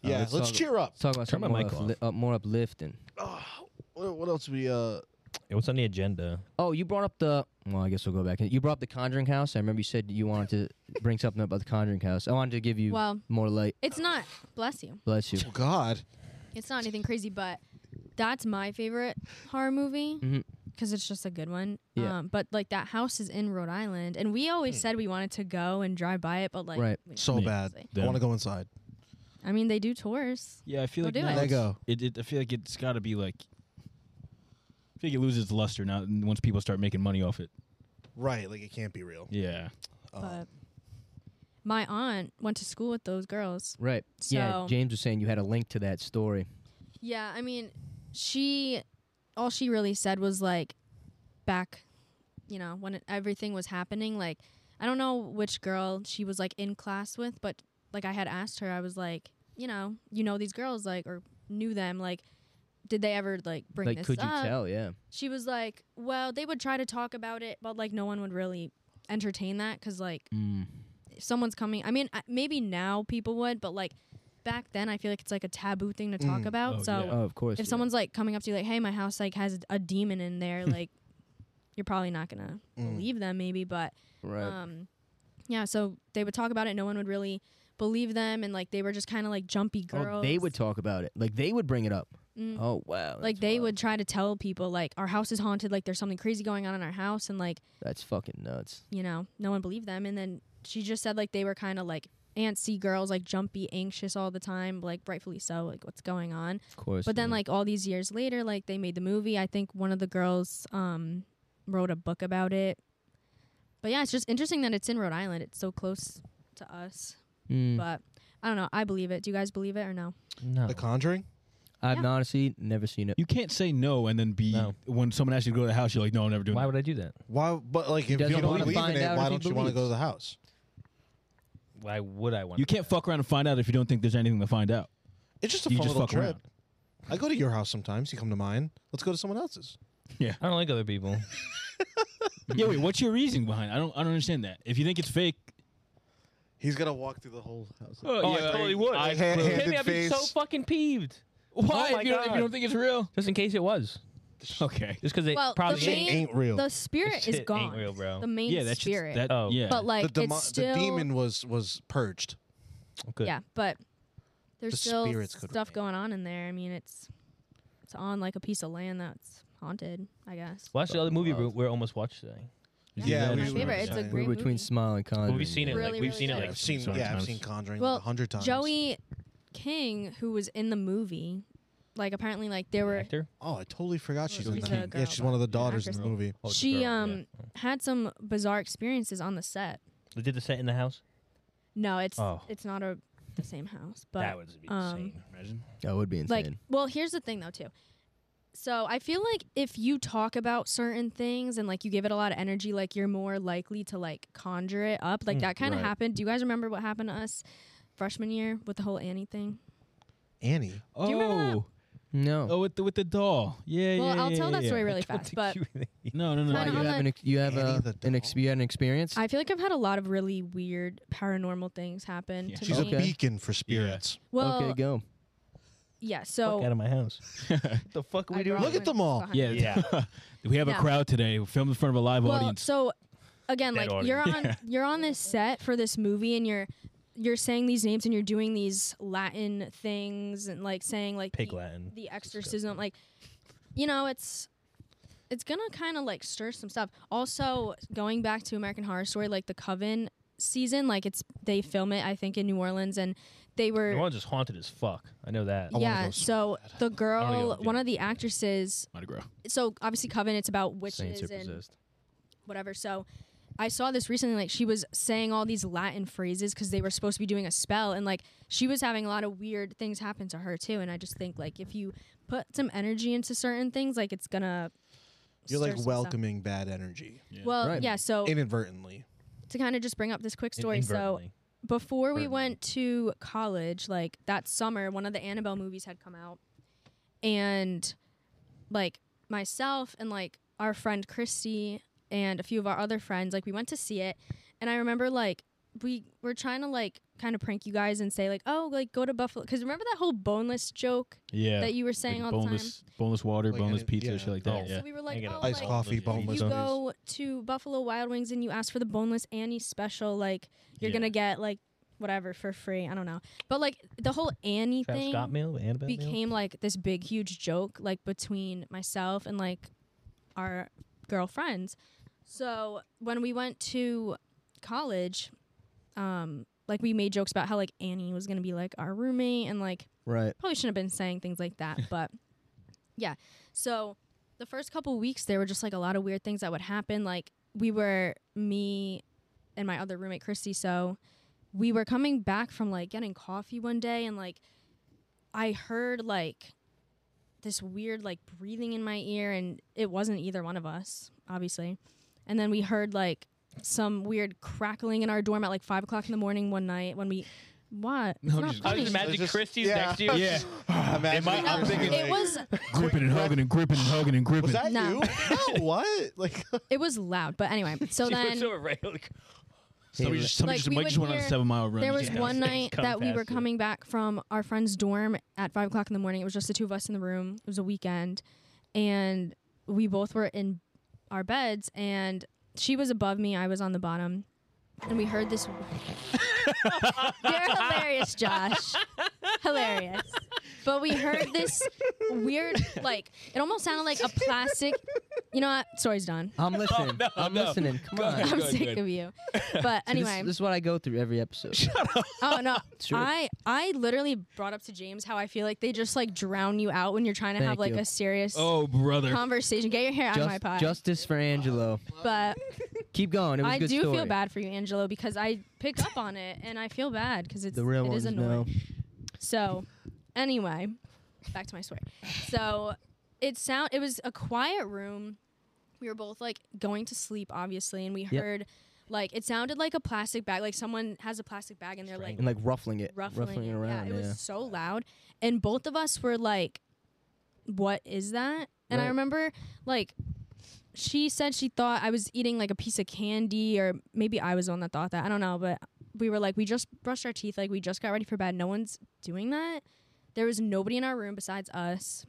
yeah, let's let's, talk- cheer up. Let's talk about Turn something my more, mic upli- up, more uplifting. What, what else we uh? Hey, What's on the agenda? Oh, you brought up the. Well, I guess we'll go back. You brought up the Conjuring House. I remember you said you wanted to bring something up about the Conjuring House. I wanted to give you Well, more light. it's not. Bless you. Bless you. Oh God. It's not anything crazy, but that's my favorite horror movie Mm. Mhm. because it's just a good one. Yeah. Um, but like that house is in Rhode Island, and we always said we wanted to go and drive by it, but like, Right. we- Mm. So Yeah. bad. Them. I want to go inside. I mean, they do tours. Yeah, I feel We'll like do now it. it's- Lego. It, it, I feel like it's got to be like. I feel like it loses its luster now once people start making money off it. Right, like it can't be real. Um, Yeah. Oh. But my aunt went to school with those girls. Right. yeah, So- James was saying you had a link to that story. Yeah, I mean, she, all she really said was like, back, you know, when it, everything was happening. Like, I don't know which girl she was like in class with, but like I had asked her, I was like, you know, you know these girls like or knew them like. Did they ever like bring like, this could up? you tell? Yeah. she was like, well, they would try to talk about it, but like no one would really entertain that because like Mm. if someone's coming. I mean, I- maybe now people would, but like back then, I feel like it's like a taboo thing to talk Mm. about. Oh, so yeah. Oh, of course. if yeah. someone's like coming up to you like, hey, my house like has a demon in there, like you're probably not gonna Mm. believe them, maybe, but Right. um, yeah. So they would talk about it. No one would really believe them, and like they were just kind of like jumpy girls. oh, they would talk about it. Like, they would bring it up. Mm. Oh, wow. like that's they wild. would try to tell people like our house is haunted, like there's something crazy going on in our house, and like That's fucking nuts. you know, no one believed them. And then she just said like they were kind of like aunts see girls like jumpy, anxious all the time, like rightfully so, like what's going on. Of course. But then yeah. like all these years later, like they made the movie. I think one of the girls um wrote a book about it. But yeah, it's just interesting that it's in Rhode Island. It's so close to us. Hmm. Mm. But I don't know. I believe it. Do you guys believe it or no? No. The Conjuring. I've Yeah. honestly never seen it. You can't say no and then be No. when someone asks you to go to the house, you're like, no, I'm never doing. Why that. would I do that? Why? But like, if you doesn't don't wanna believe in find out it, if why he don't you want to go to believes. the house? Why would I want? You can't fuck around and find out if you don't think there's anything to find out. It's just a You fun just little fuck trip. around. I go to your house sometimes. You come to mine. Let's go to someone else's. I don't like other people. yeah, wait, what's your reasoning behind? It? I don't, I don't understand that. If you think it's fake, He's gotta walk through the whole house. Oh, I totally would. I If ha- you hit handed me, I'd be so face. fucking peeved. why? my if, you don't, if God. you don't think it's real, Just in case it was. okay. Just because it Well, the probably Shit main- ain't real. The The, spirit Shit is ain't gone. real, bro. The main yeah, that's just- spirit. that. Oh. yeah. but like demo- it's still the demon was was purged. Good. Yeah, but there's The still spirits could stuff remain. going on in there. I mean, it's it's on like a piece of land that's haunted. I guess. Watch the other movie Wild. we- we're almost watched today. You Yeah, do we that My or should- something. favorite. It's a We're great We're between movie. Smile and Conjuring. we've seen it. Really, like we've really seen it. good. Like I've seen so many yeah, I've times. seen Conjuring Well, like a hundred times. Joey King, who was in the movie, like apparently, like there were actor. Oh, I totally forgot Well, she's in she's a that. Yeah, girl, she's one of the but- yeah, daughters in the Kristen. movie. Oh, it's a She, girl, yeah. um, had some bizarre experiences on the set. They did the set in the house. No, it's Oh. it's not a the same house, but that would be um, insane. Imagine. That would be insane. like well here's the thing though too so i feel like if you talk about certain things and like you give it a lot of energy like you're more likely to like conjure it up like that kind of right. happened do you guys remember what happened to us freshman year with the whole annie thing Annie. Oh, you remember that? no. oh, with the with the doll. Yeah, well yeah. i'll yeah, tell yeah, that story yeah. really I don't fast think but you really- No, no, no, Kinda no. Why, you on have the- an ex- you have Annie a, the an doll? ex- you had an experience. i feel like i've had a lot of really weird paranormal things happen Yeah. to She's me Okay. a beacon for spirits. well okay, go. yeah Fuck out so of my house. What the fuck are I we doing? grew Look up at them with- all. behind- Yeah, Yeah. we have a No. crowd today. We filmed in front of a live well, audience. So again, Dead like you're audience. on you're on this set for this movie and you're you're saying these names and you're doing these Latin things and like saying like Pig the, Latin. the exorcism, like you know, it's it's gonna kind of like stir some stuff. Also, going back to American Horror Story, like the Coven season, like it's they film it I think in New Orleans and they were The one just haunted as fuck. I know that. I wanna yeah. go So the girl, yeah. one of the actresses. Mardi Gras. So obviously Coven, it's about witches Saints are and possessed. whatever. So I saw this recently. Like she was saying all these Latin phrases because they were supposed to be doing a spell, and like she was having a lot of weird things happen to her too. And I just think like if you put some energy into certain things, like it's gonna You're stir like some stuff. welcoming bad energy Well, Right. yeah. So inadvertently. to kind of just bring up this quick In- story, so inadvertently. before we Burton. went to college, like that summer, one of the Annabelle movies had come out, and like myself and like our friend Christy and a few of our other friends, like we went to see it, and I remember like we were trying to like kind of prank you guys and say like, oh, like go to Buffalo, because remember that whole boneless joke Yeah. that you were saying all the time. boneless, boneless water, Like boneless any- pizza, yeah. shit like Yeah, that. so Yeah. So we were like, get oh, it. like, Iced coffee, If you if boneless. you homies. go to Buffalo Wild Wings and you ask for the boneless Annie special, like you're Yeah. gonna get like whatever for free. I don't know, but like the whole Annie Travis thing Scott meal, Annabelle meal? became like this big huge joke, like between myself and like our girlfriends. So when we went to college, um, like we made jokes about how like Annie was gonna be like our roommate and like Right. probably shouldn't have been saying things like that, but yeah. So the first couple weeks there were just like a lot of weird things that would happen. Like we were me and my other roommate Christy, so we were coming back from like getting coffee one day and like I heard like this weird like breathing in my ear and it wasn't either one of us, obviously. And then we heard like some weird crackling in our dorm at like five o'clock in the morning one night when we what? It's No, I'm not just- I was funny. just imagining Just- Christie's yeah. next to you. Yeah. Imagine I- I'm No, Christy, thinking it like, was gripping and hugging and gripping and hugging and gripping. Was that No. you? no, what? Like it was loud, but anyway. So She looks then over right, like, Somebody Hey, just, somebody like, just, we Mike would just went on a hear- seven mile run. there was just one things night come that we past were you. coming back from our friend's dorm at five o'clock in the morning. It was just the two of us in the room. It was a weekend, and we both were in our beds, and she was above me. I was on the bottom, and we heard this. You're hilarious, Josh. Hilarious. But we heard this weird, like it almost sounded like a plastic You know what? Story's done. I'm listening. no, I'm no. listening. Come Go on. ahead. I'm good, sick good. of you. But See, this- anyway, this, is what I go through every episode. oh no, true. I I literally brought up to James how I feel like they just like drown you out when you're trying to Thank have like you. a serious Oh, brother. conversation. Get your hair out of my Just, pot. justice for Angelo. but Keep going. It was a I good do story. feel bad for you, Angelo, because I picked up on it and I feel bad because it's The real it is ones annoying. know. So, anyway, back to my story. So, it sound it was a quiet room. We were both like going to sleep, obviously, and we heard like it sounded like a plastic bag. Like someone has a plastic bag and they're like And like ruffling it, ruffling, it. around. Yeah, it was so loud, and both of us were like, "What is that?" And I Right. remember like. She said she thought I was eating like a piece of candy, or maybe I was the one that thought that. I don't know, but we were like, we just brushed our teeth, like we just got ready for bed. No one's doing that. There was nobody in our room besides us.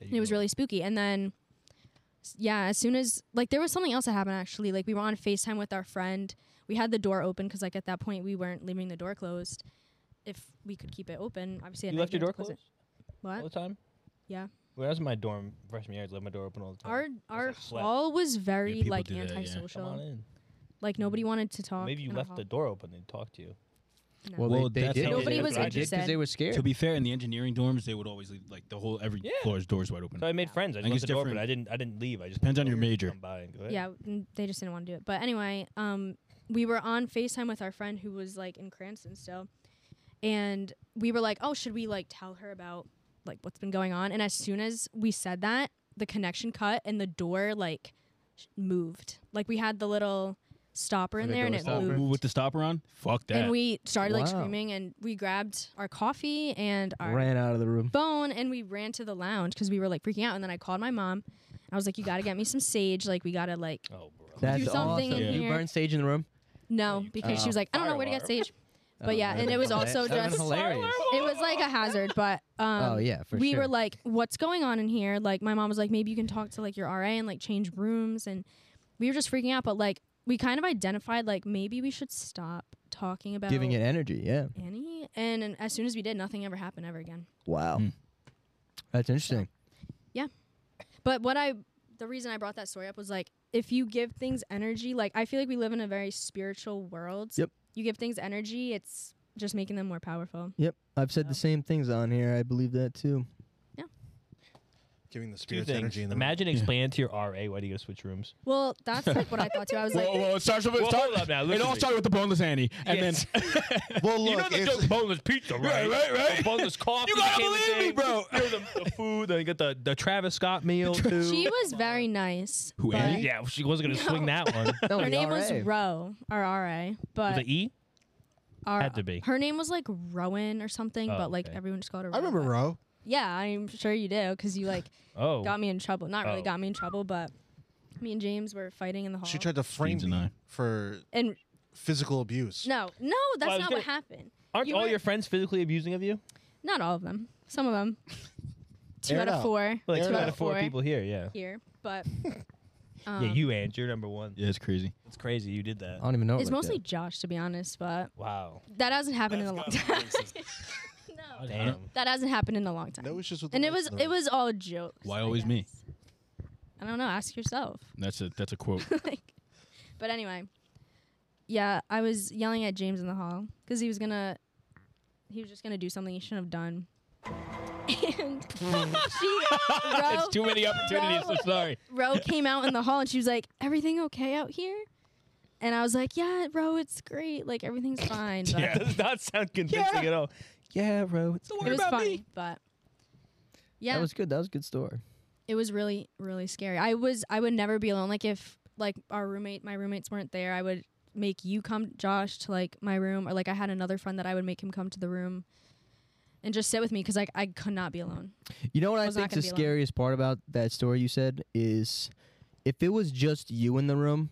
And it was really spooky. And then, s- yeah, as soon as like there was something else that happened actually. Like we were on Facetime with our friend. We had the door open because like at that point we weren't leaving the door closed. If we could keep it open, obviously. at You night left your we door had to close closed It. What? all the time. Yeah. When I was in my dorm freshman year, I left my door open all the time. Our our like, slept. hall was very people like do that, yeah. Mm-hmm. Come on Come antisocial. on in. Like nobody wanted to talk. Maybe you in our left hall. the door open and talked to you. No. Well, Well, they, they that's did. how Nobody was because interested. they were scared. To be fair, in the engineering dorms, they would always leave like the whole every Yeah. floor's doors wide open. So I made friends. I just I think left it's the door open. different. I didn't. I didn't leave. I just Depends on your told them to major. Come by and go ahead. Yeah, n- they just didn't want to do it. But anyway, um, we were on FaceTime with our friend who was like in Cranston still, and we were like, "Oh, should we like tell her about like what's been going on?" And as soon as we said that, the connection cut and the door like sh- moved. Like we had the little stopper in Like a there and door it stopper. moved. Move with the stopper on? Fuck that. And we started like Wow. screaming, and we grabbed our coffee and our Ran out of the room. phone and we ran to the lounge because we were like freaking out. And then I called my mom. I was like, "You got to get me some sage. Like we got to like." Oh, bro. That's something awesome. in You here. burn sage in the room. No, because she was like, I don't know where to get Firearm. sage. But yeah, Oh, and it was that- also that was just- hilarious. It was like a hazard, but um, oh yeah, for we sure. were like, what's going on in here? Like my mom was like, maybe you can talk to like your RA and like change rooms, and we were just freaking out. But like we kind of identified like maybe we should stop talking about giving it energy. Yeah. Annie, and, and as soon as we did, nothing ever happened ever again. Wow. Hmm. That's interesting. But what I the reason I brought that story up was like if you give things energy, like I feel like we live in a very spiritual world. Yep. You give things energy, it's just making them more powerful. Yep, I've said the same things on here. I believe that too. Giving the Two spirits things. energy in the Imagine explaining to your RA why do you gotta switch rooms? Well, that's like what I thought too. I was like, Whoa, whoa, it starts with Well, start- hold up now, It listen to all me. started with the boneless Annie. And Yes. then Well, look, you know the it's- joke boneless pizza, right? Right, right, right. The boneless coffee. You gotta became a believe me, thing. bro. You know, the, the food. Then you get the, the Travis Scott meal too. She was very nice. Who, but- Annie? yeah, she wasn't gonna swing that one. No, E the Her name was RA. Ro or RA, but the E. R- had to be. Her name was like Rowan or something, Oh, but like okay. everyone just called her. I remember Ro. but- Ro. Yeah, I'm sure you do, because you like Oh, got me in trouble. Not really Oh. got me in trouble, but me and James were fighting in the hall. She tried to frame Steve's an me eye. for and physical abuse. no, no, that's Well, I was not gonna- what happened. aren't you all were- your friends physically abusing of you? Not all of them. Some of them. Two Air out it of out. four Like Fair two out enough. of four people here. Yeah. here, but um, yeah, you and you're number one. Yeah, Uh-huh. it's crazy. It's crazy you did that. I don't even Oh know. it It's like mostly Josh, to be honest, but Wow. that hasn't happened in a long time. no, Damn. that hasn't happened in a long time. No issues with. the and it lights was in the it was all jokes. Why I always me? guess. I don't know. Ask yourself. That's a that's a quote. like, but anyway, yeah, I was yelling at James in the hall because he was gonna, he was just gonna do something he shouldn't have done. And she, Ro, It's too many opportunities. I'm sorry. Ro came out in the hall and she was like, "Everything okay out here?" And I was like, "Yeah, Ro, it's great. Like everything's fine." But Yeah, that does not sound convincing at all. Yeah, bro. It's it was funny, but That. yeah, that was good. That was a good story. it was really really scary i was i would never be alone like if like our roommate my roommates weren't there i would make you come josh to like my room or like i had another friend that i would make him come to the room and just sit with me because like i could not be alone You know what I was not think the gonna be alone. scariest part about that story you said is, if it was just you in the room,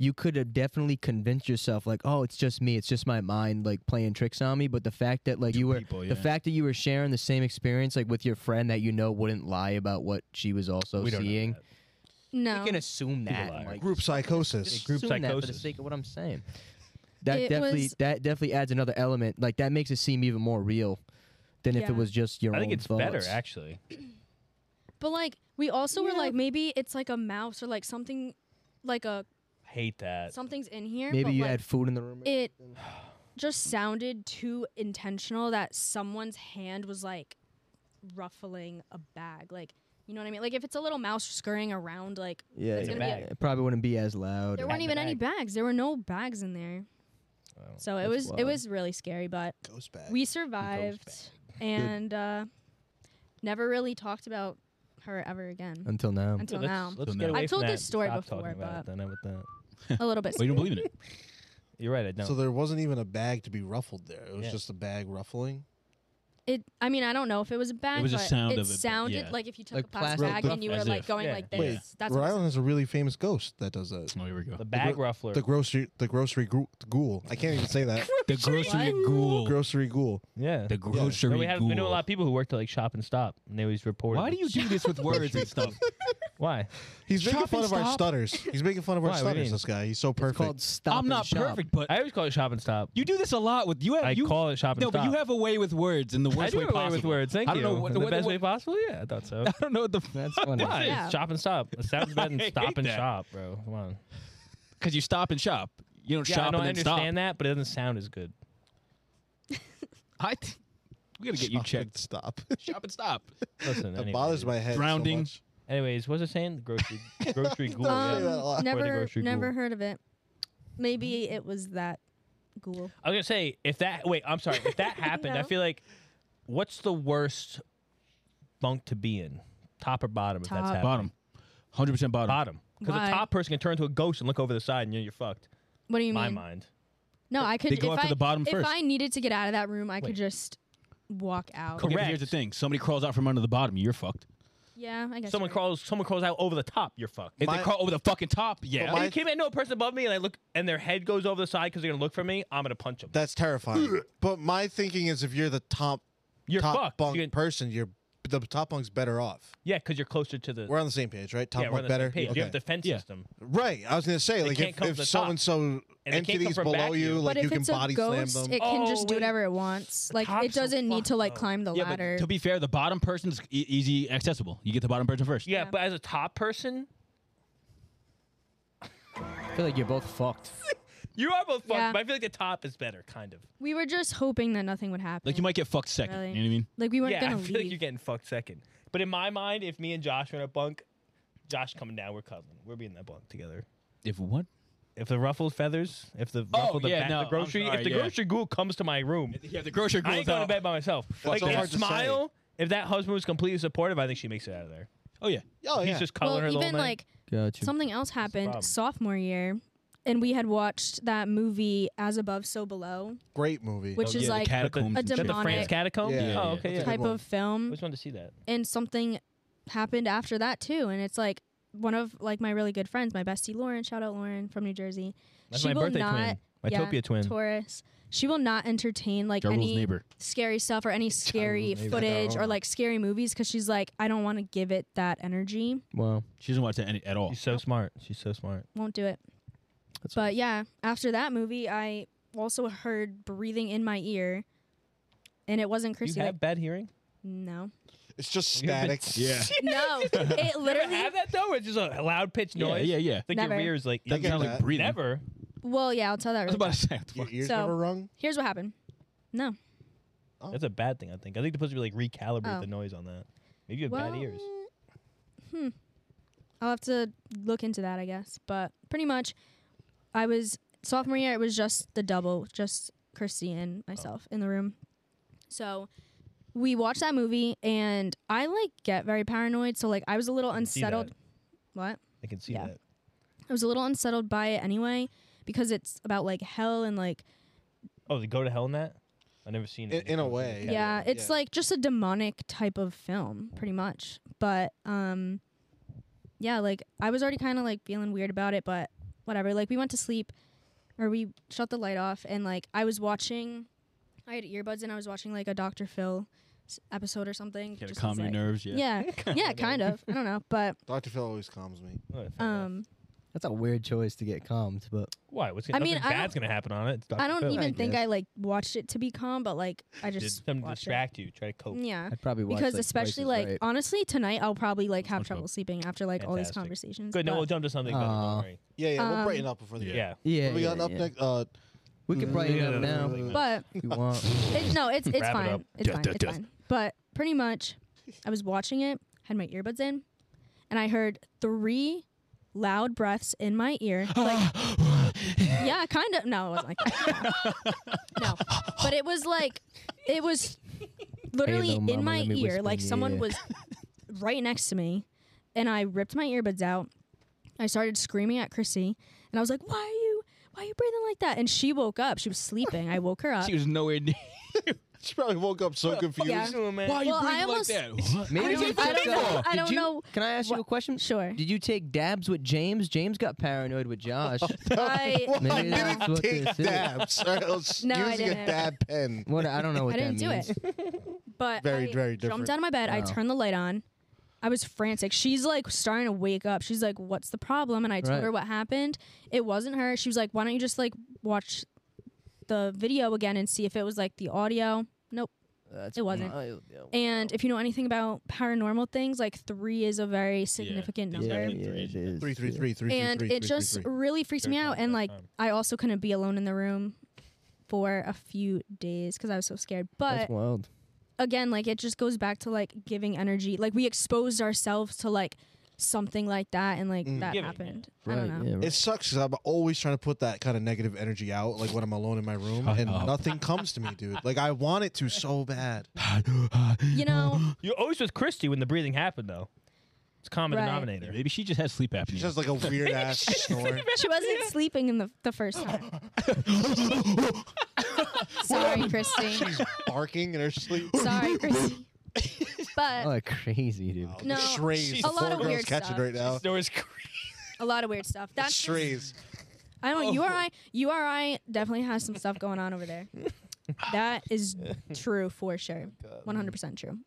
you could have definitely convinced yourself like, oh, it's just me. It's just my mind like playing tricks on me. But the fact that like you were people, the fact that you were sharing the same experience like with your friend that you know wouldn't lie about what she was also We don't know seeing. that. no You can assume that. lie. like, group just psychosis. group assume that for the psychosis. sake of what I'm saying. That It definitely was- that definitely adds another element. Like that makes it seem even more real than if Yeah. it was just your I own think it's better thoughts. actually. But like we also were Yeah. like maybe it's like a mouse or like something like a Hate that. something's in here. Maybe but, you like, had food in the room. it just sounded too intentional that someone's hand was like ruffling a bag. Like you know what I mean? Like if it's a little mouse scurrying around, like yeah, it's yeah. gonna be- it probably wouldn't be as loud. there Bag weren't in even the any bags. There were no bags in there. Wow. So it That's was it wild. was really scary, but Ghost bag. we survived and uh, never really talked about her ever again until now. until let's, now. Let's Till get now. away I've from told that this story Stop before, talking about it but- then. I'm with that. a little bit. Well, you don't believe in it. You're right. I don't. So there wasn't even a bag to be ruffled there. It was Yeah. just a bag ruffling. It. I mean, I don't know if it was a bag. was a but sound it of it, but sounded yeah. like if you took Like a plastic, plastic bag buff- and you were As like if, going yeah. like this. Wait, That's Rhode what it Island has a really famous ghost that does that. Oh, here we go. the bag gro- ruffler. The grocery, the grocery gru- ghoul. I can't even say that. The grocery ghoul. grocery ghoul. yeah. The grocery No, we had ghoul. we knew a lot of people who worked at like Shop and Stop, and they always reported. Why do like, you do this with words and stuff? Why? He's making Chop fun of and our stop. stutters. He's making fun of our Why? What do you stutters. mean? This guy. He's so It's perfect. called stop. I'm and not shop. perfect, but I always call it Shop and Stop. you do this a lot with you. Have, I you, call it Shop and No, Stop. but you have a way with words in the I worst do way it away possible. with words. Thank I don't you. know what the way- best what- way possible. Yeah, I thought so. I don't know what the That's funny. Why? It's Yeah. Shop and Stop. It sounds better I than hate Stop and that. Shop, bro. Come on. because you stop and shop. You don't Yeah, I shop know I and then stop. understand that, but it doesn't sound as good. I th- we gotta get you Chop checked. and Stop. Shop and stop. Listen, It anyways, bothers my head. so Drowning. much. Anyways, what was I saying? The grocery, grocery ghoul. Um, yeah. that a lot. Never, grocery never ghoul. heard of it. Maybe it was that ghoul. I was gonna say if that. Wait, I'm sorry. If that happened, I No. feel like what's the worst bunk to be in? Top or bottom? If Top. that's happening. Bottom, hundred percent bottom. Bottom. Because Why? the top person can turn to a ghost and look over the side, and you're, you're fucked. What do you My mean? mind. No, I could. They go if after I, the bottom if first. I needed to get out of that room, I Wait. could just walk out. Okay, but Correct. here's the thing: somebody crawls out from under the bottom, you're fucked. Yeah, I guess. Someone you're right. crawls. Someone crawls out over the top. You're fucked. If My- they crawl over the fucking top, yeah. But my- If you came in, no person above me, and I look, and their head goes over the side because they're gonna look for me. I'm gonna punch them. That's terrifying. but my thinking is, if you're the top, You're top fucked. bunk You can- person, you're the top bunk's better off. yeah, because you're closer to the. We're on the same page, right? Top yeah, we're on bunk the better. same page. You Okay. have a defense Yeah. system. right. I was gonna say, like, can't if, come if from the so top. and so And they can't come entities from back below you. you, But like if you can it's a body ghost, slam them. it can Oh, just do wait. whatever it wants. Like it top's so doesn't need to like fucked up. climb the yeah, ladder. but to be fair, the bottom person's e- easy accessible. You get the bottom person first. Yeah, Yeah. but as a top person, I feel like you're both fucked. you are both fucked. Yeah. But I feel like the top is better, kind of. we were just hoping that nothing would happen. Like you might get fucked second. Really? You know what I mean? Like we weren't yeah, I gonna feel leave. like you're getting fucked second. But in my mind, if me and Josh are in a bunk, Josh coming down, we're cuddling. We're being in that bunk together. If what? If the ruffled feathers, if the Oh, ruffled the, yeah, ba- no, the I'm grocery, sorry, if the yeah. grocery ghoul comes to my room, Yeah, the grocery I ain't goes going to out. bed by myself. like so that hard to say. smile, if that husband was completely supportive, I think she makes it out of there. Oh yeah. Oh He's yeah. just cuddling well, her the whole even night. like Gotcha. something else problem. happened sophomore year, and we had watched that movie As Above, So Below, Great movie. which yeah, is the But like the- catacombs and a Is shit. that the France demonic- Catacomb? Yeah, oh, yeah, okay, that's yeah. a good type one. of film, always wanted to see that. and something happened after that too. And it's like one of like my really good friends, my bestie Lauren. Shout out Lauren from New Jersey. That's she my will birthday not. twin. My yeah, Topia twin. Taurus. She will not entertain like any neighbor. scary stuff or any scary maybe. footage No. or like scary movies because she's like, I don't want to give it that energy. Wow. She doesn't watch that any, at all. She's so smart. She's so smart. Won't do it. That's but yeah, after that movie, I also heard breathing in my ear, and it wasn't Do you Chrissy. Like, have bad hearing? no, It's just You have been- static. Yeah. no, it You ever literally. have that though? Where it's just a loud pitch Yeah, noise. yeah, yeah. Like Never. your ears, like That you sounds like that. breathing. never. Well, yeah, I'll tell that. I Really was about to quick. say. what Your the fuck. ears So- never rung. Here's what happened. No. That's a bad thing. I think. I think they're supposed to be like recalibrate Oh. the noise on that. Maybe you have Well, bad ears. Hmm. I'll have to look into that, I guess. But pretty much, I was sophomore year. It was just the double, just Christy and Oh. myself in the room. So we watched that movie, and I like get very paranoid. So like I was a little I can see that. unsettled. What? I can see Yeah. that. I was a little unsettled by it anyway because it's about like hell and like Oh, they go to hell in that. I never seen it. In- in a way. yeah, Yeah, yeah, it's yeah. like just a demonic type of film pretty much. But um yeah, like I was already kind of like feeling weird about it, but whatever. Like we went to sleep or we shut the light off and like I was watching I had earbuds and I was watching like a Dr. Phil s- episode or something. Gotta just calm as, your like- nerves. Yeah. Yeah. Yeah, kind of. I don't know, but Dr. Phil always calms me. Oh, I found out. um That's a weird choice to get calmed, but Why? What's I gonna, mean, nothing I don't- bad's gonna happen on it. It's Dr. I don't Phil. even I think guess. I like watched it to be calm, but like I Did just something watched it. distract you. Try to cope. Yeah. I'd probably watch because like, especially Price like is Right. honestly tonight I'll probably like have SpongeBob. trouble sleeping after like all these Fantastic. conversations. Good. No, but- we'll jump to something better. Aw. Don't worry. Yeah, yeah, we'll Um, brighten up before the Yeah. end. Yeah. yeah, we yeah, got up yeah. next. Uh, We could brighten Yeah, up now. definitely. But if you want. it, no, it's it's Wrap it fine. up. it's Death, fine. death, it's death. fine. But pretty much, I was watching it, had my earbuds in, and I heard three loud breaths in my ear. Like, yeah, kind of. No, it wasn't like that. no, but it was like it was literally little mama, in my let me ear. whisper Like in your someone ear. was right next to me, and I ripped my earbuds out. I started screaming at Chrissy, and I was like, "Why are you? Why are you breathing like that?" And she woke up. She was sleeping. I woke her up. She was nowhere near. she probably woke up so confused. Yeah. Why are you Well, I breathing almost- like that? Maybe I we don't- took I don't know- a- I Did don't you- know Can I ask you what- a question? Sure. Did you take dabs with James? James got paranoid with Josh. I- well, I Maybe that's didn't what take this is. dabs. I was No, I using didn't. a dab pen. what I don't know what I that didn't do means. it. But Very, I very different. Oh. jumped out of my bed. I Wow. turned the light on. I was frantic. She's like starting to wake up. She's like, "What's the problem?" And I told Right. her what happened. It wasn't her. She was like, "Why don't you just like watch the video again and see if it was like the audio?" Nope. That's It wasn't. wild, yo. And if you know anything about paranormal things, like three is a very significant Yeah, number. yeah, Definitely yeah, three. it is. Three, three, yeah. three, three, three, and three, it three, just three. really freaks me out. And like, I also couldn't be alone in the room for a few days because I was so scared. But That's wild. again like it just goes back to like giving energy like we exposed ourselves to like something like that and like Mm. that Giving, yeah. happened i Right, don't know yeah, right. It sucks 'cause I'm always trying to put that kind of negative energy out, like when I'm alone in my room, and up. nothing comes to me, dude. Like I want it to so bad. you know You're always with Christy when the breathing happened, though. It's common Right. denominator. Maybe she just has sleep apnea. She has like a weird ass snore. she wasn't sleeping in the, the first time sorry christy She's barking in her sleep. sorry christy but Oh, crazy, dude. Wow, No, the strays. she's- the a lot four of girls weird catching stuff. right now. There was a lot of weird stuff that's just- strays. i don't know uri uri definitely has some stuff going on over there that is true for sure 100% true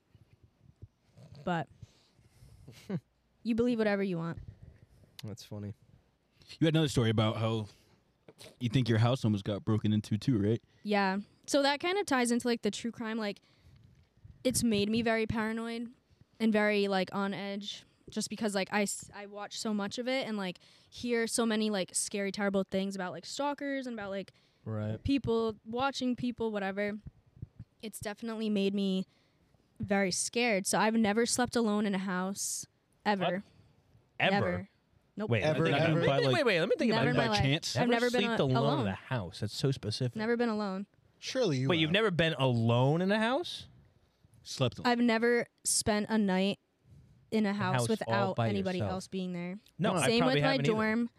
but you believe whatever you want That's funny. You had another story about how you think your house almost got broken into too, right? Yeah. So that kind of ties into like the true crime. Like, it's made me very paranoid and very like on edge just because like I, s- I watch so much of it and like hear so many like scary, terrible things about like stalkers and about like Right. people watching people, whatever. It's definitely made me very scared. So I've never slept alone in a house ever. ever. Ever. Nope. Wait, Ever, I think I'm- ever. Wait, wait, Like- wait, wait. Let me think about Never in it. my by life. chance? I've never been sleeped a- alone, alone. in a house. That's so specific. Never been alone. Surely you. Wait, you've have. never been alone in a house? Slept. I've never spent a night in a house house, all without by anybody yourself. else being there. No, I Same probably with my haven't either. dorm.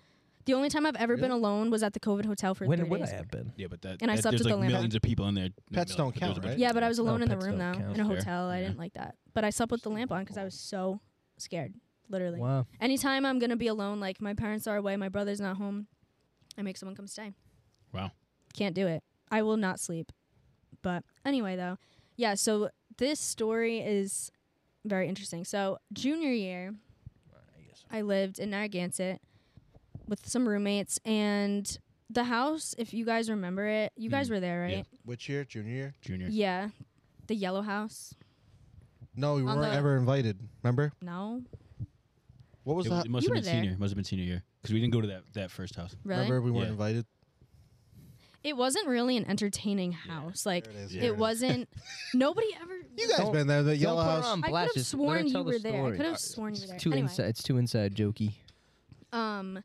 The only time I've ever been Really? alone was at the COVID hotel for When three would days. I have been? Yeah, but that And I that- slept there's with like the landlord. millions of people in there. Not Pets don't millions, but there's count, a bunch right? of Yeah, but I was No, alone in the Oh, pets room though, don't count. in a Fair. hotel. I didn't like that, but I slept with the lamp on because I was so scared. Literally, Wow. anytime I'm gonna be alone, like my parents are away, my brother's not home, I make someone come stay. Wow. Can't do it. I will not sleep. But anyway, though, yeah. So this story is very interesting. So junior year, I lived in Narragansett with some roommates, and the house, if you guys remember it, you guys Mhm. were there, Yeah. right? Which year? Junior year? Junior. Yeah. The yellow house. No, we On weren't the- ever invited. Remember? No, What was It, that? it must You have were been there. senior. Must have been senior year because we didn't go to that that first house. really. Remember we weren't Yeah. invited. It wasn't really an entertaining house. Like There it is. Yeah. There it wasn't. nobody ever. You guys Don't- been there? The yellow Don't put her house. on I blast. could have Just let her sworn tell the you were there. I story. could have sworn you were there. It's too Anyway. inside. It's too inside jokey. Um,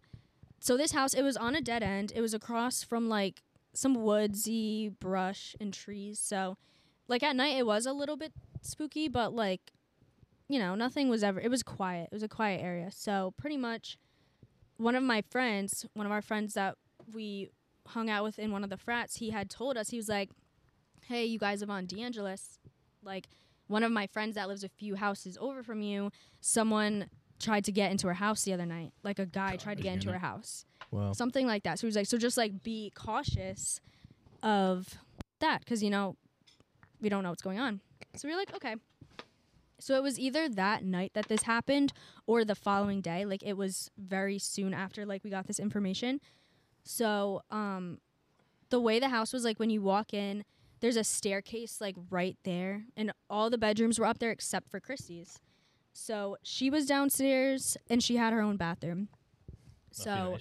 so this house it was on a dead end. It was across from like some woodsy brush and trees. So, like at night, it was a little bit spooky, but like, you know, nothing was ever. It was quiet. It was a quiet area. So pretty much, one of my friends, one of our friends that we hung out with in one of the frats, he had told us he was like, "Hey, you guys live on DeAngelis, like." One of my friends that lives a few houses over from you, someone tried to get into her house the other night. Like a guy tried to get into her house. Wow. Something like that. So he was like, so just like be cautious of that because, you know, we don't know what's going on. So we were like, okay. So it was either that night that this happened or the following day. Like it was very soon after like we got this information. So um the way the house was like when you walk in, there's a staircase like right there and all the bedrooms were up there except for Christie's. So she was downstairs and she had her own bathroom. So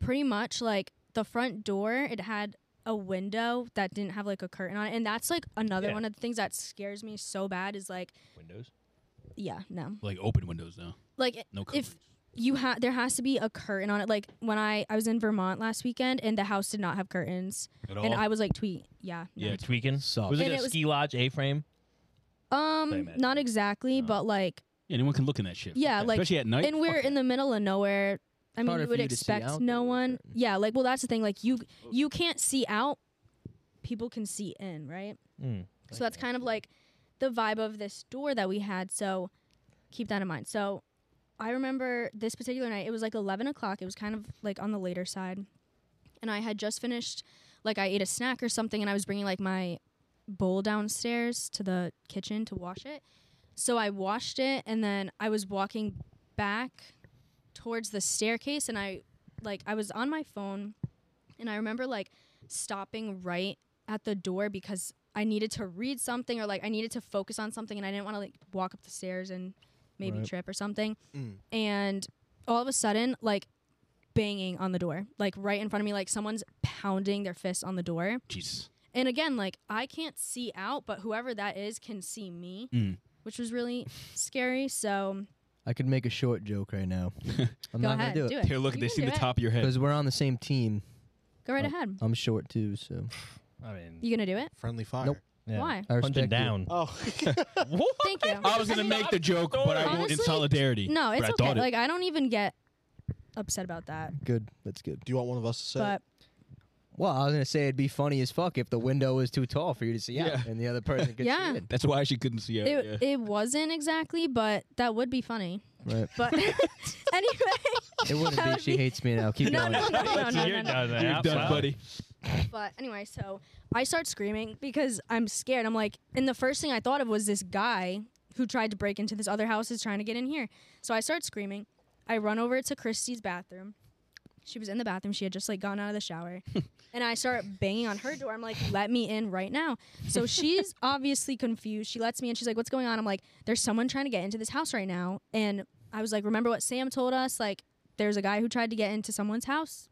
pretty much like the front door it had a window that didn't have like a curtain on it and that's like another Yeah. one of the things that scares me so bad is like windows. yeah no Like open windows now. like i- No if you have there has to be a curtain on it like when i i was in vermont last weekend and the house did not have curtains At and i was like tweet yeah no. Yeah, tweaking. Sucks. Was it And a it was- ski lodge A frame? I um imagine. not exactly Oh. but like yeah, anyone can look in that shit. Fuck Yeah, that. like- especially at night. and we're Fuck in the middle of nowhere. I mean, harder you for would you to see expect out no than one. look Yeah, like well, that's the thing. Like you, you can't see out. People can see in, right? Mm. So that's kind of like the vibe of this door that we had. So keep that in mind. So I remember this particular night. It was like eleven o'clock. It was kind of like on the later side, and I had just finished. Like I ate a snack or something, and I was bringing like my bowl downstairs to the kitchen to wash it. So I washed it, and then I was walking back towards the staircase, and I like I was on my phone, and I remember like stopping right at the door because I needed to read something or like I needed to focus on something, and I didn't want to like walk up the stairs and maybe Right. trip or something. Mm. And all of a sudden, like banging on the door, like right in front of me, like someone's pounding their fist on the door. Jesus. And again, like I can't see out, but whoever that is can see me, Mm. which was really scary. So I could make a short joke right now. I'm go not ahead, gonna do do it it. Here, look, You they can see do the it. top of your head. because we're on the same team. Go right Oh. ahead. I'm short too, so I mean, You gonna do it? Friendly fire. Nope. yeah. Why? I Punch it respect you. down. Oh, Thank you. I was gonna mean, make the joke, but I won't in Honestly, solidarity. No, but it's I okay. thought it. Like I don't even get upset about that. Good, that's good. do you want one of us to say? it? But Well, I was gonna say it'd be funny as fuck if the window was too tall for you to see out, Yeah. and the other person could Yeah. see in. That's why she couldn't see it. it yeah. it wasn't exactly, but that would be funny. Right? But anyway, It wouldn't That be. would She be- hates me now. Keep no, going. no, no, no, no, You're no, no. done, man. You're Out done, loud. buddy. But anyway, so I start screaming because I'm scared. I'm like, and the first thing I thought of was this guy who tried to break into this other house is trying to get in here. So I start screaming. I run over to Christy's bathroom. She was in the bathroom. She had just like gone out of the shower. and I start banging on her door. I'm like, let me in right now. So she's obviously confused. She lets me in. She's like, what's going on? I'm like, there's someone trying to get into this house right now. And I was like, remember what Sam told us? Like, there's a guy who tried to get into someone's house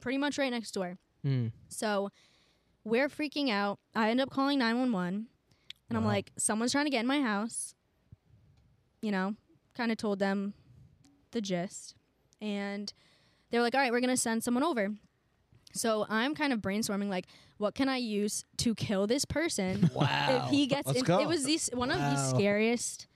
pretty much right next door. Hmm. Mm. So we're freaking out. I end up calling 911 and I'm Wow. like, someone's trying to get in my house. You know, kind of told them the gist. And they were like, all right, we're going to send someone over. So I'm kind of brainstorming, like, what can I use to kill this person Wow. if he gets Let's in? go. It was the, s- one of the Wow. scariest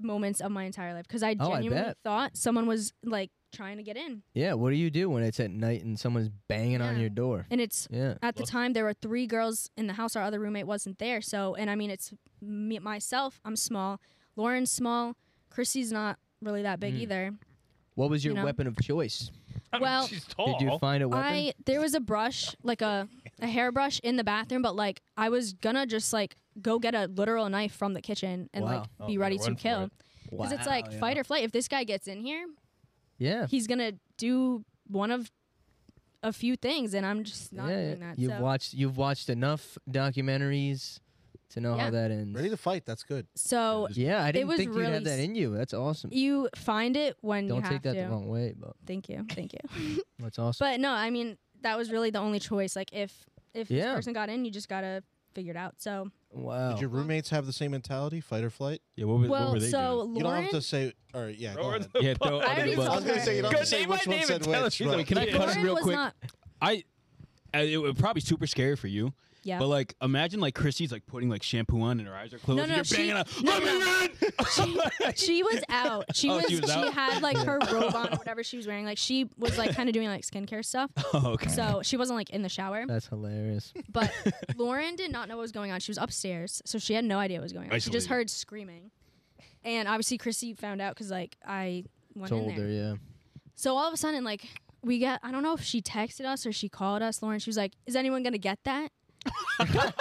moments of my entire life because I Oh, I genuinely bet. thought someone was like trying to get in. yeah. What do you do when it's at night and someone's banging on Yeah. your door? And it's Yeah. at the Look. time there were three girls in the house our other roommate wasn't there so and i mean it's me, myself i'm small lauren's small chrissy's not really that big Hmm. Mm. either What was You your know? weapon of choice? I mean, Well, Oh, she's tall. Did you find a weapon? i there was a brush like a, a hairbrush in the bathroom but like i was gonna just like go get a literal knife from the kitchen and like Wow. Oh, be yeah, ready run to for kill it. because it's Wow, like yeah. fight or flight if this guy gets in here Yeah. he's gonna do one of a few things and i'm just not yeah, yeah. doing that You've so. watched. You've watched enough documentaries to know Yeah. how that ends. Ready to fight? That's good. so yeah, I didn't was think you really had that s- in you. That's awesome. you find it when Don't you have take that to the wrong way, but thank you thank you that's awesome. But no, I mean that was really the only choice. Like if if Yeah. this person got in, you just gotta figure it out. So wow. Oh. Did your roommates have the same mentality? Fight or flight? yeah, what were, what well, were they so You don't Lauren, have to say. All right, yeah. Go Throw her in ahead. the doing? Yeah, bus. throw I under the already bus. told I was gonna her. say you don't have Go to say name which my one name said and tell which, us. She's but- like, "Can I cut us Lauren real was quick?" not- I I- it was probably super scary for you. yeah. But like, imagine like Christy's like putting like shampoo on and her eyes are closed. No, and no, you're she- banging out, no, Let no, me in! she was out. She Oh, was, she she, was out? had like her robe on or whatever she was wearing. Like she was like kind of doing like skincare stuff. oh, okay. So she wasn't like in the shower. That's hilarious. But Lauren did not know what was going on. She was upstairs, so she had no idea what was going on. She Isolated. just heard screaming, and obviously Chrissy found out because like I went in Told there. her, yeah. So all of a sudden, like we get, I don't know if she texted us or she called us, Lauren. She was like, "Is anyone gonna get that?" That's what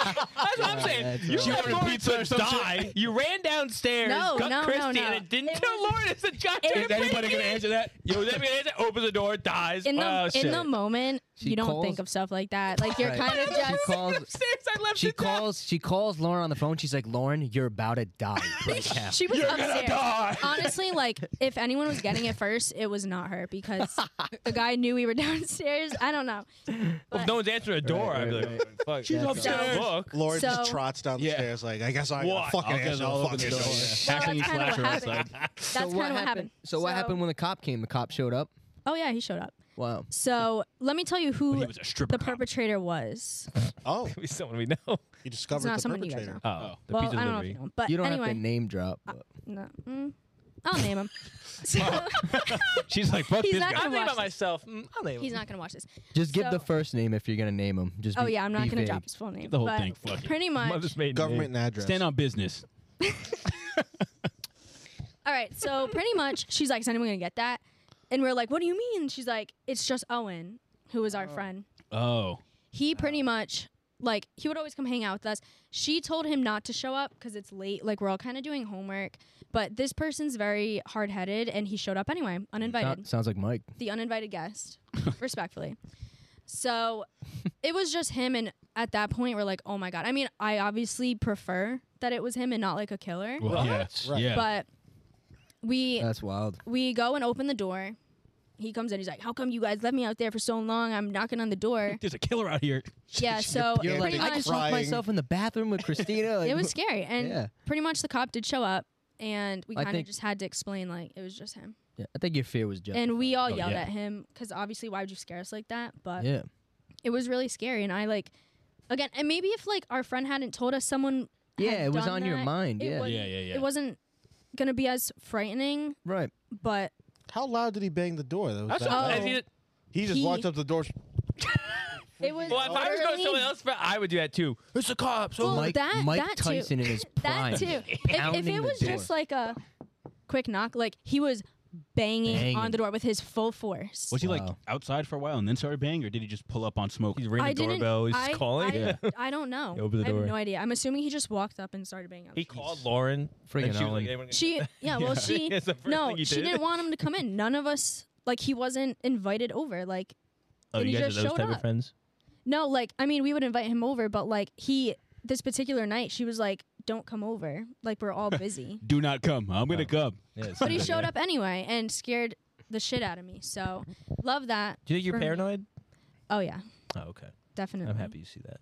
I'm saying. that's You right. She left ordered Lauren pizza or to some shit. die. You ran downstairs, No, got no, no, Christy, no. and it didn't It kill was- Lauren. It's a it giant. was- Anybody gonna answer that? Yo, is anybody answer? Opens the door, dies. in the oh, shit. in the moment, She you don't calls- think of stuff like that. Like you're Right. kind of She just calls- Upstairs, I left She it down. calls. She calls Lauren on the phone. She's like, "Lauren, you're about to die right now." She was upstairs. die. Honestly, like if anyone was getting it first, it was not her because the guy knew we were downstairs. I don't know. If no one's answering the door, Right, I'd be right, like, "Fuck, she's upstairs. Look, Lauren just So- trots down the Yeah. stairs like, I guess I gotta What? fucking I'll get answer it all the over fucking the door. door. Well, Hacking that's kind of slasher what happened. outside. That's So kind of what happened. So, what happened when the cop came? The cop showed up. Oh yeah, he showed up. Wow. So let me tell you But who he was a stripper. the cop. perpetrator was. Oh, Maybe someone we know. Oh, you It's discovered not the someone you guys perpetrator. know. the well, pizza I don't know if delivery. you know, him, but You don't anyway, uh, have to name drop. but- no, mm, I'll name him. So, She's like, fuck He's this not guy. gonna- I'm thinking about watch myself. Mm, I'll name he's him. not gonna watch this. Just give the So- first name if you're gonna name him. Just Oh be- yeah, I'm not be gonna vague. drop his full name. The whole but thing. Fuck it. Pretty much. Mother's maiden Government name. and address. Stand on business. All right, so pretty much she's like, "Is anyone gonna get that?" And we're like, "What do you mean?" She's like, "It's just Owen, who was our friend. Oh. He pretty much like he would always come hang out with us. She told him not to show up because it's late. Like we're all kind of doing homework, but this person's very hard headed, and he showed up anyway, uninvited. Sou- sounds like Mike. the uninvited guest, respectfully. So it was just him, and at that point, we're like, "Oh my god!" I mean, I obviously prefer that it was him and not like a killer, Well, Well, yeah. right. Yeah. but we That's wild. we go and open the door. He comes in. He's like, "How come you guys left me out there for so long? I'm knocking on the door." There's a killer out here. yeah, so You're You're like, pretty like, I much just cry- locked crying. myself in the bathroom with Christina. Like, it was scary, and Yeah. pretty much the cop did show up, and we I kind of think- just had to explain like it was just him, Yeah, I think your fear was justified. and we all Oh, yelled yeah. at him because obviously, why would you scare us like that? But yeah. it was really scary, and I like again, and maybe if like our friend hadn't told us, someone had Yeah, it was done on your that, mind, it yeah. wouldn't- Yeah, yeah, yeah. It wasn't gonna be as frightening, Right. but How loud did he bang the door? That was That's that what- Oh. loud. if you- He just He- walked up the door. it was. Well, if I was going to early- someone else, I would do that too. It's the cops. Well, Mike, that- Mike that too. Tyson in his prime. That too. If, if Pounding it the was door. just like a quick knock, like he was banging, on Banging. the door with his full force. Was he like Wow. outside for a while and then started banging, or did he just pull up on smoke? He's ringing I the didn't. doorbell. He's I, calling. I, I don't know. He opened the I door. have no idea. I'm assuming he just walked up and started banging on. the He door. called Lauren. and Friggin' she was Owen. like, "Anyone gonna She. get Yeah. that?" Well, she. That's the first no, thing he she did. didn't want him to come in. None of us. Like he wasn't invited over. Like Oh, and you he guys just are those showed type up. of friends. no. Like I mean, we would invite him over, but like he. This particular night, she was like, "Don't come over. Like we're all busy." Do not come. I'm gonna Oh. come. Yeah, but he showed up anyway and scared the shit out of me. So love that. Do you think for you're me. paranoid? Oh yeah, Oh, okay. definitely. I'm happy you see that.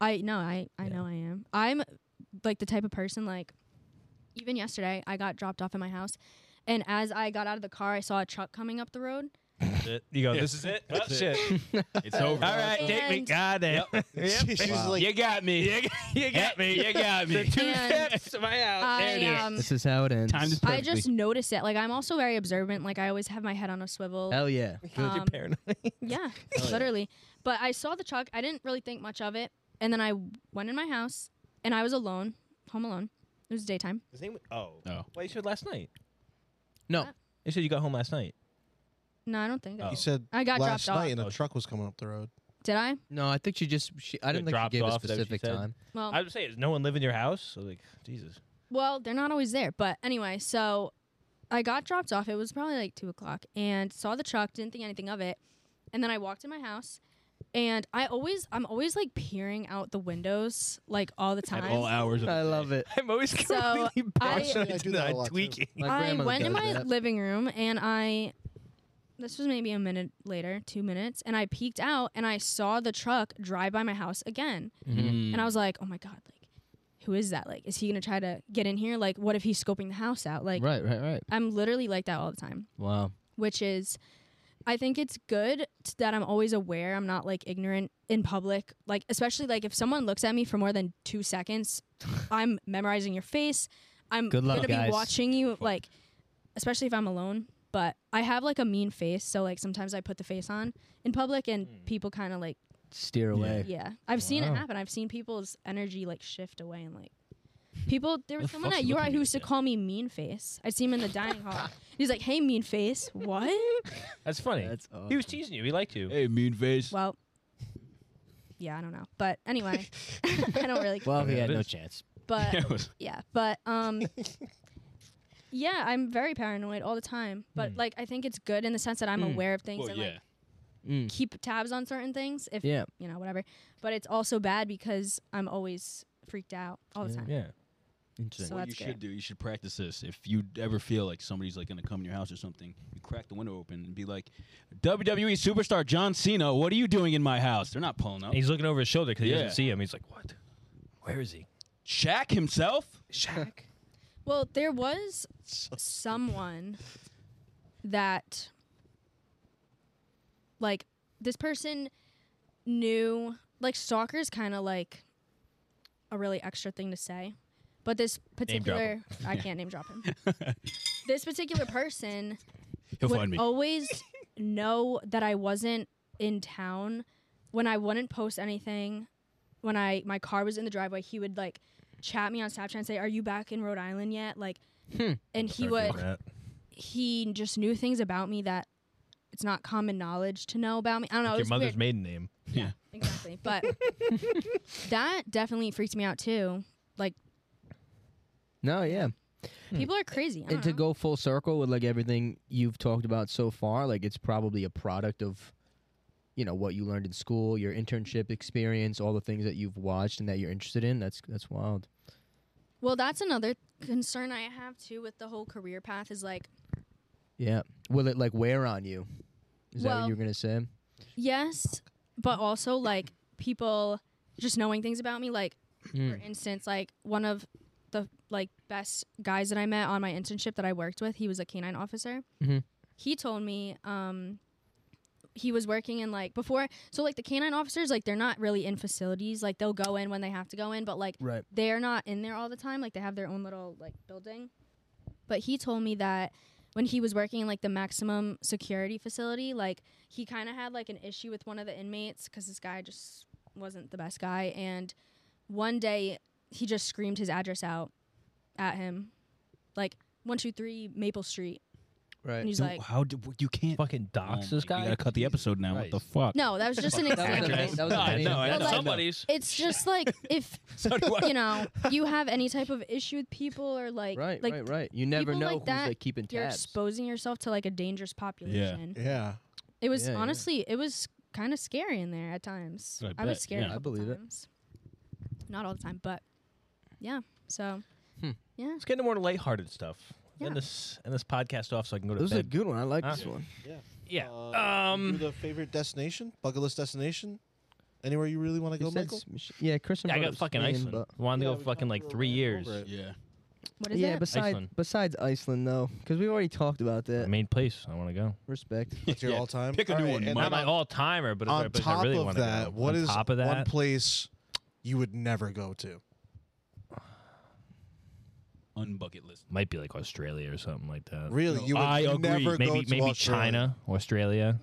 I no, I I Yeah. know I am. I'm like the type of person like even yesterday I got dropped off at my house and as I got out of the car I saw a truck coming up the road. You go. Yeah. This is it. That's Oh, it. shit. It's over. All right, take me. And- God damn. She's Wow. like, you got me. You, got me. You got me. Two And steps to my house. I Oh, There it is. um This is how it ends. Time to- I Perfectly. just notice it. Like I'm also very observant. Like I always have my head on a swivel. Hell yeah. You're Um, paranoid. Oh, yeah, literally. But I saw the truck. I didn't really think much of it. And then I went in my house and I was alone, home alone. It was daytime. His name. Oh. Oh. Well, you said last night. uh, No. You said you got home last night. No, I don't think that. Oh. he said I got last dropped night off. and Oh, a truck was coming up the road. Did I? No, I think she just. She, I It didn't think she dropped gave off, a is that what she specific said? time. Well, I would say, does no one live in your house? So, like, Jesus. Well, they're not always there. But anyway, so I got dropped off. It was probably like two o'clock and saw the truck, didn't think anything of it. And then I walked in my house and I always I'm always like peering out the windows like all the time. At all hours. Of the I day. love it. I'm always So, completely I- paranoid I do that a lot, too. tweaking. My I grandmother went in does my that. living room and I this was maybe a minute later, two minutes, and I peeked out and I saw the truck drive by my house again. Mm-hmm. And I Hmm. was like, Oh my god, like who is that? Like, is he gonna try to get in here? Like, what if he's scoping the house out? Like right, right, right. I'm literally like that all the time. Wow. which is I think it's good t- that I'm always aware. I'm not like ignorant in public. Like especially like if someone looks at me for more than 2 seconds, I'm memorizing your face. I'm Good luck, going to guys. be watching you like especially if I'm alone, but I have like a mean face, so like sometimes I put the face on in public and Hmm. people kind of like Steer away. yeah. I've seen it Wow. happen. I've seen people's energy like shift away and like people there was The someone fuck's at he looking URI at who you used to for? call me mean face. I see him in the dining hall. He's like, "Hey, mean face. What?" That's funny. That's awesome. He was teasing you. He liked you. Hey, mean face. Well, yeah, I don't know. But anyway, I don't really. Well, Yeah, he had it no is. chance. But It was- yeah, but um, yeah, I'm very paranoid all the time. But like, I think it's good in the sense that I'm Mm. aware of things Hmm. well, yeah. and like keep tabs on certain things. If Yeah. you know whatever. But it's also bad because I'm always freaked out all the Yeah. time. Yeah. Interesting. So what that's you good. should do, you should practice this. If you ever feel like somebody's like gonna come in your house or something, you crack the window open and be like, "WWE superstar John Cena, what are you doing in my house?" They're not pulling up. He's looking over his shoulder because he Yeah. doesn't see him. He's like, what? Where is he? Shaq himself. Shaq. Well, there was So- someone that like this person knew like stalker's kind of like a really extra thing to say but this Name drop particular him. i can't name drop him this particular person He'll would find me. always know that I wasn't in town when I wouldn't post anything. When I my car was in the driveway, he would like chat me on Snapchat and say, "Are you back in Rhode Island yet?" Like, Hmm. and he would he just knew things about me that it's not common knowledge to know about me. I don't know. it Your was mother's weird. maiden name. yeah. exactly, but that definitely freaks me out too. No, yeah. People are crazy. I And don't to know. go full circle with like everything you've talked about so far, like it's probably a product of you know what you learned in school, your internship experience, all the things that you've watched and that you're interested in. That's that's wild. well, that's another concern I have too with the whole career path is like Yeah. Will it like wear on you? Is that what Well- you were gonna say? Yes, but also like people just knowing things about me. Like Hmm. for instance, like one of the like best guys that I met on my internship that I worked with, he was a canine officer. Mhm. He told me um, he was working in like before. So like the canine officers, like they're not really in facilities. Like they'll go in when they have to go in, but like Right. they're not in there all the time. Like they have their own little like building. But he told me that when he was working in like the maximum security facility, like he kind of had like an issue with one of the inmates because this guy just wasn't the best guy. And one day he just screamed his address out at him, like one two three Maple Street. And Right. he's No, like, how do you can't Fucking Oh dox my- this guy. You gotta cut the episode now. What the fuck? "No, that was just an That was a example." main- that was a I main- know, that I Well, was a like- main- somebody's. It's just like if So do I. you know you have any type of issue with people or like Right, like right, right. You never people know like who's that, like keeping you're tabs. exposing yourself to like a dangerous population. yeah. It was Yeah, yeah. honestly, it was kind of scary in there at times. I I, was bet, scared. yeah. a I couple believe it. times. Not all the time, but yeah. So Let's get into more lighthearted stuff. Yeah. End this end this podcast off so I can go to this is a bed. good one. I like Huh? this one. yeah. Uh, you um. the favorite destination, bucket list destination, anywhere you really want to You go, said Michael. Mich- yeah, Chris. I got fucking Iceland. Wanted Yeah, to go we fucking talked like about three that years. over it. Yeah. what is Yeah, it? besides Iceland. besides Iceland though, because we already talked about that. Main place I want to go. Respect. That's your Yeah. all time. Pick a new one, Mike. Not my all timer, but it's on a place top I really of want to that, go. what on is top of one that? place you would never go to? Unbucket list. might be like Australia or something like that. Really, you would I agree. never go maybe to maybe Australia. China, Australia.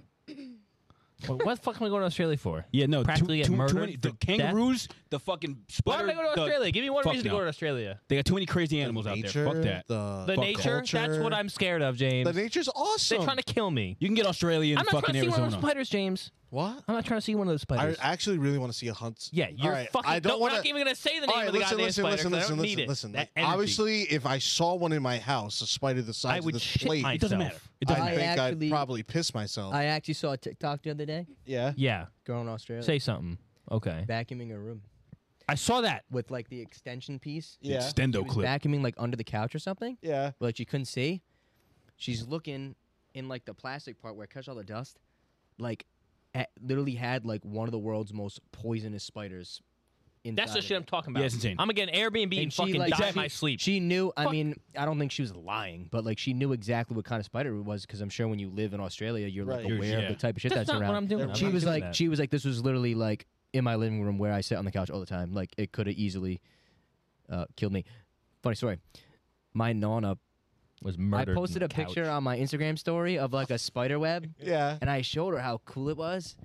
what, what the fuck am I going to Australia for? Yeah, no. Practically too, get too, murdered too many, the for death? kangaroos, the fucking Why spider. would I go to the- Australia? Give me one fuck reason to no. go to Australia. they got too many crazy The animals out nature, there. Fuck that. The, The fuck nature, that's culture. what I'm scared of, James. The nature's awesome. They're trying to kill me. You can get Australia I'm and not trying fucking to see one of Arizona. those spiders, James. what? I'm not trying to see one of those I spiders. actually really want to see a hunt. yeah, you're All right, fucking. I don't no, want I'm not even gonna say the name All right, of the listen, goddamn listen, spider. listen, 'cause I listen, don't need listen, it. listen. That Like, energy. obviously, if I saw one in my house, a spider the size I of would this shit plate, myself. It doesn't matter. It I doesn't think I matter. actually- I'd probably piss myself. I actually saw a TikTok the other day. yeah. Yeah, Girl in Australia say something. Okay, vacuuming her room I saw that. with like the extension piece. Yeah. Stendo She was clip. vacuuming like under the couch or something, Yeah. but like, she couldn't see. She's looking in like the plastic part where it catches all the dust. Like, at, literally had like one of the world's most poisonous spiders. Inside That's the of shit it. I'm talking about. Yeah, it's insane. I'm gonna get an Airbnb and, And she, fucking like- die in Exactly. my sleep. She knew. I Fuck. mean, I don't think she was lying, but like she knew exactly what kind of spider it was because I'm sure when you live in Australia, you're like Right. You're- aware yeah. of the type of shit that's that's, not around. what I'm doing. I'm she not was doing like, that. she was like, this was literally like in my living room where I sit on the couch all the time. Like it could have easily uh, killed me. Funny story. My nonna, was murdered. I in posted the a picture couch. on my Instagram story of like a spider web, Yeah. and I showed her how cool it was.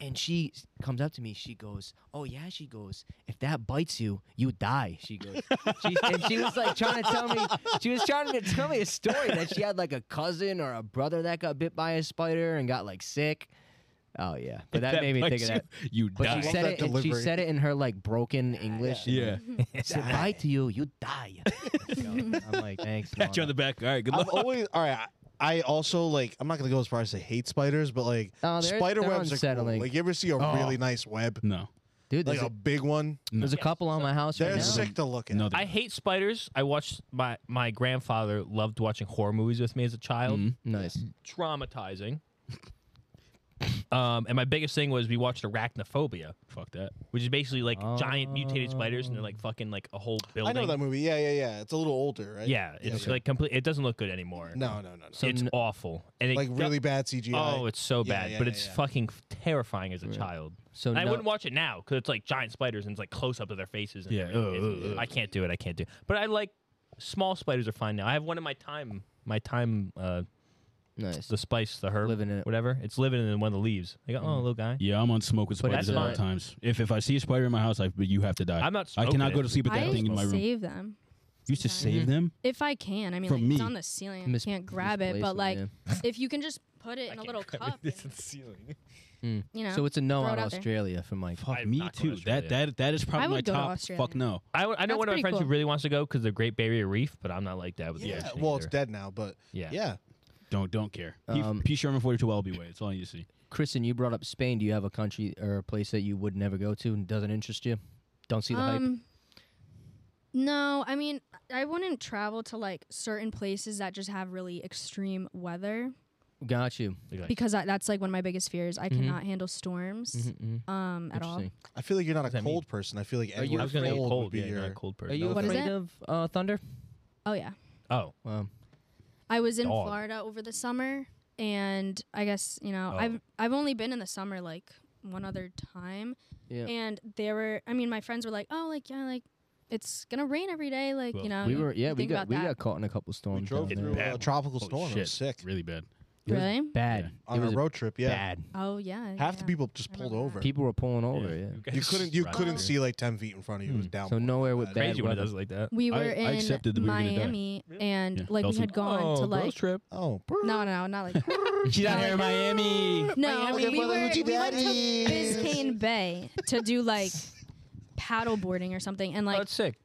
And she s- comes up to me. She goes, "Oh yeah," she goes. If that bites you, you die. She goes. she, and she was like trying to tell me. She was trying to tell me a story that she had like a cousin or a brother that got bit by a spider and got like sick Oh yeah, but that, made me think bites of that. You, you But die. she Love said that it. and She delivery. said it in her like broken English. yeah. Say bye to you. You die. I'm like, thanks. Pat you on Mama." the back. All right, good I'm luck. always all right. I, I also like. I'm not gonna go as far as to hate spiders, but like Oh, they're- spider they're webs are cool. unsettling. Like you ever see a Oh. really nice web, No. Dude, like there's, a big one? a, there's a couple on my house right They're now. sick to look at. No. I hate spiders. I watched my my grandfather loved watching horror movies with me as a child. Nice. Traumatizing. um, and my biggest thing was we watched Arachnophobia, Fuck that. which is basically like giant mutated spiders, and they're like fucking like a whole I building. know that movie. Yeah, yeah, yeah. It's a little older, right? Yeah, it's okay. like complete. It doesn't look good anymore. No, no, no, no. it's n- awful, and it like really bad CGI. Oh, it's so Yeah, bad, yeah, but yeah, it's yeah. fucking terrifying as a child. So And I no- wouldn't watch it now because it's like giant spiders and it's like close up of their faces. And Yeah, everything. ugh, uh, It's- ugh, ugh. I can't do it. I can't do. It. But I like small spiders are fine now. I have one in my time, my time, uh, Nice. the spice, the herb, Living in it. whatever. It's living in one of the leaves. I go, oh, little guy. Yeah, I'm on smoke with But spiders at that's all fine. times. If if I see a spider in my house, I you have to die. I'm not I cannot smoking go it. to sleep with that I thing in my room. save them You used to sometimes. save them. if I can. I mean, For like it's me. on the ceiling. I Mis- can't grab it, misplace but them, like yeah. if you can just put it in a little cup, and, ceiling. you know. Hmm. So it's a no throw it on out there. Australia from like. Fuck I'm me not going too. to That Australia. that that is probably would my go to top. Australia. Fuck no. I, w- I know That's one of my pretty friends who cool. really wants to go because the Great Barrier Reef, but I'm not like that with the yeah. ocean Well, it's either. dead now, but Yeah. yeah. Don't don't care. Um, P, P Sherman 42 LB way. It's all you see. Kristen, you brought up Spain. Do you have a country or a place that you would never go to and doesn't interest you? Don't see the Um, hype. No, I mean, I wouldn't travel to like certain places that just have really extreme weather Got you. Like, because I, that's like one of my biggest fears. I cannot handle storms Mm-mm. um, at all. Mm-hmm, Interesting. I feel like you're not that a mean? cold person. I feel like Are you I anywhere was gonna go cold, cold. would be Yeah, you're not your. a cold Are person. you No What is offense. afraid it? of uh, thunder? Oh yeah, Oh, Wow. I was in Dog. Florida over the summer, and I guess you know Oh. I've I've only been in the summer like one other time, Yeah. and they were. I mean, my friends were like, "Oh, like yeah, like it's gonna rain every day." Like Well, you know, we you- were yeah Um, you we think got about we that. got caught in a couple storms. We drove down through there. bad. a tropical Holy storm. It was sick shit. Really bad. It was Really? bad. on it a was road trip. Yeah, Bad. Oh yeah, half yeah. the people just I pulled remember over. People were pulling over. Yeah. You guys couldn't you rock. couldn't Wow. see like ten feet in front of you. It was down. So nowhere with bad. bad Crazy when it weather. does like that. We I- were I in accepted that we were gonna die. Miami, and Yeah. like we Elsa- had gone to like trip. Oh, no, no, no, not like that. She's out here in Miami. no. Miami. we, Look were, at my we hoochie went to daddies. Biscayne Bay to do like paddle boarding or something, and oh, like that's sick.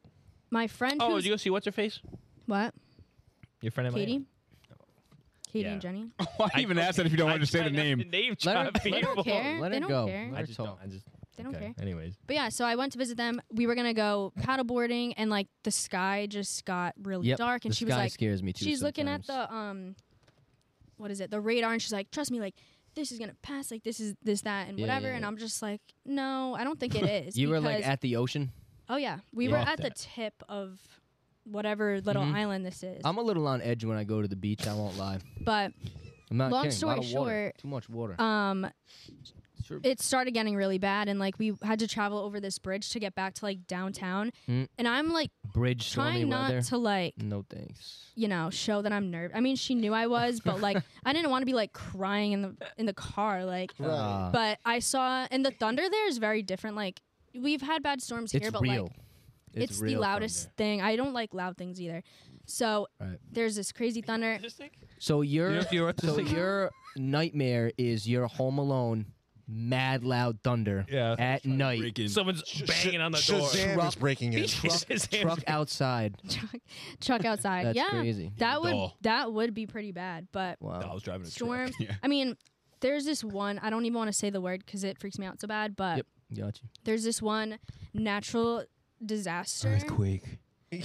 my friend. Oh, who's- did you go see what's her face? what? Your friend in Miami? Katie. Katie Yeah. Oh, and Jenny. Why even ask that if you don't I understand the tried not name? to name Let drop her- They let her people. don't care. Let they her don't go. care. Let I her just talk. don't. I just They don't okay. care. Anyways, But yeah, so I went to visit them. We were gonna go paddle boarding, and like the sky just got really Yep, dark, and the she was sky like, scares me too she's looking at sometimes. the um, what is it? The radar, and she's like, trust me, like this is gonna pass, like this is this that and Yeah, whatever. yeah, And yeah. I'm just like, no, I don't think it is. You were like because- at the ocean. oh yeah, we Yeah. were Fuck at the that. tip of whatever little Mm-hmm. island this is. I'm a little on edge when I go to the beach. I won't lie. but I'm not Long kidding. a lot story of water. short, too much water. um, Sure. it started getting really bad, and like we had to travel over this bridge to get back to like downtown. Mm. And I'm like Bridge stormy trying not weather. Mm. to like no thanks. you know, show that I'm nervous. I mean, she knew I was, but like, I didn't want to be like crying in the in the car, like. Right. Uh, But I saw, and the thunder there is very different. Like, we've had bad storms here, it's but real. like, it's, the real loudest thunder. thing. I don't like loud things either. So Right. there's this crazy thunder. So your if you were to so say- your nightmare is your home alone, mad loud thunder Yeah. at night. Freaking- someone's banging on the door. Shazam is Truck- breaking in. Truck, His hands- truck outside. Chuck, Chuck outside. That's yeah, crazy. that would Doll. that would be pretty bad. But No, I Wow. was driving a truck. storms. Yeah. I mean, there's this one. I don't even want to say the word because it freaks me out so bad. But Yep. Got you. there's this one natural disaster. Earthquake.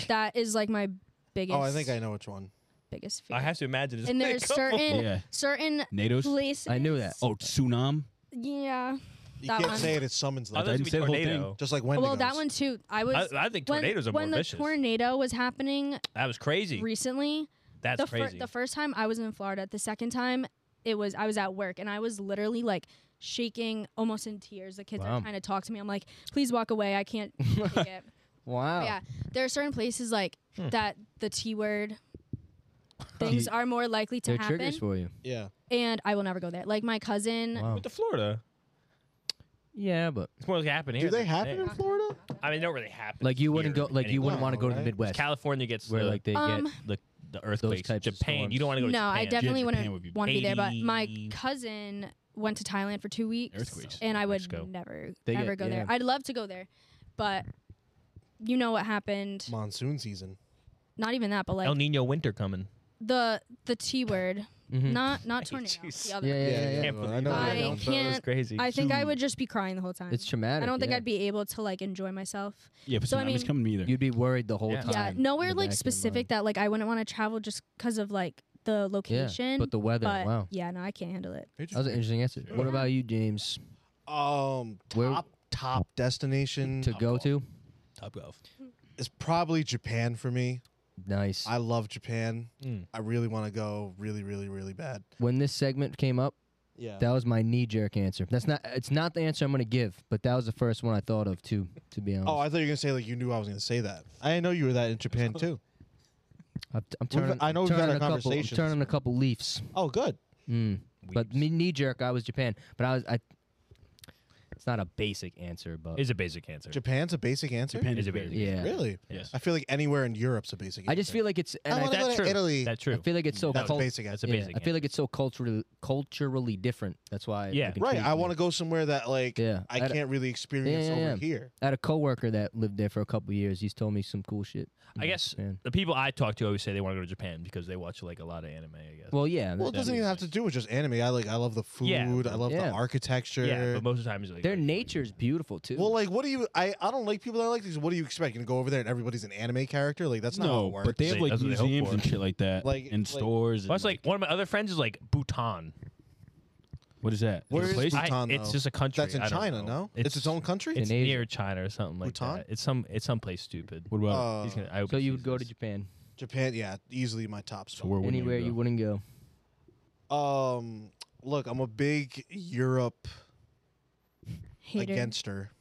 that is like my biggest Oh, I think I know which one. biggest fear. I have to imagine. It's and there's certain Yeah. certain NATO's. places. I knew that. Oh, tsunami. Yeah. You That can't one. say it. It summons I them. thought I it didn't was say the whole tornado. Just like Wendigos. well, that one too. I was I, I think when, tornadoes are when more the vicious. tornado was happening that was crazy. recently. That's the, fir- crazy. the first time I was in Florida. The second time it was I was at work and I was literally like shaking, almost in tears. The kids Wow. are trying to talk to me. I'm like, please walk away. I can't take it. Wow. Hmm. But yeah, there are certain places like that. The T word. Things are more likely to They're happen, triggers for you. Yeah. and I will never go there. Like my cousin, Wow. Went to Florida. Yeah, but It's more like happening Do here. they than happen in there. Florida? I mean, they don't really happen. like you wouldn't here go like you wouldn't anymore. want to go to the right? Midwest California gets where the, like they Um, get the the earthquakes. types of Japan. You don't want to go to no, Japan. I definitely Japan wouldn't would be want to be there. But my 80. cousin went to Thailand for two weeks, Earthquakes. and I would Mexico. never They ever get- go there. yeah. I'd love to go there, but you know what happened? Monsoon season. Not even that, but like El Nino winter coming. the the T word, Mhm. not not Hey, tornado. jeez. the other yeah, one. yeah, yeah. yeah. Can't no, believe I know that. that one. I one. That was can't- crazy. I think I would just be crying the whole time. It's traumatic. I don't think yeah. I'd be able to like enjoy myself. Yeah, but So, I tsunamis mean- coming to me either. You'd be worried the whole Yeah. time. Yeah, in nowhere the like back of your specific mind. that like I wouldn't want to travel just because of like the location. but the weather. but, wow, yeah, no, I can't handle it. that was an interesting answer. What about you, James? Um, Where- top top destination To go to? Top golf. is probably Japan for me. Nice. I love Japan. Mm. I really want to go, really, really, really bad. when this segment came up, Yeah. that was my knee-jerk answer. That's not. It's not the answer I'm going to give, but that was the first one I thought of too. To be honest, oh, I thought you were gonna say like you knew I was gonna say that. I didn't know you were that in Japan too. I, am turning. I know we've had turning our a couple. I'm conversations. turning a couple leafs. Oh, good. Mm. But me knee-jerk, I was Japan. But I was. I, it's not a basic answer, but Is a basic answer. Japan's a basic answer. Japan Is is it very. yeah. Really? Yes. I feel like anywhere in Europe's a basic. I just answer. feel like it's. And I I, want to that's go to true. Italy. That's I true. feel like it's so. That's cult- basic That's answer. a yeah, basic. I feel like it's so culturally culturally different. That's why. Yeah. it Right. intrigues I me. want to go somewhere that like Yeah, I I'd- can't really experience yeah, over yeah. here. I had a coworker that lived there for a couple years. He's told me some cool shit. I guess Man. the people I talk to always say they want to go to Japan because they watch like a lot of anime. I guess. Well, yeah, Well, it th- doesn't is even have nice. to do with just anime. I like I love the food. Yeah. I love Yeah. the architecture. yeah, but most of the time it's like their like- nature's beautiful too. well, like, what do you? I, I don't like people that like these. What do you expect? Gonna go over there and everybody's an anime character? Like that's not how No, it works. but they have That's like what they hope museums for. and shit like that, Like- like and like- stores. Well, and, it's like one of my other friends is like Bhutan. what is that? Where a is place? Bhutan? I, it's though. just a country. that's in I don't China. know. No, it's, its own country. It's In Asia. near China or something like Bhutan? that. It's some. It's someplace stupid. what about? Uh, He's gonna- I hope so he you would sees go to this. Japan Japan, yeah, easily my top so spot. where wouldn't anywhere you, you go? wouldn't go. Um, look, I'm a big Europe Hater. against her.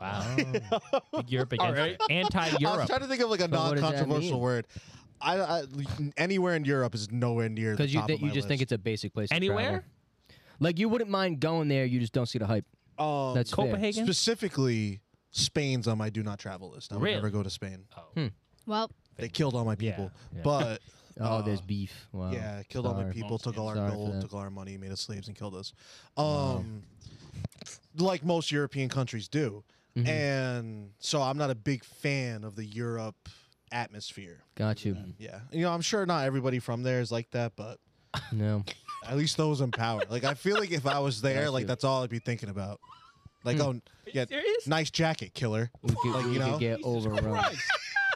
Wow. Big Europe against I was anti-Europe. trying to think of like a So what does that non-controversial mean? word. I, I anywhere in Europe is nowhere near the Because you top think of you my just think list. it's a basic place. to Anywhere? travel. like you wouldn't mind going there. You just don't see the hype. um, That's fair. Copenhagen. specifically Spain's on my do not travel list. I would Really? never go to Spain. Oh. Well, They killed all my people, yeah. but Oh, Uh, there's beef. Wow. yeah, killed all my Sorry. people, took all our Sorry for gold, that. took all our money, made us slaves, and killed us. Um, like most European countries do, Mm-hmm. and so I'm not a big fan of the Europe atmosphere. Got you. Yeah, you know, I'm sure not everybody from there is like that, but No. At least those in power. Like I feel like if I was there, Gotcha. like that's all I'd be thinking about. Like, Hmm. oh, yeah, serious? nice jacket, killer. We could, Like, we you could know? get overrun.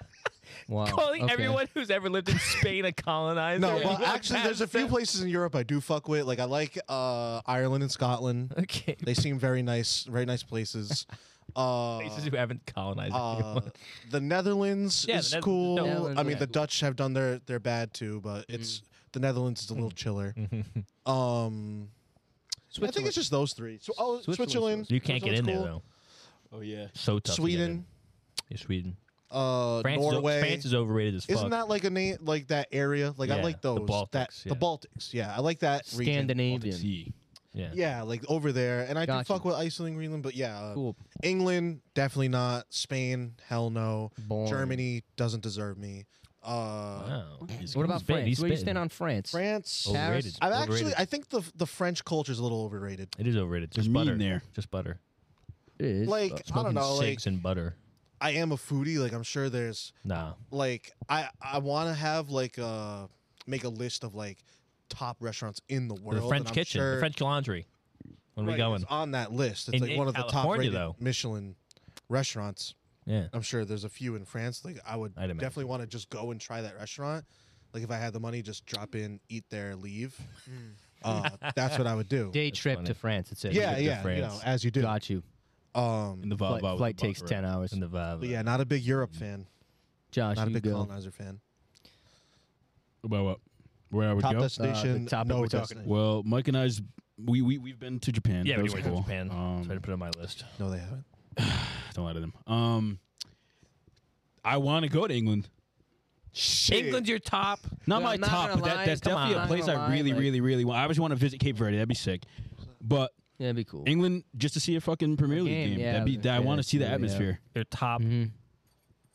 wow. Calling okay. everyone who's ever lived in Spain a colonizer. No, You but walk actually, there's a past few them. places in Europe I do fuck with. Like I like uh, Ireland and Scotland. Okay. They seem very nice, very nice places. Uh, Places who haven't colonized. uh, anyone. the Netherlands Yeah, the is Nether- cool. no, Netherlands I mean, is the cool. Dutch have done their their bad too, but Mm. it's the Netherlands is a little chiller. Mm-hmm. um, I think it's just those three. So, oh, Switzerland's Switzerland. you can't get in there Switzerland's though. Oh yeah. So tough. to get Sweden. in. Yeah, Sweden. uh, France, Norway. Is, France is overrated as fuck. Isn't that like a name like that area? Like I Yeah, like the those. that Baltics, the yeah. Baltics. Yeah, I like that. Region. Scandinavian. yeah. Yeah, like over there, and I Gotcha. do fuck with Iceland, Greenland, but yeah, uh, Cool. England definitely not. Spain, hell no. Boring. Germany doesn't deserve me. Uh, Wow. What about Spain? France? He's Where do you spitting. stand on France? France. Oh. Paris? Overrated. I've Overrated. actually, I think the the French culture is a little overrated. It is overrated. Just meat in butter. there. Just butter. It is. Like I don't uh, Smoking know, like cigs and butter. I am a foodie. Like I'm sure there's Nah. like I I want to have like uh make a list of like top restaurants in the world. The and French I'm kitchen. sure- The French laundry. When Right, we going? It's on that list. It's In- like in one of the top California, rated though. Michelin restaurants. Yeah. I'm sure there's a few in France. Like I would I'd imagine. definitely want to just go and try that restaurant. Like if I had the money, just drop in, eat there, leave. Uh, that's what I would do. day trip funny. to France. It's it. yeah, to yeah, you know, France. as you do. Got you. Um, the Flight, flight takes ten hours. In the vibe. but yeah, not a big Europe fan. Josh, Not a you big go. colonizer fan. About what? Where I would Top go? Uh, destination. topic no we're talking destination. Well, Mike and I's we we we've been to Japan. Yeah, that we was went cool. to Japan. Um, so I had to put it on my list. No, they haven't. don't lie to them. Um, I want to go to England. England's your top. Not Yeah, my I'm not top, gonna but that, lie. that's Come definitely on. a place I'm not I gonna really, lie, like- really, really want. I always want to visit Cape Verde. That'd be sick. But Yeah, that'd be cool. England, just to see a fucking Premier League game, game. yeah, that'd be. That, I yeah, want to that's see the cool, yeah. atmosphere. Your top. Mm-hmm.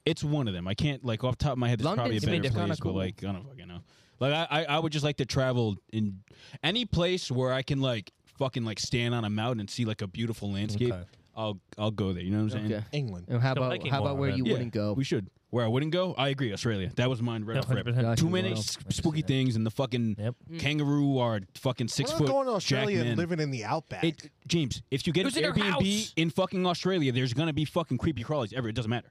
It's one of them. I can't like off the top of my head. There's London's probably a been better kinda place, cool. but like I don't fucking know. Like I, I, I would just like to travel in any place where I can like fucking like stand on a mountain and see like a beautiful landscape, Okay. I'll I'll go there. You know what I'm saying? Okay. England. And how Don't about like it how more, about where man. you Yeah, wouldn't go? We should. Where I wouldn't go, I agree. Australia. That was mine right off the rip. 100%. Gotcha, Too many well, s- spooky things and the fucking Yep. kangaroo or fucking We're six not foot. going to Australia Jackman. and living in the outback. It, James, if you get It was an in her Airbnb house. in fucking Australia, there's gonna be fucking creepy crawlies ever. It doesn't matter.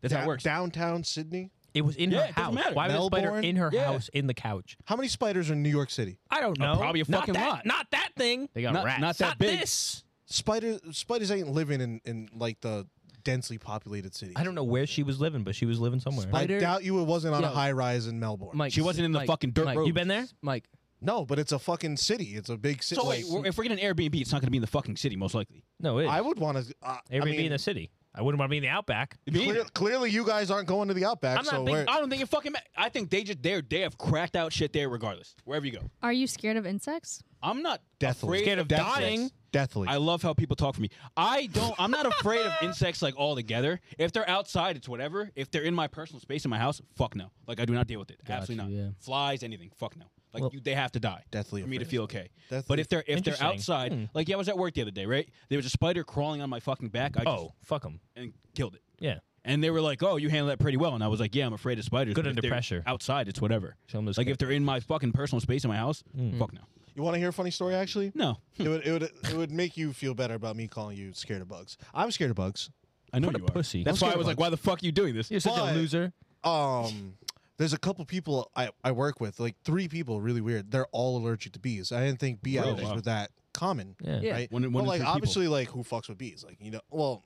That's how Da- it works. Downtown Sydney. It was in Yeah, her it doesn't house. matter. Why was the spider Melbourne? in her Yeah. house in the couch? How many spiders are in New York City? I don't Oh, know. probably a Not fucking that- lot. Not that thing. They got Not- rats. not that big. this. Spiders spiders ain't living in, in like the densely populated city. I don't know where she was living, but she was living somewhere. I Spider- doubt you it wasn't on a Yo. high rise in Melbourne. Mike, She wasn't in the Mike, fucking dirt Mike, road. You been there? Mike, No, but it's a fucking city. It's a big city. So wait, we're- if we're getting an Airbnb, it's not gonna be in the fucking city, most likely. No, it is. I would want to. Uh, Airbnb I mean, in the city. I wouldn't want to be in the outback. Me clear- either. clearly, you guys aren't going to the outback. I'm not so think- we're, I don't think it fucking. Ma- I think they just they they have cracked out shit there regardless wherever you go. Are you scared of insects? I'm not Deathly. afraid Scared of insects. dying? deathly. I love how people talk for me. I don't. I'm not afraid of insects like all together. If they're outside, it's whatever. If they're in my personal space in my house, fuck no. Like I do not deal with it. Absolutely you, not. yeah. Flies, anything, fuck no. Like Well- you, they have to die Deathly for me to afraid. feel okay. Deathly- But if they're if they're Interesting. Hmm. outside, like yeah, I was at work the other day, right? There was a spider crawling on my fucking back. I Oh, oh, fuck them. and killed it. Yeah. And they were like, "Oh, you handled that pretty well." And I was like, "Yeah, I'm afraid of spiders. Good but if under they're pressure. Outside, it's whatever. Show 'em those Hmm. like if they're in my fucking personal space in my house, fuck no, you want to hear a funny story? Actually, no. it would it would it would make you feel better about me calling you scared of bugs. I'm scared of bugs. I know What a you are. pussy. That's I'm why I scared was of like, "Why the fuck are you doing this?" You're such But- a loser. Um, there's a couple people I I work with, like three people, really weird. They're all allergic to bees. I didn't think bee Really? allergies Wow. were that common. Yeah. Yeah. Right. One in- Well, one in like three people. obviously, like who fucks with bees? Like you know, well,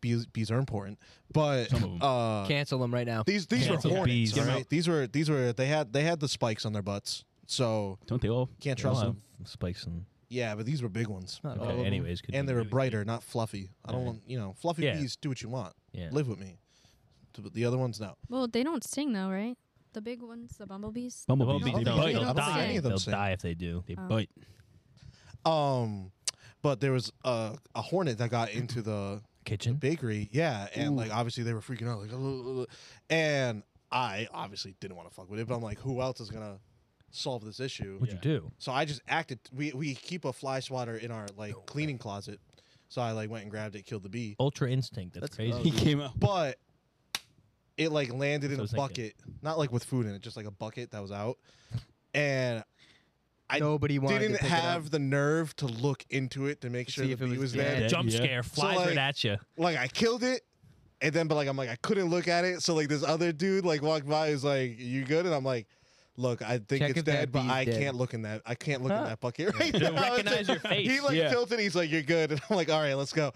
bees bees are important, but Some of 'em. uh, cancel them right now. these these Cancel were bees. hornets. Get all 'em right? These were these were they had they had the spikes on their butts, so Don't they all? can't trust them. spikes and. Yeah, but these were big ones, Not all of Okay, 'em. anyways. continue. and they were brighter, not fluffy. I don't want you know fluffy Yeah. bees. Do what you want. Yeah. Live with me. T- But the other ones no. Well, they don't sting though, right? The big ones, the bumblebees. They won't Bumblebees. be- No, they'll they bite, don't they'll think die. any of them They'll sing. die if they do. They bite. Um, but there was a, a hornet that got into the Kitchen. bakery. Yeah, and like obviously they were freaking out, like, "Ugh, ugh, ugh." and I obviously didn't want to fuck with it, but I'm like, who else is gonna solve this issue? What'd you do? So I just acted. We we keep a fly swatter in our like cleaning closet, so I like went and grabbed it, killed the bee, Ultra instinct. That's, He crazy. came out. but it like landed in a That's what I was bucket, not like with food in it, just like a bucket that was out, and. I Nobody wanted to didn't pick it up. have the nerve to look into it to make sure the see if bee it was was dead. there. Yeah, Jump Yeah. scare flies like- right at you. like I killed it, and then but like I'm like I couldn't look at it. So like this other dude like walked by, he's like, "You good?" And I'm like, "Look, I think Check it's if that dead, but bee's I dead." can't look in that. I can't look in that bucket right They'll now." recognize your face. He like Yeah. tilted. He's like, "You're good," and I'm like, "All right, let's go."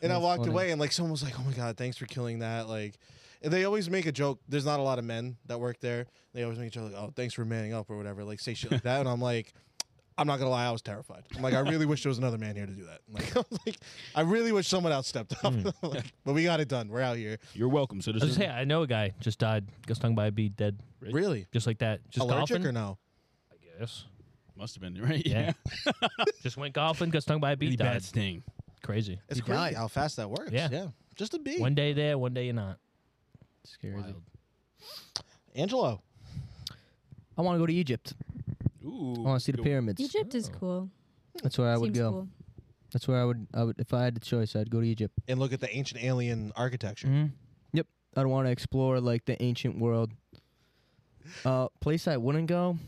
And I walked funny. away, and like someone was like, "Oh my god, thanks for killing that!" Like. And they always make a joke. There's not a lot of men that work there. They always make a joke like, "Oh, thanks for manning up" or whatever. Like say shit like that, and I'm like, I'm not gonna lie, I was terrified. I'm like, I really wish there was another man here to do that. Like, I was like, I really wish someone else stepped up. Like, but we got it done. We're out here. You're welcome, I was citizen. just saying, I know a guy just died, got stung by a bee, dead, Really? just like that. Just Allergic golfing. or no? I guess. Must have been right. Yeah. Yeah. Just went golfing, got stung by a bee, Really died. bad sting. Crazy. It's He crazy died. how fast that works. Yeah. Just a bee. One day there, one day you're not. It's crazy. Angelo. I want to go to Egypt. Ooh. I want to see the pyramids. Egypt is Oh. cool. That's where I would Seems go. cool. That's where I would. I would if I had the choice. I'd go to Egypt. And look at the ancient alien architecture. Mm-hmm. Yep. I'd want to explore like the ancient world. Uh, place I wouldn't go.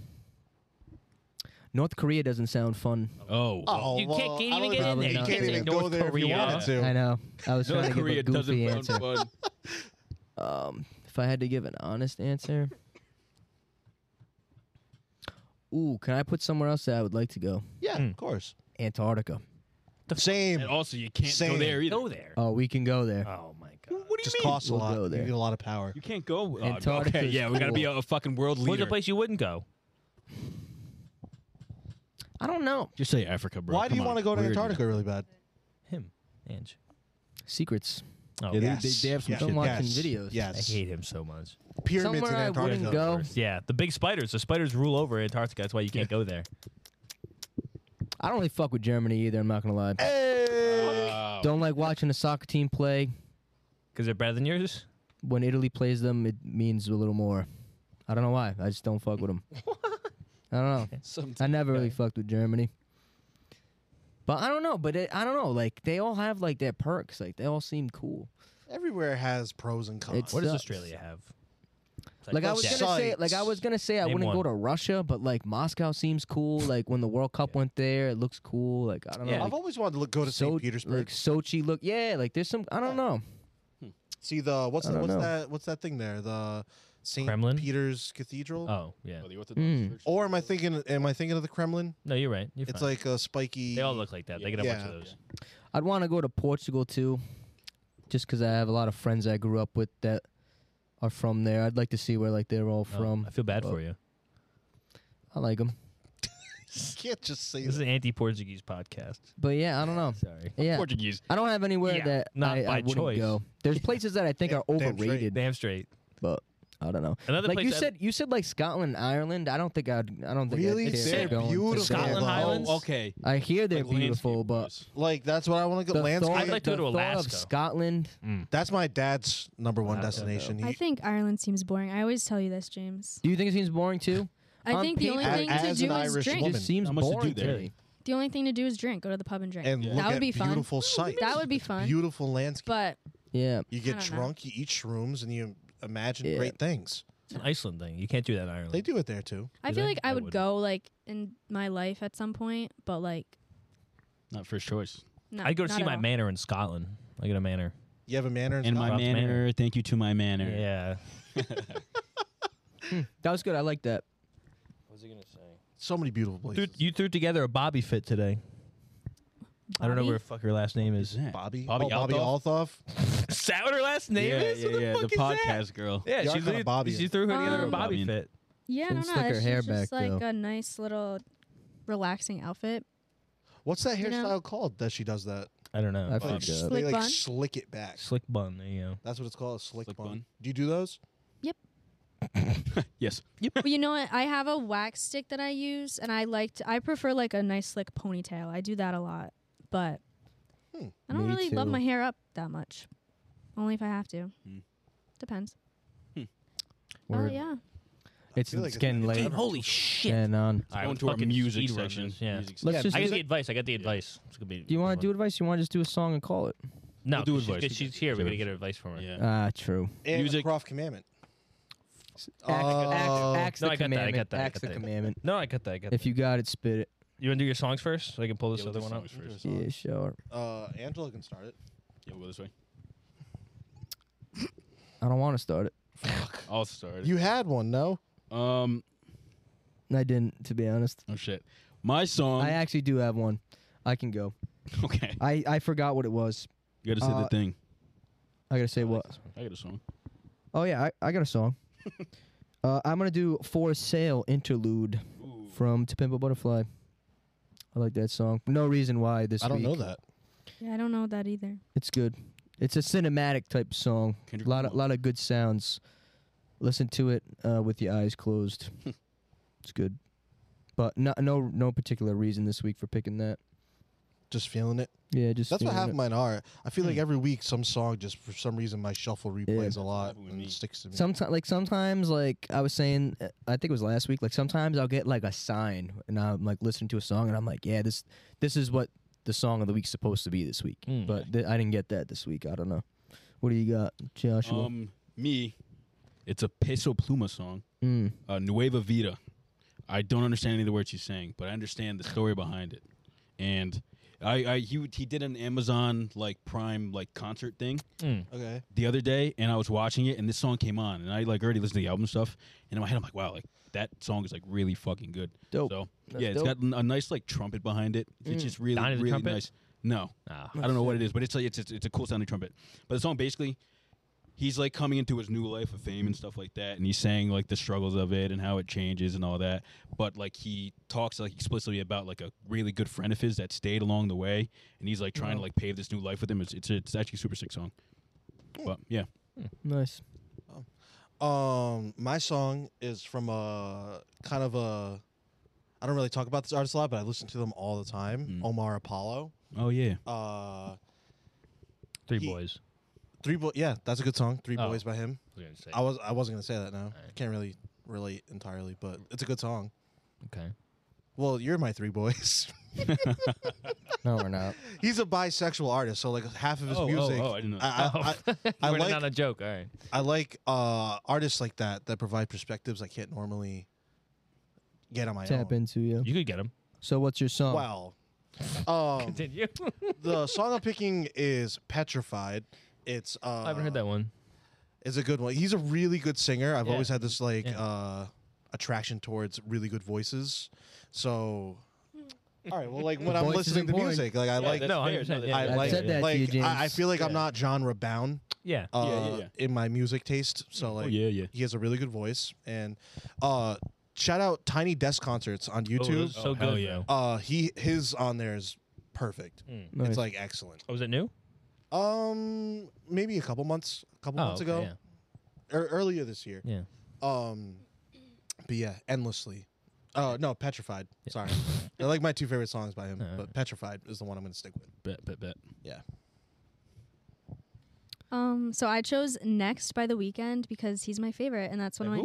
North Korea doesn't sound fun. Oh. Oh, You can't well, even I don't get even- in You there. You can't can't even get in go there if you North wanted to. I know. I was trying North to give Korea a goofy doesn't answer. sound fun. Um, if I had to give an honest answer, ooh, can I put somewhere else that I would like to go? Yeah, Mm. of course. Antarctica. Hmm. Same. And also, you can't go Same. there either. Go there. Oh, we can go there. Oh my god. What do you Just mean? costs a We'll lot. go there. You get a lot of power. You can't go. Oh, Antarctica okay. is Yeah, we gotta be a, cool. a fucking world Where's leader. the place you wouldn't go? I don't know. Just say Africa, bro. Why do you want to go to Antarctica really bad? Him. Ange. Secrets. Oh, Yeah, they- Yes. they- they have some yes. shit. Don't watch yes. in videos. I Yes. hate him so much. Pyramids Somewhere in I Antarctica. wouldn't go. Yeah, the big spiders. The spiders rule over Antarctica. That's why you can't go there. I don't really fuck with Germany either. I'm not gonna lie. Ah, Wow. Don't like watching a soccer team play. Because they're better than yours? When Italy plays them, it means a little more. I don't know Hmm. why. I just don't fuck with them. I don't know. I never really fucked with Germany. But I don't know. But it, I don't know. Like they all have like their perks. Like they all seem cool. Everywhere has pros and cons. It's- What does Sucks. Australia have? It's Like I was Russia. gonna say. Like I was gonna say I Name wouldn't go one. to Russia, but like Moscow seems cool. Like when the World Cup went there, it looks cool. Like I don't know. Yeah. Like, I've always wanted to look, go to St. So- Petersburg. Like Sochi, look, yeah, like there's some. I don't know. See the what's I the, don't what's know. that what's that thing there? The St. Kremlin? Peter's Cathedral. Oh yeah. Oh, the Orthodox Mm. Church. Or am I thinking? Am I thinking of the Kremlin? No, you're right. You're It's fine. like a spiky. they all look like that. They get a bunch Yeah. of those. I'd want to go to Portugal too, just because I have a lot of friends I grew up with that are from there. I'd like to see where like they're all Oh, from. I feel bad well, for you. I like them, can't just say This is that. an anti-Portuguese podcast. but yeah, I don't know. Sorry. Yeah, Portuguese. I don't have anywhere Yeah, that not I, by I wouldn't choice. go. There's places that I think Damn- are damn straight. overrated. Damn straight. I don't know. Another Like place you that- said, you said like Scotland, Ireland. I don't think I'd. I don't think Really? I'd care They're about going to beautiful. there. Scotland though. Highlands? Okay. I hear they're Like landscape beautiful, but wise. like that's what I want to go. the Landscape. thought- I'd like to go the to thought of Alaska. Scotland. that's my dad's number one I don't know. destination. I He, think Ireland seems boring. I always tell you this, James. Do you think it seems boring too? I On think the paper- only As- thing to as an do is Irish drink. woman. It just seems How much to do boring there? me. The only thing to do is drink. Go to the pub and drink. and Yeah. look That would at be fun. beautiful sights. That would be fun. Beautiful landscape. But Yeah. you I get don't know. drunk, you eat shrooms, and you imagine Yeah. great things. It's an Iceland thing. You can't do that in Ireland. They do it there too. I Do feel they? like I, I would wouldn't. go like in my life at some point, but like Not first choice. no. I'd go to not see at my all. manor in Scotland. I get a manor. You have a manor And my Rob's manner. manner. Thank you to my manner. Yeah. That was good. I like that. What was he gonna say? so many beautiful places. you threw together a Bobby fit today. I don't know Bobby? where the fuck her last name Is is. that? Bobby, Bobby oh, Bobby Althoff? Althoff. Is that what her last name yeah, is? yeah, What the yeah, fuck is podcast that? girl. Yeah, You are she, kinda literally- Bobby. she threw her together a Um, Bobby Bobby. fit. Yeah, I Shouldn't don't know. stick her It's hair just back, like though. a nice little relaxing outfit. What's that You hairstyle know? called that she does that? I don't know. I Like, Bobby. forget. they Slick like bun? slick it back. Slick bun. There you go. That's what it's called, a slick, Slick bun. bun. Do you do those? Yes. well, you know what? I have a wax stick that I use, and I like to. I prefer like a nice slick ponytail. I do that a lot, but Hmm. I don't Me really love too. my hair up that much. Only if I have to. Hmm. Depends. Oh Word. yeah. It's, feel like it's it's getting gonna late. get tough. Holy shit! And on. All right, Going let's to our fucking music speed run section. this, Yeah. Music Let's section. just. I do got the it. advice. I got the advice. It's gonna be. Do you want to do advice? You want to just do a song and call it? No, We'll do 'cause she- advice. 'cause she's here. We're gonna get her advice from her. Yeah. Ah, true. And Music. the Croft Commandment. Axe, Oh. axe, axe No, the I got that, I commandment. got that, I axe got the that. commandment. No, I got that. I got If you got it, spit it. that. you want to do your songs first, so I can pull this Yeah, other we'll one do up. songs first. Yeah, sure. Uh, Angela can start it. Yeah, we'll go this way. I don't want to start it. I'll start. You had one, no? Um. I didn't, to be honest. Oh shit. My song. I actually do have one. I can go. okay. I, I forgot what it was. You gotta say Uh, the thing. I gotta say what. I got a song. Oh yeah, I, I got a song. uh, I'm gonna do "For Sale" interlude from "To Pimp a Butterfly." I like that song. No reason why this. I don't week. know that. Yeah, I don't know that either. It's good. It's a cinematic type song. Kendrick A lot of Lamar. lot of good sounds. Listen to it uh, with your eyes closed. it's good. But no no no particular reason this week for picking that. Just feeling it. Yeah, just That's what feeling half it. mine are. I feel Hmm. like every week some song just for some reason my shuffle replays a lot happened with and me. it sticks to me. Sometimes, like sometimes, like I was saying, uh, I think it was last week. Like sometimes I'll get like a sign, and I'm like listening to a song, and I'm like, yeah, this this is what the song of the week's supposed to be this week. Mm. But th- I didn't get that this week. I don't know. What do you got, Joshua? Um, me. It's a Peso Pluma song. mm. Uh, Nueva Vida. I don't understand any of the words he's saying, but I understand the story behind it. And I, I he he did an Amazon like Prime like concert thing Mm. okay. the other day, and I was watching it, and this song came on, and I like already listened to the album stuff, and in my head I'm like, wow, like that song is like really fucking good. Dope. So That's yeah, it's dope. Mm. got n- a nice like trumpet behind it. It's just really Donnie the really Trumpet? nice. No, Ah. I don't know what it is, but it's like it's it's, it's a cool sounding trumpet. But the song basically, he's like coming into his new life of fame and stuff like that, and he's saying like the struggles of it and how it changes and all that. But like he talks like explicitly about like a really good friend of his that stayed along the way, and he's like trying to like pave this new life with him. It's it's, it's actually a super sick song. But yeah, Nice. Um, my song is from a kind of a. I don't really talk about this artist a lot, but I listen to them all the time. Mm. Omar Apollo. oh yeah, Uh, Three He- boys. three boys. Yeah, that's a good song. Three Oh. boys by him. I was gonna say. I was I wasn't gonna say that now. Alright. I can't really relate entirely, but it's a good song. Okay. Well, you're my three boys. No, we're not. He's a bisexual artist, so like half of his Oh, oh, music. oh, I didn't know. I, I- I- I Oh. We're like not a joke. All right. I like uh, artists like that that provide perspectives I can't normally get on my Tap own. into you. You could get him. So what's your song? Wow. Um, Continue. the song I'm picking is "Petrified." It's uh, I haven't heard that one. It's a good one. He's a really good singer. I've Yeah. always had this like Yeah. uh, attraction towards really good voices. So, all right. Well, like when The I'm voice is listening to important. music, like I like. No, fair. 100%, that's yeah, I yeah, I've like, said that like to you, James. I, I feel like I'm Yeah. not genre bound Yeah. uh, yeah, yeah. in my music taste. So like, Oh, yeah, yeah. he has a really good voice. And uh, shout out Tiny Desk Concerts on YouTube. so Oh, good. hell yeah. Uh, he his on there is perfect. Nice. It's like excellent. Oh, was it new? Um, maybe a couple months, a couple Oh, months okay, ago, or earlier this year. Yeah. yeah. Um, but yeah, endlessly. Oh no, petrified. Sorry, they're like my two favorite songs by him, Alright. but petrified is the one I'm gonna stick with. Bet, bet, bet. Yeah. Um, so I chose Next by The Weekend because he's my favorite, and that's one of my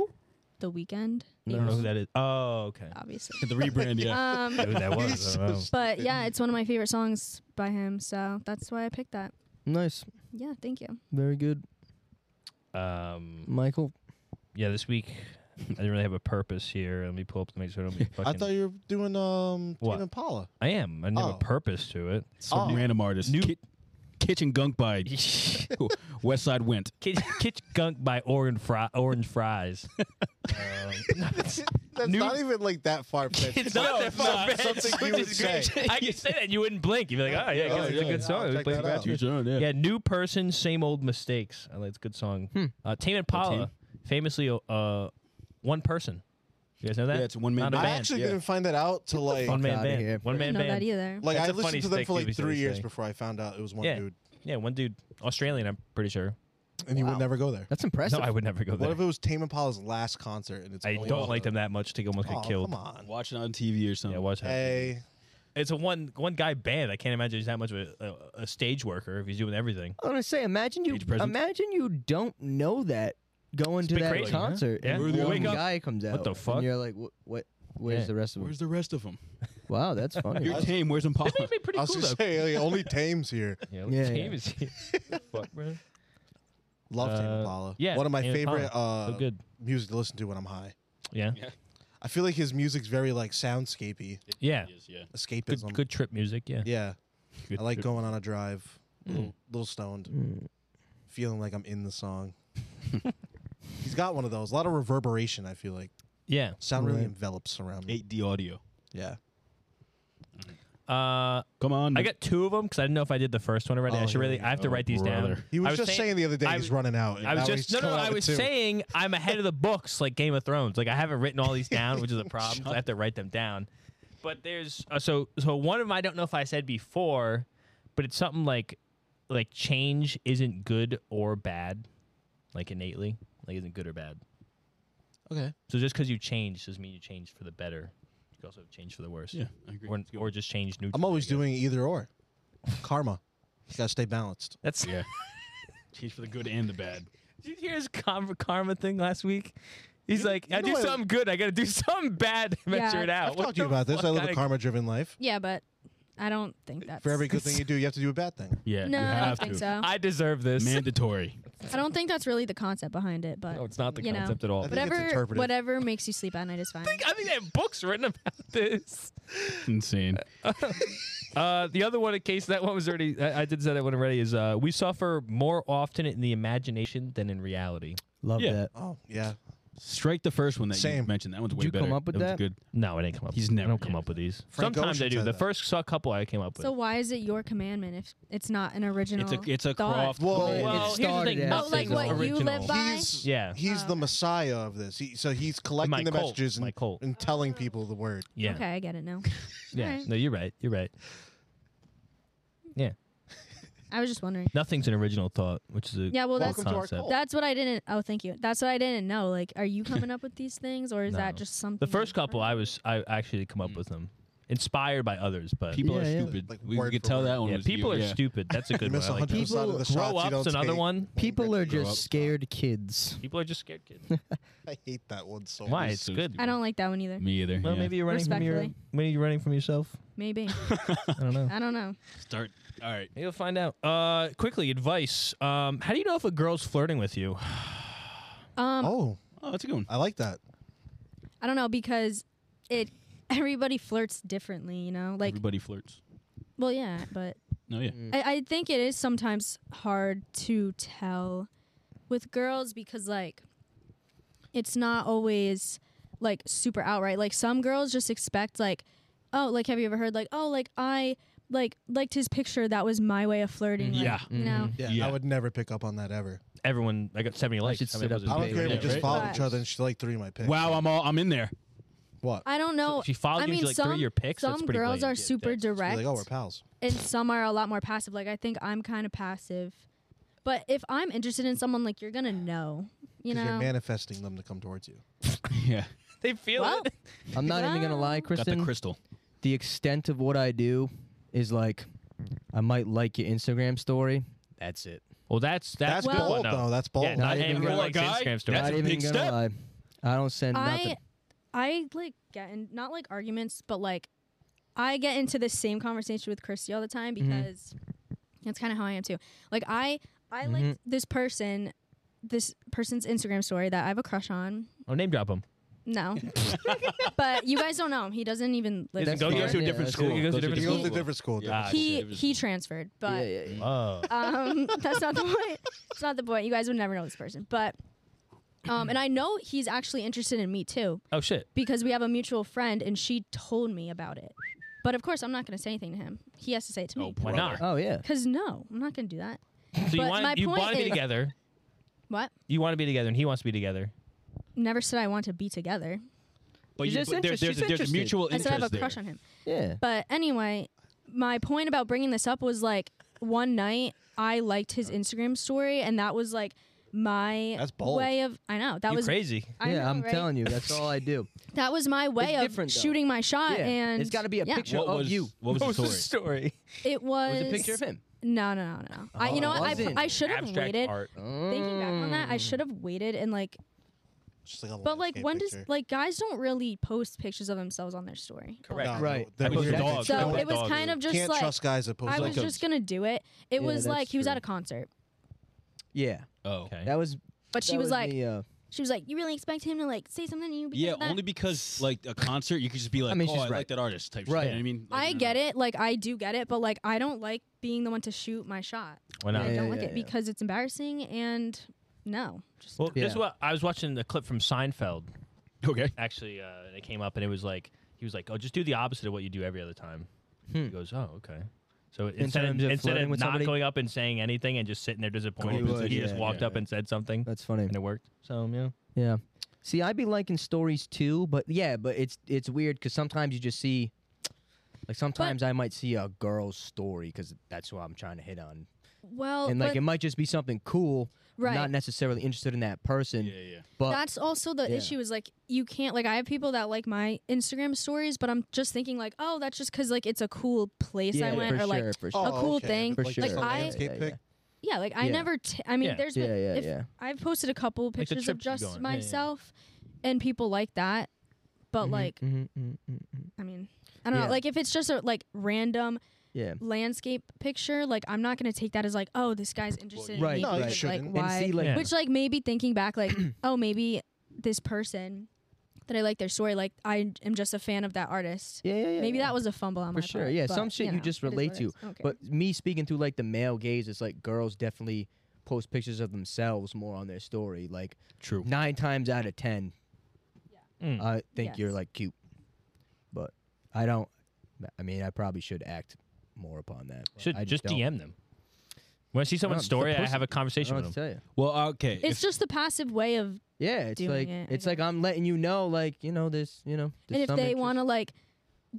The Weekend. I don't know who that is. Oh, okay. Obviously. The rebrand, yeah. Um, Who that was? I don't know. but yeah, it's one of my favorite songs by him, so that's why I picked that. Nice. Yeah, thank you. Very good, Um, Michael. yeah, this week I didn't really have a purpose here. Let me pull up to make sure I don't be fucking. I thought you were doing um What? Tame Impala. I am. I didn't have Oh. a purpose to it. Some Oh. random artist. New- Ki- Kitchen Gunk by West Side Went. Kitch, kitch gunk by orange fry, orange fries. um, That's New- not even like that far fetched. it's not that far it's fetched. something you would say. I could say that and you wouldn't blink. You'd be like, oh yeah, I guess Oh, it's yeah, a good yeah, song. I'll It check plays that back out. to you. yeah. Yeah, new person, same old mistakes. I like it's a good song. Uh, Tame Impala, famously uh, one person. You guys know that? Yeah, it's a one-man Not I band. actually yeah. didn't find that out till like one man outta here. band. One I man didn't know that band. either. like That's I a funny listened to them stick for he like was three always years saying. before I found out it was one Yeah. dude, Yeah, one dude, Australian. I'm pretty sure. and you would never go there. That's impressive. No, I would never go What there. if it was Tame Impala's last concert and it's? I only don't one like of them that much to almost Oh, get killed. Come on. Watch it on TV or something. Yeah, watch that. Hey, It's a one one guy band. I can't imagine he's that much of a, a, a stage worker if he's doing everything. I'm gonna say, imagine you, Stage presence. imagine you don't know that going to bit that crazy, huh? concert. Yeah. and We're the one only- guy comes out. the fuck? And you're like, what? what where's Yeah. the rest of them? Where's the rest of them? Wow, that's funny. Your team, where's Impala? That made me pretty I was cool gonna though. say like, only Tame's here. Yeah, Yeah, Tame yeah. is here. Fuck, bro. Love Tame Uh, Impala. yeah, one of my Tame favorite Impala. uh, So good. music to listen to when I'm high. Yeah, I feel like his music's very like soundscapey, yeah. yeah. escapism. Good, good trip music. Yeah. Yeah, Good- I like good- going on a drive, Mm. little, little stoned, feeling like I'm in the song. He's got one of those. A lot of reverberation. I feel like yeah. sound really Mm. Right. envelops around me. 8D audio. Yeah. Uh, Come on. I got two of them because I didn't know if I did the first one already. I Oh, should here really. we I have to go, write these down. brother. He I was, just saying, the other day I he's was- running out. and I was now just he's no, no. coming out I with was two. saying I'm ahead of the books, like Game of Thrones. Like I haven't written all these down, which is a problem. 'cause I have to write them down. But there's uh, so so one of them I don't know if I said before, but it's something like like change isn't good or bad, like innately, like isn't good or bad. Okay. So just because you change doesn't mean you change for the better. You could also change for the worse. Yeah, I agree. Or, or just change neutral. I'm always I guess. doing either or. Karma. You gotta stay balanced. That's Yeah. Change for the good and the bad. Did you hear his karma, karma thing last week? He's like, I you do know I- something good, I gotta do something bad to Yeah. measure it out. I've What talked to you the about this. fuck I live a kinda- karma driven life. Yeah, but I don't think that's For every good thing you do, you have to do a bad thing. Yeah, No, you I don't have think to. so. I deserve this. Mandatory. I don't think that's really the concept behind it, but no, it's not the you know. concept at all. I think it's whatever interpretive. whatever makes you sleep at night is fine. I think they have books written about this. Insane. Uh, the other one, in case that one was already, I, I did say that one already, is uh, we suffer more often in the imagination than in reality. Love Yeah. that. Oh yeah. Strike the first one that Same. you mentioned. That one's way you come better. up with one's that? Good. No, I didn't come up. He's with- I never- don't come yeah. up with these. Frank Sometimes Ocean I do. said The that. first saw couple I came up with. So why is it your commandment if it's not an original? It's a it's a thought? craft. Well, It well, here's the started thing, as Oh, like nothing's what a- you live by? He's Yeah. he's the messiah of this. He, so he's collecting My the cult, messages my and, cult. and telling people the word. yeah. Okay, I get it now. Yeah. Alright. No, you're right. You're right. Yeah. I was just wondering. Nothing's an original thought, which is a Yeah, well, that's Welcome to our concept. cult. that's what I didn't. Oh, thank you. That's what I didn't know. Like, are you coming up with these things, or is that No. just something? The first you've couple, heard? I was I actually come up with them. inspired by others, but People Yeah, are yeah. stupid. Like we, word we could for tell word. that one. yeah, was you. people are Yeah. stupid. That's a You good miss one. I like that. 100% of the People- Grow shots you up's don't another take. one. People are Grow just up. scared kids. People are just scared kids. I hate that one so Why? much. It's so good. I don't like that one either. Me either. Well, yeah. maybe you're running from your. Respectfully. Maybe you're running from yourself. Maybe. I don't know. I don't know. start. All right. You'll find out. Uh, quickly, advice. Um, how do you know if a girl's flirting with you? Um, Oh, Oh, that's a good one. I like that. I don't know because it everybody flirts differently, you know. Like, Everybody flirts. well, yeah, but No, yeah. Mm. I, I think it is sometimes hard to tell with girls because like it's not always like super outright. Like some girls just expect like, oh, like have you ever heard like, oh, like I like liked his picture. That was my way of flirting. like, Yeah. you know. Mm-hmm. Yeah, Yeah. I would never pick up on that ever. Everyone, I got seventy likes. should mean, sit was up I it- don't and Yeah, care. We yeah, just right? follow But- each other, and she like three of my picks. Wow, I'm all. I'm in there. What? I don't know. If she followed I you, mean, she, like, threw some your pics, that's some pretty girls blatant. are Yeah, super thanks. Be direct, Like, oh, we're pals. and some are a lot more passive. Like I think I'm kind of passive, but if I'm interested in someone, like you're gonna know, you 'Cause know. you're manifesting them to come towards you. yeah. They feel Well, it. I'm not even gonna lie, Got the Kristen. crystal. the extent of what I do is like, I might like your Instagram story. That's it. Well, that's that's, That's, good bold, one, though. That's bold. Yeah, not even everyone gonna likes lie. Instagram stories. That's not a even big gonna step. lie. I don't send I nothing. I like get in not like arguments, but like I get into the same conversation with Christy all the time Mm-hmm. because that's kind of how I am too. Like I I Mhm. liked this person, this person's Instagram story that I have a crush on. Oh, name drop him. No, but you guys don't know him. He doesn't even live. Doesn't here. go You to go to a Yeah, different that's school. good. You go to a different He goes to school. different school. Yeah. different- he It was- he transferred, but Yeah, yeah, yeah. Oh, um, that's not the point. It's not the point. You guys would never know this person, but um, and I know he's actually interested in me too oh shit. because we have a mutual friend, and she told me about it. But of course, I'm not going to say anything to him. He has to say it to me. Why not? Oh yeah. Cause no, I'm not going to do that. So you But my want you point want to be is- together. What? You want to be together, and he wants to be together. Never said I want to be together. But, He's you, just but there, interest- there's, a, there's she's a interested. mutual I interest said I have a there. crush on him. Yeah. But anyway, my point about bringing this up was like one night I liked his Instagram story, and that was like my That's bold. way of. I know that you was crazy. I yeah, know, I'm right? telling you, that's all I do. That was my way of different, though. shooting my shot, Yeah, Uh, and it's got to be a yeah. picture What of was you. What was the story? story? It was, It was a picture of him. No, no, no, no. I, you know it what? I, wasn't. I should have Abstract waited. art. Thinking back on that, I Mm. should have waited and like, Just like a but like, landscape when does picture. like guys don't really post pictures of themselves on their story? Correct. No, Right. they're I put weird. dogs. So Don't it was dog kind do. of just Can't like trust guys that post I like was a- just gonna do it. It Yeah, was that's like he was true. at a concert, Yeah, Oh. Okay. that was. but she that was, like, me, uh, she was like, you really expect him to like say something to you? because Yeah, of that?" only because like a concert, you could just be like, mean, "Oh, she's I like right. that artist." Type shit. Right. You know what I mean, I get it. Like I do get it, but like I don't like being the one to shoot my shot. Why not? I Yeah, don't like yeah, it yeah. because it's embarrassing and no. Just Well, this Yeah. is what I was watching the clip from Seinfeld. it. Okay. Actually, uh, it came up, and it was like he was like, "Oh, just do the opposite of what you do every other time." He hmm. goes, "Oh, okay." So instead of, terms of instead flirting of not with somebody? going up and saying anything and just sitting there disappointed, He would, he just yeah, walked yeah, up and said something, That's funny. and it worked. So yeah, Yeah. See, I'd be liking stories too, but yeah, but it's it's weird because sometimes you just see, like sometimes I might see a girl's story because that's what I'm trying to hit on, well, and like Oh, but it might just be something cool. I'm Right. Not necessarily interested in that person, Yeah, yeah. but that's also the yeah. issue is like you can't like I have people that like my Instagram stories, but I'm just thinking like, oh, that's just because like it's a cool place yeah, I went for or like sure, for Oh, sure. a cool okay. thing. For like sure. just a Like, I- landscape Yeah, yeah, pic. Yeah, like I Yeah. never. T- I mean, Yeah. there's Yeah, been, yeah, if yeah. I've posted a couple Like the pictures trip of you go just on. Yeah, yeah, yeah. myself, and people like that. But Mhm, like, mhm, mhm, mhm, mhm. I mean, I don't Yeah. know. Like if it's just a like random yeah. landscape picture, like I'm not gonna take that as like, oh, this guy's interested Right, in me. No, you because, shouldn't. Like And why? And see, like, Yeah. Which like maybe thinking back, like oh maybe this person that I like their story, like I am just a fan of that artist. yeah, yeah, yeah, Maybe yeah. that was a fumble on For my sure, part, yeah, but, some shit you know, just it is what relate it to, is. I don't care. But me speaking through like the male gaze, it's like girls definitely post pictures of themselves more on their story. Like True. nine times out of ten, Mm. I think you're Yes. like cute, but I don't. I mean, I probably should act more upon that. should I just don't. DM them. When I see No, someone's it's the story, I pussy. have a I don't conversation know with what them. to tell you. Well, uh, okay. it's just the passive way of Yeah, it's Doing like it, I it's like I'm letting you know, like you know this, you know. and if they want to like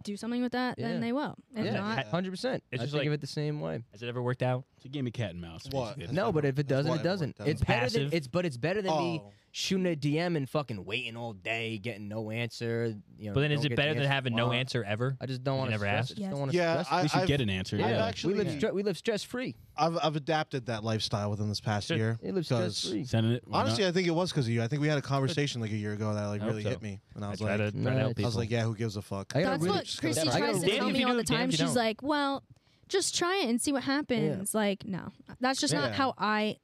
do something with that, Yeah. then they will. If Yeah. not, hundred percent. I It's think just of like- it the same way. Has it ever worked out? it's a game of cat and mouse. What? basically. That's No, why but it- if it that's doesn't, why it doesn't. worked out. It's better than Passive. it's, but it's better than me oh, shooting a DM and fucking waiting all day, getting no answer. You know, But then is don't it get the better than answer having you no want. answer ever? I just don't You want to never stress. ask? It. Just Yes. don't want to Yeah, stress. I, We should I've, get an answer. it. I've Yeah. we actually- live stre- we live stress free. I've, I've adapted that lifestyle within this past Good. year. It lives 'cause stress free. Sending it. why not? Honestly, I think it was because of you. I think we had a conversation like a year ago that like I hope really so. hit me, and I I was try like, to try to help Nice. I people. was like, yeah, who gives a fuck? I got That's really what just Christy gotta- I gotta tries to really- tell Damn if me you all do, the damn time. if you She's don't. like, "Well, just try it and see what happens." Like, no, that's just not Yeah. how I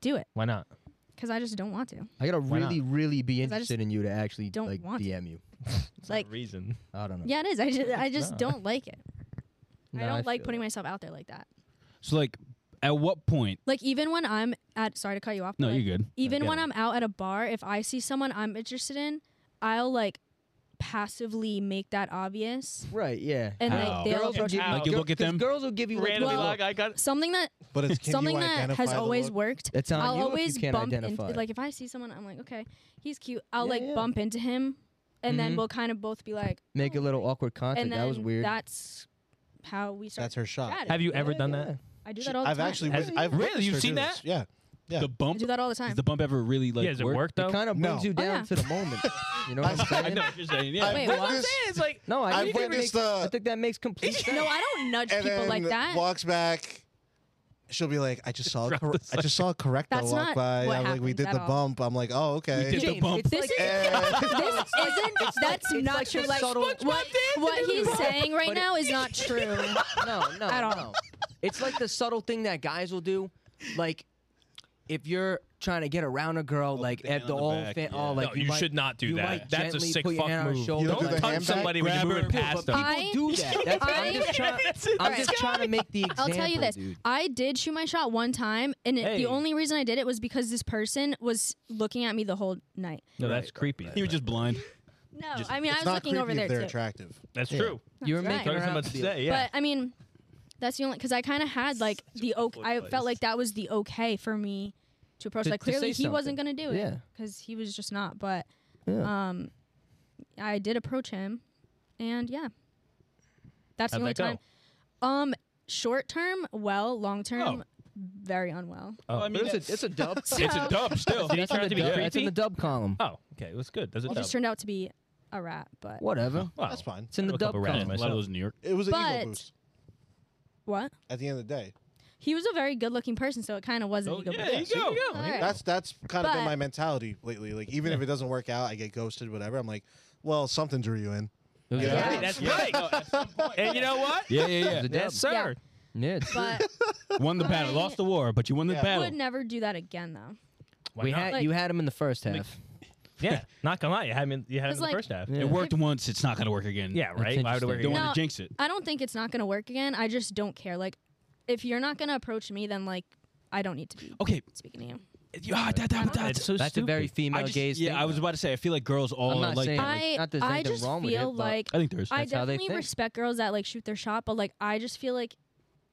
do it why not? because I just don't want to. I gotta Why not? really, really be 'Cause I interested in you to actually don't like want to. DM you. It's Like- like reason. I don't know. Yeah, it is. I just, I No. just don't like it. No, I don't like feel putting that. myself out there like that. so like, at what point? Like even when I'm at, sorry to cut you off. No, but, like, you're good. Even get when it. I'm out at a bar, if I see someone I'm interested in, I'll like passively make that obvious, Right, yeah. and How? they, they'll girls will approach give you Like, you look at 'cause them? Girls will give you like, Randomly, Well- like I got. something that But it's can something you that identify has the always look? worked. That's on I'll you if you always can't bump identify it. into like if I see someone, I'm like, okay, he's cute. I'll Yeah, like yeah. bump into him, and then Mhm. we'll kind of both be like, make a "Oh," little awkward contact. and then that was weird. That's how we start. That's her shot. chatting. Have you ever Yeah, done yeah. that? I do She- that all the I've time. actually, Has- I've Really? witnessed You've her seen do that? this. Yeah, yeah. The I bump. do that all the time. Does the bump ever really like yeah, does it work It though? kind of No. brings you Oh, down yeah. to the moment. You know what I'm I saying? know what you're saying. Yeah. I've Wait, That's what I'm saying. witnessed- It's like No, I, uh, I've think that witnessed makes, the- I think that makes complete sense. no, I don't nudge and people then like that. walks back. She'll be like, I just saw, a Drop cor- the I just saw a correcto That's walk not by. what I'm like, we happens did at the all. bump. I'm like, oh, okay. did the James, bump. It's This like, is- And- this isn't. that's it's not like true. the Like subtle- what, what he's saying right But it- now is not true. no, no, At all. no. It's like the subtle thing that guys will do, like. If you're trying to get around a girl, like the hand at the on the all, back, fan, yeah. all like no, you, might- should not do you that. might That's a gently sick put your fuck hand on her move. shoulder, You don't do Don't the touch hand back, somebody when you're grab her, moving pull past People them. I- do that. That's what I'm just trying. I'm just trying to make the example. I'll tell you this. dude. I did shoot my shot one time, and it, Hey. the only reason I did it was because this person was looking at me the whole night. No, that's creepy. You were just blind. No, I mean I it's was not looking creepy over if there they're too. attractive. That's Yeah. true. You were That's making right. her Talking out about to be. today, yeah. But I mean, that's the only because I kind of had like the okay. I felt like that was the okay for me to approach. To- like to say clearly he wasn't something. gonna do it Yeah. because he was just not. But Yeah. um, I did approach him, and yeah, that's How'd the only that go? time. Um, short term, well, long term, Oh. very unwell. Oh, I mean, But it's a, it's a dub. So it's a dub still. Did he That's in turn out the to be dub- that's in creepy? the dub column. Oh, okay. It was good. Does it it dub? just turned out to be a rat, but Whatever. Wow. That's fine. It's I in the know a dub couple randoms column. a lot of those in New York. It was an But- ego boost. what? At the end of the day, He was a very good looking person, so it kind of wasn't. Oh, ego yeah, boost. there you go. All right. that's that's kind of been But- my mentality lately. Like, even if it doesn't work out, I get ghosted, whatever. I'm like, well, something drew you in. It was a Yeah. dub. Hey, That's right. And you know what? Yeah, yeah, It was a Yes, dub. sir. Yeah, it's- but Won the I- battle, lost the war, but you won the Yeah. would battle. never do that again though. Why we not? had Like- you had him in the first half. yeah. Not gonna lie, you had him. In, you had him 'Cause, in the like- first half. Yeah. It worked once. It's not gonna work again. Yeah, right. Why would it work? again? Don't No. want to jinx it. I don't think it's not going to work again. I just don't care. Like, if you're not going to approach me, then like, I don't need to be Okay. speaking to you. Yeah, that- that- That's so That's a very stupid. female I just- gaze. yeah, I was about to say. I feel like girls all I'm are not like. saying- that. not I that there's I anything just wrong with feel it, but- like I think there's. I That's how they definitely think. respect girls that like shoot their shot, but like I just feel like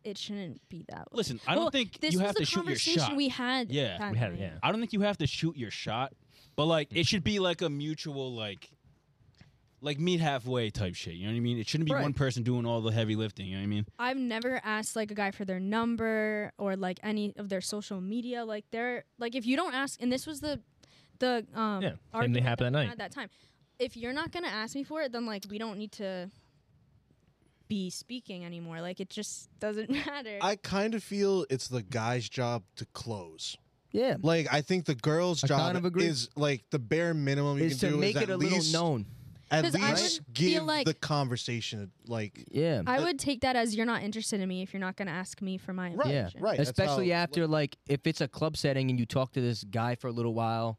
it shouldn't be that. way. Listen, I don't Well, think this you was have the to shoot your conversation shot. We had. Yeah, that We had it. night. Yeah. I don't think you have to shoot your shot, but like it should be like a mutual like like meet halfway type shit. You know what I mean? It shouldn't be Right. one person doing all the heavy lifting. You know what I mean? I've never asked like a guy for their number or like any of their social media. Like they're like if you don't ask, and this was the the um Yeah, same thing argument happened that we night. had that time. If you're not gonna ask me for it, then like we don't need to be speaking anymore. Like it just doesn't matter. I kind of feel it's the guy's job to close. Yeah, Like, I think the girl's I job kind of agree. is like the bare minimum you is can to do make is it at a little least known. at 'Cause I would least feel give like- the conversation like Yeah, I uh, would take that as you're not interested in me if you're not gonna ask me for my Right, yeah, information. right. that's Especially how- after like if it's a club setting and you talk to this guy for a little while,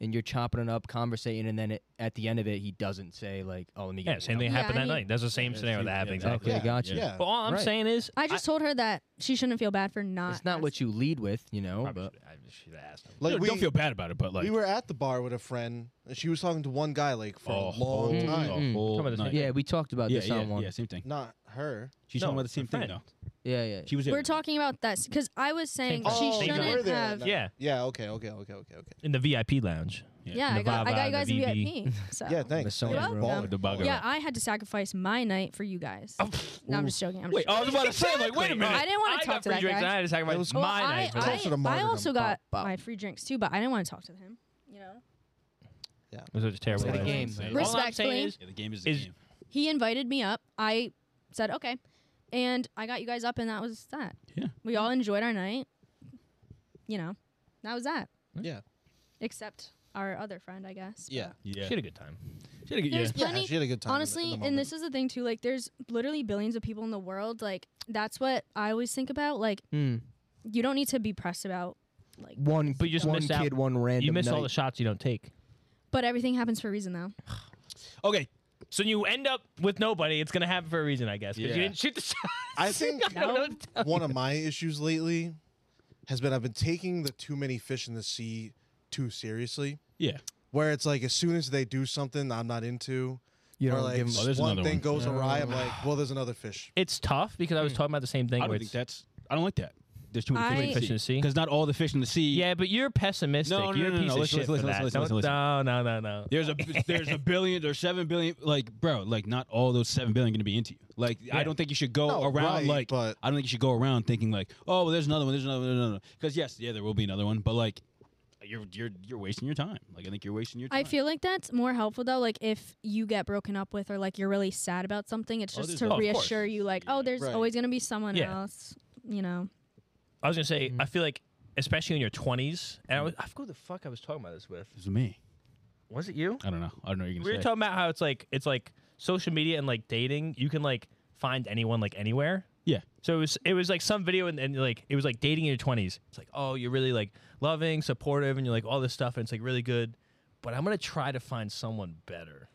and you're chopping it up, conversating, and then it, at the end of it, he doesn't say like, "Oh, let me get Yeah, you same out." thing Yeah, happened I that mean- night. That's the same scenario that happened exactly. Okay, gotcha. yeah. But all I'm Right. saying is, I just told her that she shouldn't feel bad for not. It's not what you lead with, you know. probably But should- I should have asked him. Like Don't- we, don't feel bad about it, but like we were at the bar with a friend, and she was talking to one guy like for oh, a long whole- time. Mm. Come on, yeah, we talked about yeah, this yeah, on one. yeah, same thing. Not her. She's No, talking about the it's same a thing friend. though. Yeah, yeah. She was. We're talking about that because I was saying Same she Oh, you you shouldn't were there have. that night. Yeah. Yeah. Okay. Okay. Okay. Okay. Okay. in the VIP lounge. Yeah, The I got, I Vava, got you the guys in VV. VIP. So. Yeah. Thanks. Sony Yeah, room. baller. The bugger. Yeah, I had to sacrifice my night for you guys. Oh. no, I'm just joking. I'm Wait, just I was about to say like, wait a Exactly. minute. I didn't wanna I talk got to free that drinks. guy. I had to sacrifice It was- joking. my Well, night. for I, that. Closer to I, I martyrdom. also got Bop, bop. my free drinks too, but I didn't want to talk to him. You know, Yeah. It was a terrible the idea. game, man. All I'm Respectfully. saying is, Yeah, the game is the Is- game. He invited me up. I said okay, and I got you guys up, and that was that. Yeah. We all enjoyed our night. You know, that was that. Yeah. Except our other friend, I guess. but- Yeah. Yeah. she had a good time. She had a good- There's yeah. plenty. had a good time. honestly and this is the thing too like there's literally billions of people in the world like that's what i always think about like Hmm. you don't need to be pressed about like one, But you just one missed out- kid, one random. You miss all night. the shots you don't take. but everything happens for a reason though Okay. So you end up with nobody. It's gonna happen for a reason, I guess. 'cause Yeah. you didn't shoot the shot. I think one of my issues lately has been I've been taking the too many fish in the sea too seriously. Yeah. Where it's like as soon as they do something I'm not into, You or don't like give 'em- s- Oh, there's one another thing one. goes awry, I'm like, well, there's another fish. It's tough because I was talking about the same thing. I where don't think it's- that's. I don't like that. There's too I- many Fish in the sea? Because not all the fish in the sea. Yeah, but you're pessimistic. No, no, you're no, a no, piece no, of listen, shit listen, for listen, that. listen, listen, Don't- listen. No, no, no, no. There's a there's a billion there's seven billion like bro like not all those seven billion gonna be into you like I Yeah. don't think you should go No, around right, like but- I don't think you should go around thinking like oh well, there's another one there's another one, there's another one because yes yeah there will be another one but like you're you're you're wasting your time like I think you're wasting your time i feel like that's more helpful though like if you get broken up with or like you're really sad about something it's Oh, just there's to that. Oh, of course. reassure you like oh there's Right. always gonna be someone Yeah. else you know I was gonna say, I feel like, especially in your 20s, and I, was, I forgot who the fuck I was talking about this with. this is me Was it you? I don't know I don't know what you're gonna We were say talking about how it's like it's like social media and like dating. You can like find anyone like anywhere. yeah So it was it was like some video and, and like it was like dating in your 20s. It's like oh you're really like loving, supportive, and you're like all this stuff, and it's like really good. But I'm gonna try to find someone better.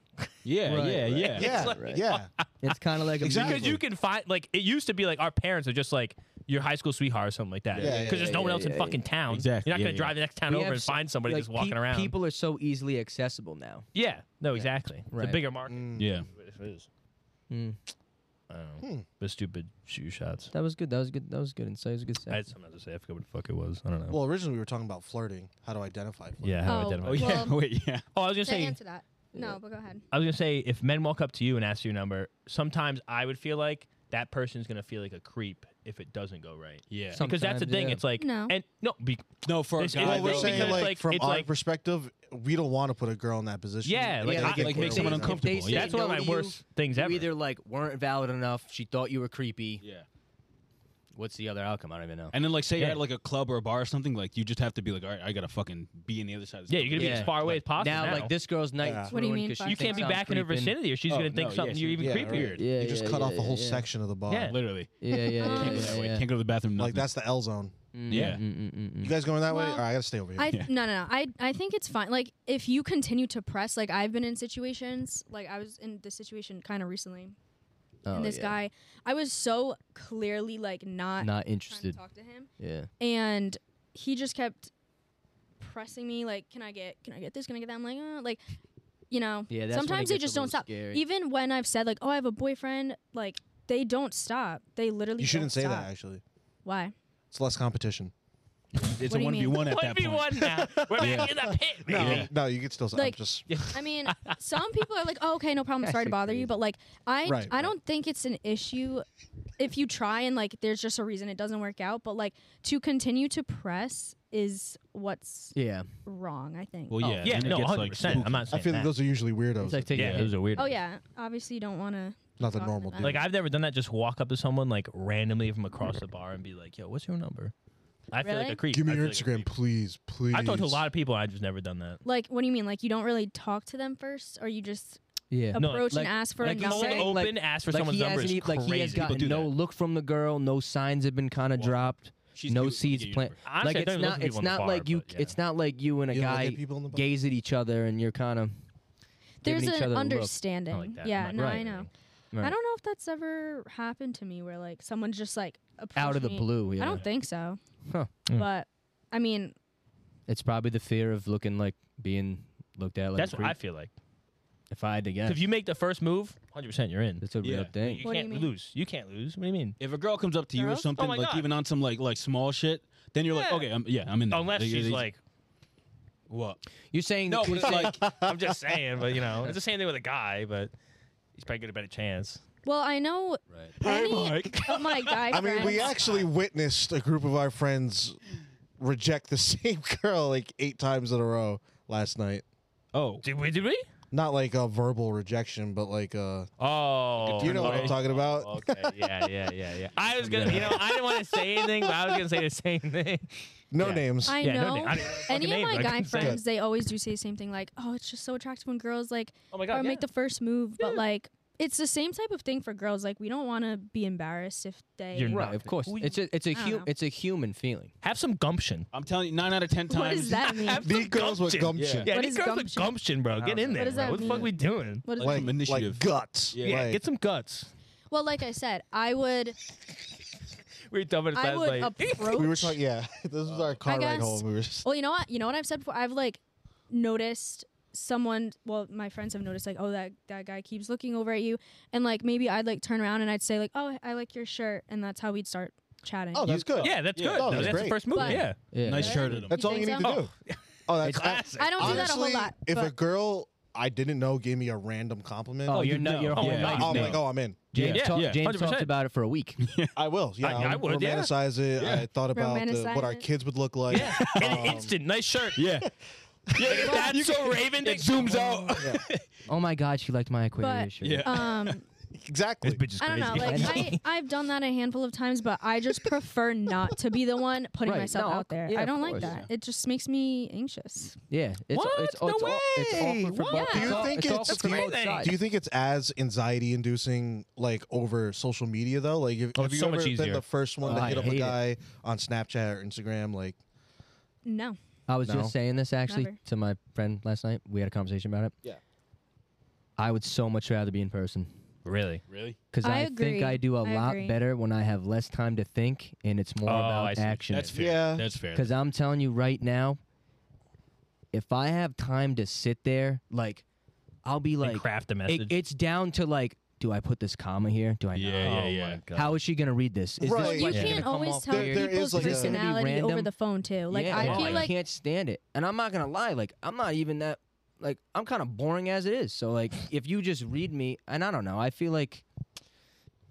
yeah Right, yeah right. yeah Yeah, like- yeah. It's kind of like a Exactly. Because you can find like it used to be like our parents are just like your high school sweetheart or something like that. Yeah, Because yeah, there's yeah, no one yeah, else in yeah, fucking town. Exactly, You're not yeah, gonna yeah. drive the next town We over have and s- find somebody like, just walking pe- around. People are so easily accessible now. Yeah. No, exactly. It's Right. a bigger market. yeah It is. Mm. I don't know. The stupid shoe shots. That was good. That was good. That was good insight. It was a good I had set. something to say. I forgot what the fuck it was. I don't know. Well, originally we were talking about flirting, how to identify flirting. yeah. How Oh. I identify. oh yeah Well- wait yeah Oh, I was gonna to say. answer that no but go ahead I was gonna say if men walk up to you and ask your number, sometimes I would feel like that person's gonna feel like a creep if it doesn't go right. yeah Some- Because that's the Sometimes, thing. yeah. It's like No. and no. Be, no for a It's- guy I Well, we're think saying because, like, like, from it's our like- perspective, we don't want to put a girl in that position. Yeah, like, they I- get like, make put someone in that. uncomfortable. If they say that's one of no my to you, worst things you ever. Either like weren't valid enough. She thought you were creepy. yeah What's the other outcome? I don't even know. and then like say you're Yeah. at like a club or a bar or something like you just have to be like all right I gotta fucking be on the other side of this Yeah, you're gonna be Yeah. as far away as possible. now, like this girl's night. Yeah. is What do you ruined mean 'cause she by you can't thinks be I'm back in her creeping. vicinity, or she's Oh, gonna think no, something yes, you're you- even yeah, creepier. right. Yeah, you just yeah, cut yeah, off a whole yeah. section of the bar. Yeah. literally Yeah, yeah, yeah. Can't can't go yeah, that way yeah. can't go to the bathroom Like nothing. that's the L zone. Mm, Yeah. mm, mm, mm, mm. You guys going that way? Well, All right, I gotta stay over here. I Yeah. no no no. I I think it's fine. Like if you continue to press, like I've been in situations, like I was in this situation kind of recently, Oh, and this yeah. guy, I was so clearly like not, not trying to interested. talk to him, Yeah. and he just kept pressing me like, can I get, can I get this, can I get that? I'm like, uh, like, you know, Yeah. That's when it sometimes they gets a just don't little stop. scary. Even when I've said like, oh, I have a boyfriend, like they don't stop. They literally you shouldn't say don't stop. that. Actually, Why? it's less competition. It's What a do you one v one mean? at One that v point. one now. We're back Yeah. in the pit, No, baby. Yeah. no, you could still. I'm Like- just I mean, some people are like, "Oh, okay, no problem. Sorry to bother you," but like, I Right, I right. don't think it's an issue if you try and like, there's just a reason it doesn't work out. But like, to continue to press is what's Yeah. wrong. I think. Well, yeah, Oh, Yeah, then it no, gets, 100. like, percent I'm spooky. not I saying feel like that. those are usually weirdos. It's like taking yeah, it was a weird. oh yeah, obviously you don't want to. not the normal dude. about Like it. I've never done that. Just walk up to someone like randomly from across the bar and be like, "Yo, what's your number?" I feel like Really? a creep. Give me I your feel like a creep. Instagram, please, please. I've talked to a lot of people. I've just never done that. Like, what do you mean? Like, you don't really talk to them first, or you just Yeah. No, approach like- and ask for like a you number? Cold saying, open, like- ask for like someone's he number hasn't is e- like he has crazy. gotten do no that. look from the girl, no signs have been kind of Wow. dropped, She's no cute. seeds Yeah, planted. Honestly, Like I it's don't even look not at it's people in the not bar, like you but, yeah. it's not like you and a You don't look guy at people in the bar? gaze at each other and you're kind of There's giving each an other a look. understanding. Not like that. Yeah, Not no, right. I know. I Right. don't know if that's ever happened to me where like someone's just like out of the approached me. blue. Yeah. I don't think so. Huh. Hmm. Mm. But I mean, it's probably the fear of looking like being looked at like That's a what I creep. feel like. if I had to 'Cause guess. If you make the first move, 100 percent you're in. That's a real Yeah. thing. You What do you can't mean? lose. You can't lose. What do you mean? If a girl comes up to you or Girls? something, Oh my like God. even on some like like small shit, then you're like, Yeah. okay, I'm, yeah, I'm in. There. Unless Like, she's it's- like, what? You're saying No, the but creep it's like, I'm just saying, but you know, it's the same thing with a guy, but he's probably got a better chance. well, I know any of my guy I mean, we friends- actually witnessed a group of our friends reject the same girl like eight times in a row last night. Oh, Did we? Did we? Not like a verbal rejection, but like uh Oh, you know what I'm talking about. Okay. Yeah, yeah, yeah, yeah. I was gonna, you know, I didn't want to say anything, but I was gonna say the same thing. No Yeah. names. I yeah, no know. name. I didn't know the Any fucking name, of my but I guy couldn't say it. friends, they always do say the same thing, like, "Oh, it's just so attractive when girls like Oh my or god. Yeah. make the first move." But like, it's the same type of thing for girls. Like, we don't want to be embarrassed if they. You're Right, not. of course. Who you- It's a it's a I hu- don't know. it's a human feeling. Have some gumption. I'm telling you, nine out of ten times. what does that mean? Have These some girls with gumption. Yeah, What these is girls with gumption? gumption, bro. Get in there. does bro. that what the fuck mean? we doing? what is Like, Some like initiative. guts. Yeah. Yeah, Like, get some guts. well, like I said, I would, We were talking about I this last would night. approach. we were talking yeah. This was our car ride guess- home. We were just- Well, you know what? You know what I've said before. I've like noticed someone. Well, my friends have noticed like, oh, that that guy keeps looking over at you, and like maybe I'd like turn around and I'd say like, oh, I like your shirt, and that's how we'd start chatting. Oh, that's good. Yeah, that's Yeah. good. No, though. that's that's the great. first move. But- yeah. Yeah. Nice Yeah. shirt at him. That's all you think need to so? do. Oh, that's It's classic. I don't do that a whole honestly, lot. If but a girl I didn't know gave me a random compliment, Oh, oh, you're you'd not. know. You're Oh, yeah, no. you'd I'm know. like, oh, I'm in. James, Yeah, talked- yeah, James 100%. talked about it for a week. I will. Yeah, I- I I'll would, yeah. Romanticize it. I thought about the, what Romanticize our it. kids would look like. Um, Yeah. In oh. an instant. Nice shirt. Yeah. yeah. Like, that's so Raven. That It zooms out. Oh my God, she liked my Aquarius shirt. But- Yeah. um, exactly. is I don't know. Like I, I've done that a handful of times, but I just prefer not to be the one putting Right, myself no, out there. yeah, I of don't like course. that. It just makes me anxious. Yeah, it's What? It's, No it's, aw- it's way! awkward for What? both. Do you it's aw- think it's- awkward for do you- both sides. Do you think it's as anxiety inducing like over social media though? Like if, Oh, have it's you so ever much been easier. the first one to Oh, I hit up a hate it. guy on Snapchat or Instagram? Like No. I was No. just saying this actually Never. to my friend last night. We had a conversation about it. Yeah. I would so much rather be in person Really? Really? because I I, think agree. I do a I lot agree. better when I have less time to think and it's more Oh, I about see. action. That's fair. Yeah. That's fair. Because I'm telling you right now, if I have time to sit there, like, I'll be like, and craft a it- message. it's down to like, do I put this comma here? Do I Yeah, not? yeah, oh yeah. my god. How is she gonna read this? Is Right. this Well, you what's yeah. gonna can't come always off tell There- here? there people's is, like, a- Is this gonna be personality over random? the phone too. Like Yeah, I no, feel I I like can't stand it, and I'm not gonna lie. Like, I'm not even that. Like, I'm kind of boring as it is. So, like, if you just read me, and I don't know, I feel like,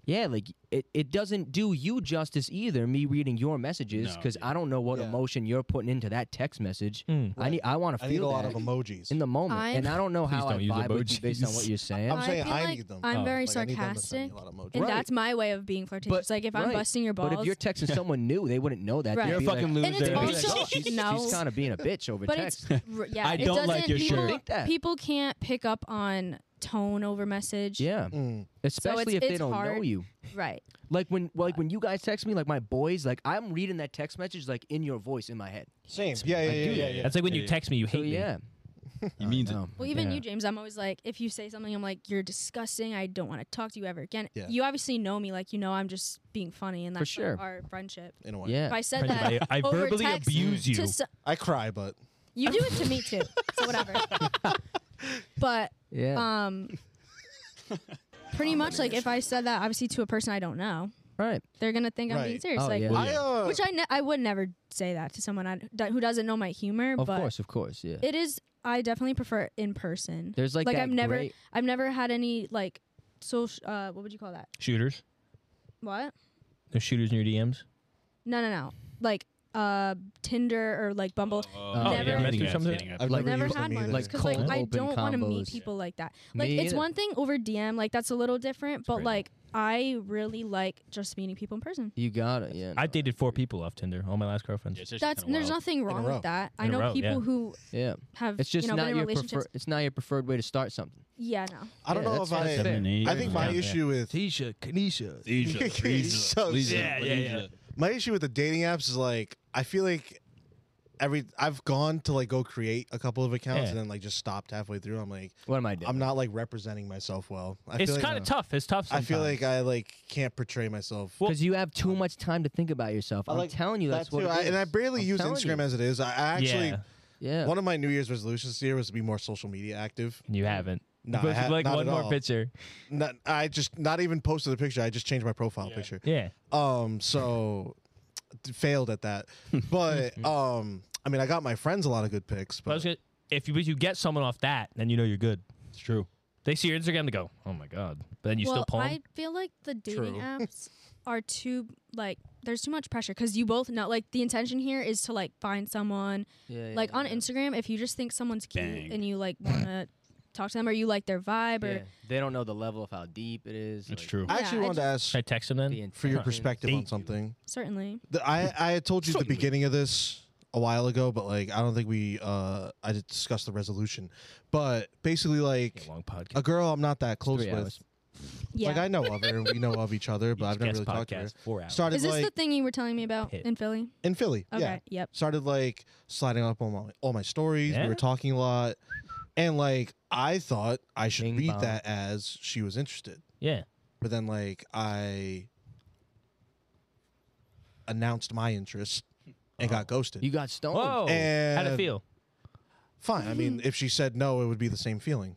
yeah, like it, it doesn't do you justice either. Me reading your messages No, because I don't know what Yeah. emotion you're putting into that text message. Hmm. Mm. I need, I want to I need a feel lot that of emojis. in the moment, I'm- and I don't know how don't I use vibe with you based on emojis. what you're saying. I'm I saying feel I like need them. I'm Oh. very Like, I need them to send me sarcastic, a lot of emojis. and Right. that's my way of being flirtatious. like if I'm right. busting your balls, But if you're texting someone new, they wouldn't know that. Right. They'd You're a be like, fucking And it's loser. They'd be like, Also- "Oh, she's, No. she's kind of being a bitch over but text. it's r- yeah. I it don't doesn't, like your people, shirt. Think that. People can't pick up on tone over message. yeah, Mm. especially if they it's don't know hard. Uh, you. Right. Like when, like when you guys text me, like my boys, like I'm reading that text message like in your voice in my head. Same. Yeah, yeah, yeah, yeah. yeah. That's like when Yeah, you yeah. text me, you hate So me. yeah, He means it. no, Well, even yeah. you, James, I'm always like, if you say something, I'm like, you're disgusting. I don't want to talk to you ever again. Yeah. You obviously know me. Like, you know, I'm just being funny, and For that's like, sure. our friendship. In a way. Yeah, If I said Friendship, that, I- I over verbally text abuse you. To so- I cry, but you do it to me too. So whatever. but yeah, um, pretty much like if I said that, obviously to a person I don't know, right. they're gonna think I'm being Right. serious. Oh, like, yeah. Well, I uh, which I ne- I would never say that to someone I, that, who doesn't know my humor. Of but course, of course, yeah. it is. I definitely prefer it in person. There's like, like, that I've never- great- I've never had any like social. Uh, what would you call that? Shooters. What? There's shooters in your DMs. No, no, no. Like uh, Tinder or like Bumble. Oh, Never- yeah, Dating apps, dating apps, dating dating I've apps. never, like- never used had them one either. Like because like cold I open don't want to meet combos. people like that. Like Me it's either. one thing over DM, like that's a little different, but great. like I really like just meeting people in person. You got it. Yeah, I dated four people off Tinder. All my last girlfriends. Yeah, it's just That's kinda there's wild. nothing wrong row. with that. I In a know row, people yeah. who yeah. have It's just you know not been in your relationships. preferred. It's not your preferred way to start something. yeah, no. I don't Yeah, know that's if I. fair. Seven, eight, I think my nine, yeah. issue with Tisha, Kanisha. Leisure, He's leisure, so leisure, Yeah, yeah, yeah. leisure. my issue with the dating apps is like I feel like every I've gone to like go create a couple of accounts Yeah. and then like just stopped halfway through. I'm like What am I doing? I'm not like representing myself well. I It's feel like, kind of uh, tough. It's tough. I feel sometimes. like I like can't portray myself. Well, because you have too much time to think about yourself. I I'm like telling you, that's That what. too, it I, and I is. barely I'm use telling Instagram you. as it is. I, I actually Yeah. Yeah. one of my New Year's resolutions this year was to be more social media active. you haven't. No, I But ha- like not one at more all. picture. Not- I just not even posted a picture. I just changed my profile Yeah. picture. Yeah. Um, so d- failed at that. But um, I mean, I got my friends a lot of good pics. But I was But gonna, if you, if you get someone off that, then you know you're good. It's true. They see your Instagram, they go, "Oh my god!" But then you well, still pull. 'em. I feel like the True. dating apps are too like there's too much pressure because you both know like the intention here is to like find someone Yeah, like on Instagram if you just think someone's cute Bang. and you like want to talk to them or you like their vibe or They don't know the level of how deep it is. It's like, true. Yeah, I actually I wanted to ask Should I text him then? the for your intention. perspective on Date. something. certainly The- I I had told you at the Certainly. beginning of this a while ago, but like I don't think we uh I did discuss the resolution. But basically, like Yeah, long podcast. a girl I'm not that close three with. hours. yeah Like I know of her, and we know of each other, but I've never really talked to her. Four hours. Started is this like the thing you were telling me about Hit. in Philly in Philly, okay yeah. yep Started like sliding up on my, all my stories. We Yeah? were talking a lot, and like I thought I should Bing read bong. that as she was interested, yeah. but then like I announced my interest and got ghosted. Oh. You got stoned. Whoa. How'd it And- feel? Fine. I mean, if she said no, it would be the same feeling.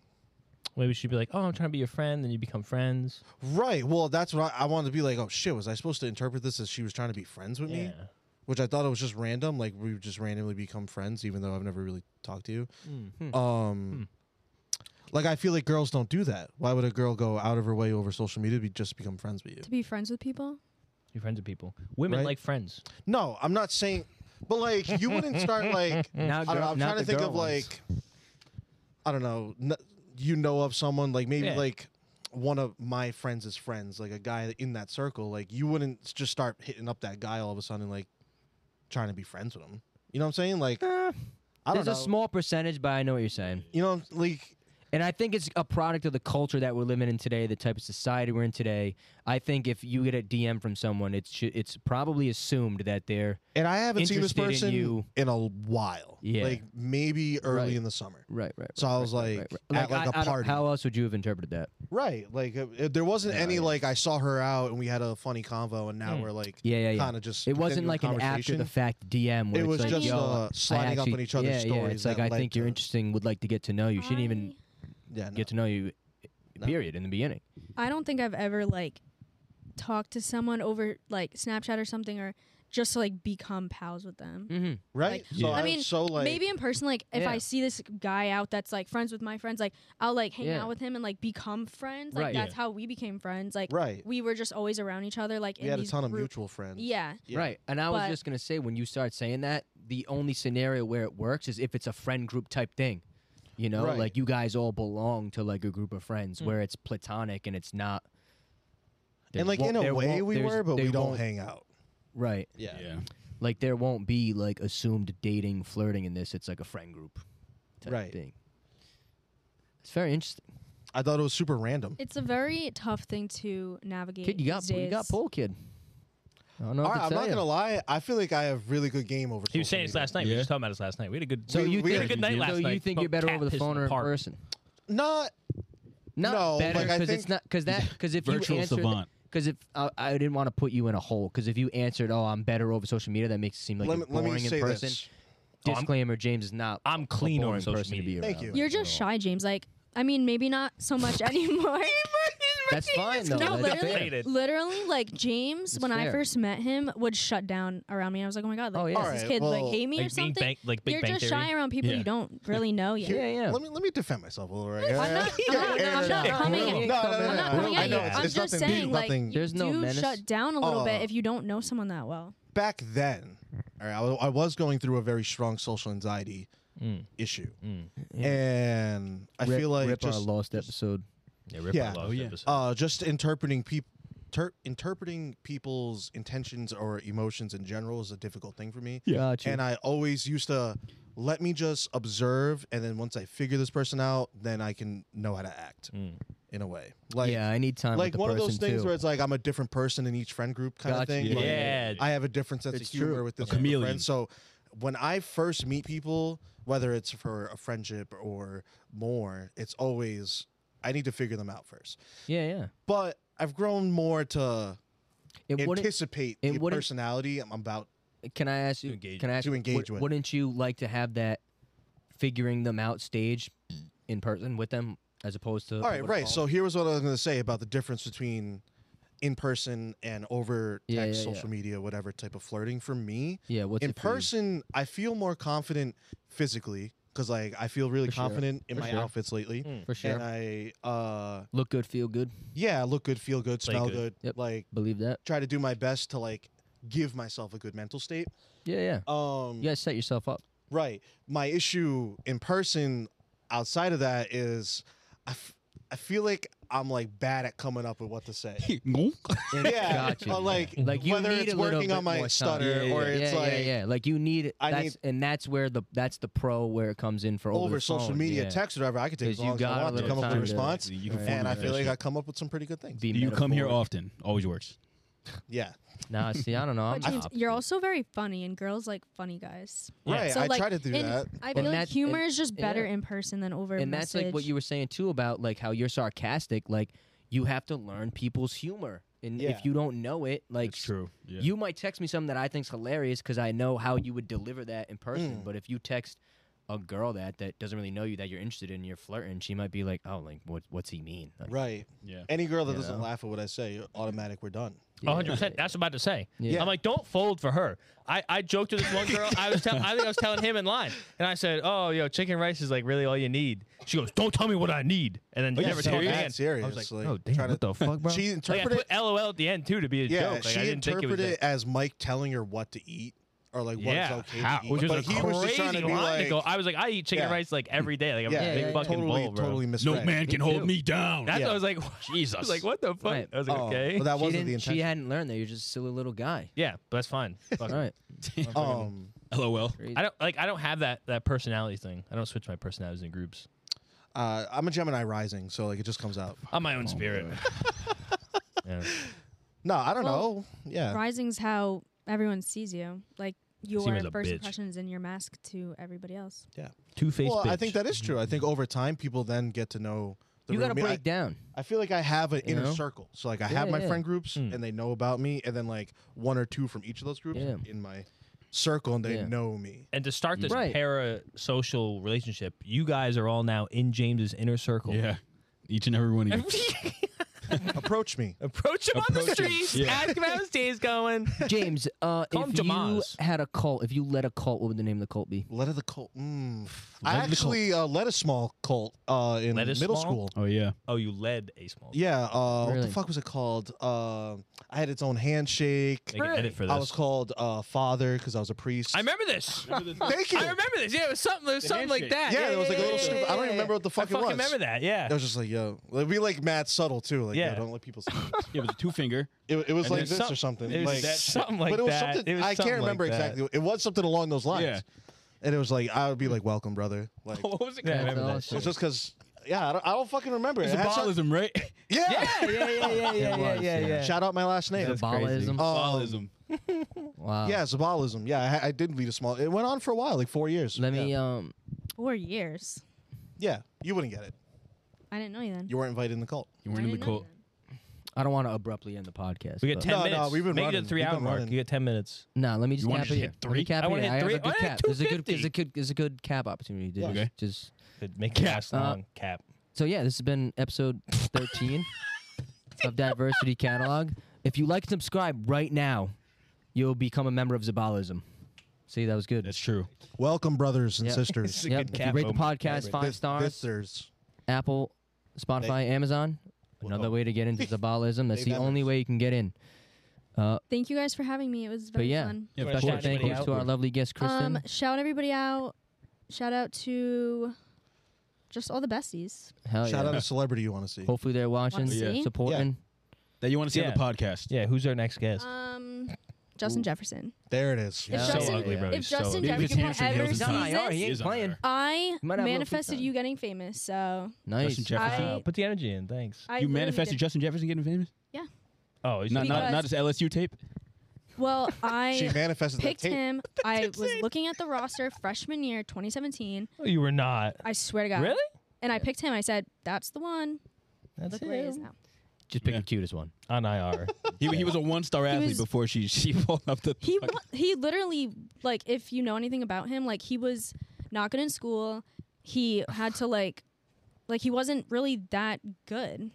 Maybe she'd be like, "Oh, I'm trying to be your friend," and you become friends. Right. Well, that's what I, I wanted to be like. Oh shit, was I supposed to interpret this as she was trying to be friends with Yeah. me? Which I thought it was just random, like we just randomly become friends, even though I've never really talked to you. Um, like I feel like girls don't do that. Why would a girl go out of her way over social media to be, just become friends with you? to be friends with people You're friends with people. Women Right? like friends. No, I'm not saying, but like you wouldn't start like Now, I girl- don't know, I'm now trying to the think girl of ones. like, I don't know. N- you know of someone like maybe Yeah. like one of my friends' is friends, like a guy in that circle. Like you wouldn't s- just start hitting up that guy all of a sudden, like trying to be friends with him. You know what I'm saying? Like I don't There's know. a small percentage, but I know what you're saying. you know, like And I think it's a product of the culture that we're living in today, the type of society we're in today. I think if you get a DM from someone, it's sh- it's probably assumed that they're and I haven't seen this Interested in person in, you. a while. Yeah. like maybe early Right. in the summer. right, right. So I was like, at like, a a party. How else would you have interpreted that? Right. Like uh, uh, there wasn't Yeah, any yeah. like I saw her out and we had a funny convo and now Mm. we're like Yeah, yeah, yeah. kind of just It continuing wasn't like an after conversation. the fact DM. Where It it's was like, just, Yo, uh, I sliding up actually- on each other's yeah, Yeah, stories it's like that uh, I led think you're to- interesting. Would like to get to know you. She didn't even Yeah. No. get to know you. No. Period. In the beginning. I don't think I've ever like talked to someone over like Snapchat or something or just to like become pals with them. Mm-hmm. right. like- so I I mean, mean, so like Maybe in person, like if I Yeah. see this guy out that's like friends with my friends, like I'll like hang Yeah. out with him and like become friends. Like Right. that's how we became friends. Like right. we were just always around each other. Like We in had a these ton of group- mutual friends. Yeah, Yeah. Right. And I was But- just going to say, when you start saying that, the only scenario where it works is if it's a friend group type thing. You know, Right. like you guys all belong to like a group of friends Mm. where it's platonic and it's not. there And like won't- in a there way won't- we there's- were, but there we don't won't- hang out. Right. Yeah. Like there won't be like assumed dating, flirting in this. It's like a friend group type Right. thing. It's very interesting. I thought it was super random. it's a very tough thing to navigate. Kid, you got these you got days. pull, kid. I don't know. All what right, to I'm tell not ya. gonna lie. I feel like I have really good game over. He was social saying this media. last night. We Yeah. were just talking about this last night. We had a good. So you we had a think- good night so last you night. think you're better Cat over the pissed phone in or in park. person? Not Not No, better like, I because it's think- not because that because if Virtual you answered savant. because if I I didn't want to put you in a hole because if you answered oh I'm better over social media that makes it seem like let me you're let boring me in say person. this. Oh, I'm- Disclaimer: James is not. I'm a clean boring on social person to media. be Thank around. you. You're just shy, James. Like I mean, maybe not so much anymore. That's fine though. No, that's literally, fair. Related. literally, like James, It's when I fair. first met him, would shut down around me. I was like, oh my god, like, Oh, yeah. does this Alright, kid well, like hate me or Like being something? bank, like Big You're Bang just Theory. shy around people Yeah. you don't really know yet. Yeah, yeah. Let me let me defend myself a little right here. I'm not- I'm not- I'm not Yeah, coming yeah, at yeah. you. No, no, no, I'm no, not no. coming I at you. know, it's- I'm it's just nothing deep, saying, like, nothing- There's no do menace. shut down a little Oh. bit if you don't know someone that well. back then, all right, I, wa- I was going through a very strong social anxiety issue, and I Rip- feel like rip our just lost episode. Yeah, Rip Yeah. I love Oh, yeah. episode. uh, just interpreting people. Ter- interpreting people's intentions or emotions in general is a difficult thing for me. Yeah. Got you. And I always used to let me just observe, and then once I figure this person out, then I can know how to act Mm. in a way. Like, yeah, I need time. with like the one of those person, things too. where it's like I'm a different person in each friend group kind Gotcha. of thing. Yeah. Like, Yeah. I have a different sense It's of humor true. with this Okay. Chameleon. friend. So when I first meet people, whether it's for a friendship or more, it's always I need to figure them out first. yeah, yeah. But I've grown more to It wouldn't. anticipate it the wouldn't- personality I'm about. Can I ask To you? engage Can I ask to you, engage would- with. Wouldn't you like to have that figuring them out stage in person with them as opposed to? All right, right. So here was what I was going to say about the difference between in person and over text, Yeah, yeah, social media, whatever type of flirting. For me, yeah, what's in it for you? person, I feel more confident physically because like I feel really For sure. confident in For my sure. outfits lately, for sure? and I uh Look good, feel good. yeah, look good, feel good, Play smell good. good, Yep. like Believe that. try to do my best to like give myself a good mental state. Yeah, yeah. Um, You guys set yourself up. Right. My issue in person outside of that is I, f- I feel like I'm like bad at coming up with what to say. yeah. Gotcha. but, like, Like, you whether need it's a little working bit on my more time. stutter Yeah, or yeah, it's yeah, like yeah. Like you need I that's need- and that's where the that's the pro where it comes in for over, over the social phone, media yeah. text or whatever, I could take 'Cause as you long as got I a want to little come up with a time to- response. You can And I formulate feel that like shit. I come up with some pretty good things. Be Do you come here metaphoric. often? Always works. Yeah. Nah, see, I don't know. I'm But James, not- you're also very funny, and girls like funny guys. Right. So, I like, try to do and that. I And feel like that's- humor and- is just better yeah. in person than over. and that's like what you were saying too about like how you're sarcastic. Like you have to learn people's humor, and Yeah. if you don't know it, like It's true. Yeah. You might text me something that I think's hilarious because I know how you would deliver that in person. Mm. But if you text a girl that that doesn't really know you that you're interested in, you're flirting, she might be like, "Oh, like what? What's he mean?" Like, Right. yeah. Any girl that You doesn't know? laugh at what I say, automatic, we're done. yeah. 100. percent That's what I'm about to say. Yeah. I'm like, don't fold for her. I, I joked to this one girl. I was telling, I think I was telling him in line, and I said, oh, yo, chicken rice is like really all you need. She goes, don't tell me what I need, and then Are you never told me serious? again. Serious, I was like, like, oh damn, trying what to- the fuck, bro? She like, I interpreted put LOL at the end too to be a Yeah, joke. Like, she I didn't think it was. interpreted it, that- as Mike telling her what to eat or like yeah, what's okay how? to eat. which was but a he crazy was just trying to be line to like, go. I was like, I eat chicken Yeah. rice like every day, like a yeah, big yeah, fucking totally, bowl, bro. totally No misread. man can hold me down. That's Yeah. what I was like, Jesus. I was like, what the fuck? Right. I was like, Oh, okay, but that she, wasn't the didn't, she intention. hadn't learned that you're just a silly little guy. yeah, but that's fine. Fuck it. All right. Um, LOL. Crazy. I don't like. I don't have that that personality thing. I don't switch my personalities in groups. uh, I'm a Gemini rising, so like it just comes out. I'm my own spirit. yeah. No, I don't Well, know. Uh, Yeah, Rising's how everyone sees you. Like your as a first bitch. impressions and your mask to everybody else. Two faced. well, I think that is true. I Mm-hmm. think over time, people then get to know. The you real got to me. I- break down. I, feel like I have an You inner know? circle, so like I Yeah, have my yeah. friend groups, Mm. and they know about me, and then like one or two from each of those groups Yeah. in my circle, and they Yeah. know me. And to start this Right. parasocial relationship, you guys are all now in James's inner circle. Yeah. Each and every one of you. Approach me. Approach him on Approach the him. streets. Yeah. Ask him how his day's going. James, uh, Call him if you Jamaz. had a cult, if you led a cult, what would the name of the cult be? Let of the cult. Mm. I Let of the cult. actually uh, led a small cult uh, in Led a middle small? school. Oh yeah. Oh, you led a small. Yeah. Uh, What Really? the fuck was it called? Uh, I had its own handshake. They can edit for this. I was called uh, father because I was a priest. I remember this. Thank you. I remember this. Yeah, it was something. It was something like handshake. that. yeah, it was like a little yeah, stupid. yeah, I don't even yeah, remember what the yeah. fuck I it was. fucking remember that. Yeah. I was just like, yo, it'd be like Matt Subtle too. Like, Yeah. yo, don't let people see. this. Yeah, it was a two finger. It, it was And like then this or something. It was like that- something like but it was that. something. It was I something can't remember like that. exactly. It was something along those lines. Yeah. And it was like I would be like, "Welcome, brother." Like, What was it Yeah, I called? remember that awesome. shit. it's just because. Yeah, I don't, I don't fucking remember. It's It had some- Abolilism, right? yeah. yeah, yeah, yeah, yeah, yeah, yeah, was, yeah, yeah. yeah. Shout out my last name. That's crazy. Zabalism. Um, Abolilism. wow. Yeah, Zabalism. Yeah, I, ha- I did lead a small. It went on for a while, like four years. Let yeah. me um. Four years. yeah, you wouldn't get it. I didn't know you then. You weren't invited in the cult. You I weren't in the didn't know you cult. then. I don't want to abruptly end the podcast. We get but- ten No, no, minutes. we've been Make it a running. three We've hour been mark. running. You get ten minutes. Nah, let me just You wanna cap just it hit here. Let me three? cap I it wanna here. hit I three. I have a good wanna hit cap. There's a good, 250. there's a good, there's a good cap opportunity. Dude. Okay. Just It- Make it last Uh, long. Cap. so yeah, this has been episode 13 of Diversity Catalog. If you like and subscribe right now, you'll become a member of Zabalism. See, that was good. That's true. Welcome, brothers and Yeah. sisters. a yep. good If you cap rate the moment. podcast Right. five Sis- stars, Sisters. Apple, Spotify, Amazon. Another way to get into Zabalism. That's They the only members. way you can get in. Uh, Thank you guys for having me. It was but very yeah, fun. Yeah, Wanna of special shout course. thank anybody yous out? to our lovely guest Kristen. Um, shout everybody out. Shout out to just all the besties. Hell Shout Oh, yeah. out a celebrity you want to see. Hopefully they're watching, see? supporting. That you want to see Yeah. on the podcast. Yeah, who's our next guest? Um, Justin Jefferson. There it is. If Yeah. so Justin, ugly, bro. if He's so Justin ugly. Maybe his Jefferson hamstring ever heals sees in time. Nah, he this, ain't He is on playing. there. I might have a little manifested feet you getting famous. So Nice. Justin Jefferson. I- Uh, put the energy in. Thanks. you I literally manifested did- Justin Jefferson getting famous? Oh, he's Not, not, Because- not his LSU tape? Well, She I manifested that picked tape. him. I was looking at the roster freshman year, 2017. Oh, you were not. I swear to God. Really? And I picked him. I said, "That's the one." That's Look where he is now. Just pick Yeah. the cutest one. On Oh, IR. He, he was a one star athlete was- before she, she pulled up the. He wa- he literally like if you know anything about him, like he was not good in school. He had to like like he wasn't really that good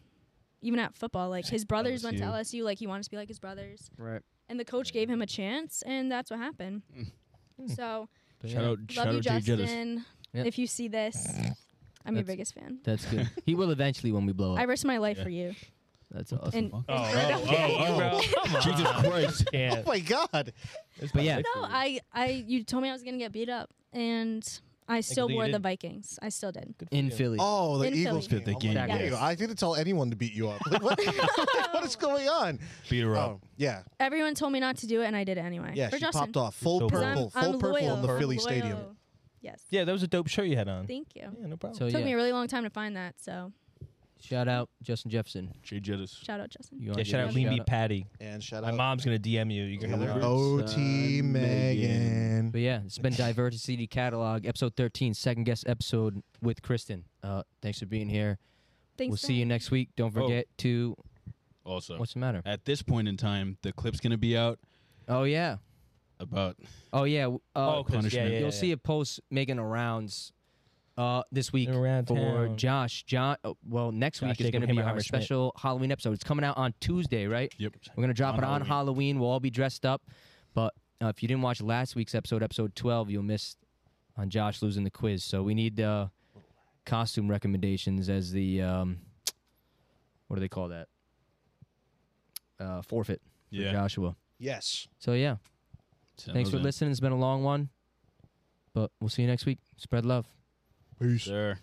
even at football. Like his brothers went to LSU, like he wanted to be like his brothers. Right. And the coach gave him a chance and that's what happened. So, Shout out, shout love you out to your jealous. Justin. Yeah. If you see this, I'm your That's- biggest fan. That's good. he will eventually when we blow I up. risked my life for you. That's awesome. And fuck? Oh, oh, oh, oh. Come on. Jesus Christ. Yeah. Oh my god. but yeah, no, I, I, you told me I was gonna get beat up, and I still you wore the didn't. Vikings. I still did. in Philly. Oh, the In Eagles Philly. game. The game, I'm like, yes. "Ew, I didn't tell anyone to beat you up. Like, what, what is going on? Beat her up. Oh, yeah, Everyone told me not to do it, and I did it anyway. yeah. for she Justin. popped off full so 'Cause purple, bold. I'm, full I'm purple loyal. in the I'm Philly loyal. Stadium. Yes. Yeah, that was a dope shirt you had on. Thank you. Yeah, no problem. so Took me Oh, yeah, a really long time to find that, so shout out Justin Jefferson. Jay Jettis. shout out Justin. You yeah, wanna shout give out him Lean a Me shout out? Patty. And shout My out mom's gonna DM you. You can Yeah, come they're over. OT Megan. Son Megan. But yeah, it's been Diversity Catalog, episode 13, second guest episode with Kristen. Uh, thanks for being here. Thanks. we'll for see you having me. next week. Don't Oh. forget to. Also, What's the matter? Uh, at this point in time, the clip's gonna be out Oh, yeah. about Oh, yeah. w- Uh, Oh, 'cause- yeah, punishment. yeah, you'll yeah. see a post making arounds uh, this week Around for town. Josh. John. oh, well, next Josh week is Jacob going to be Hammerheimer our Schmidt. special Halloween episode. It's coming out on Tuesday, right? Yep. We're gonna drop On it on Halloween. Halloween. We'll all be dressed up. But uh, if you didn't watch last week's episode, episode twelve, you'll miss on Josh losing the quiz. So we need uh, costume recommendations as the um, what do they call that? Uh, forfeit for Yeah. Joshua. Yes. So yeah, Send thanks for those in. listening. It's been a long one, but we'll see you next week. Spread love. Peace. Sure.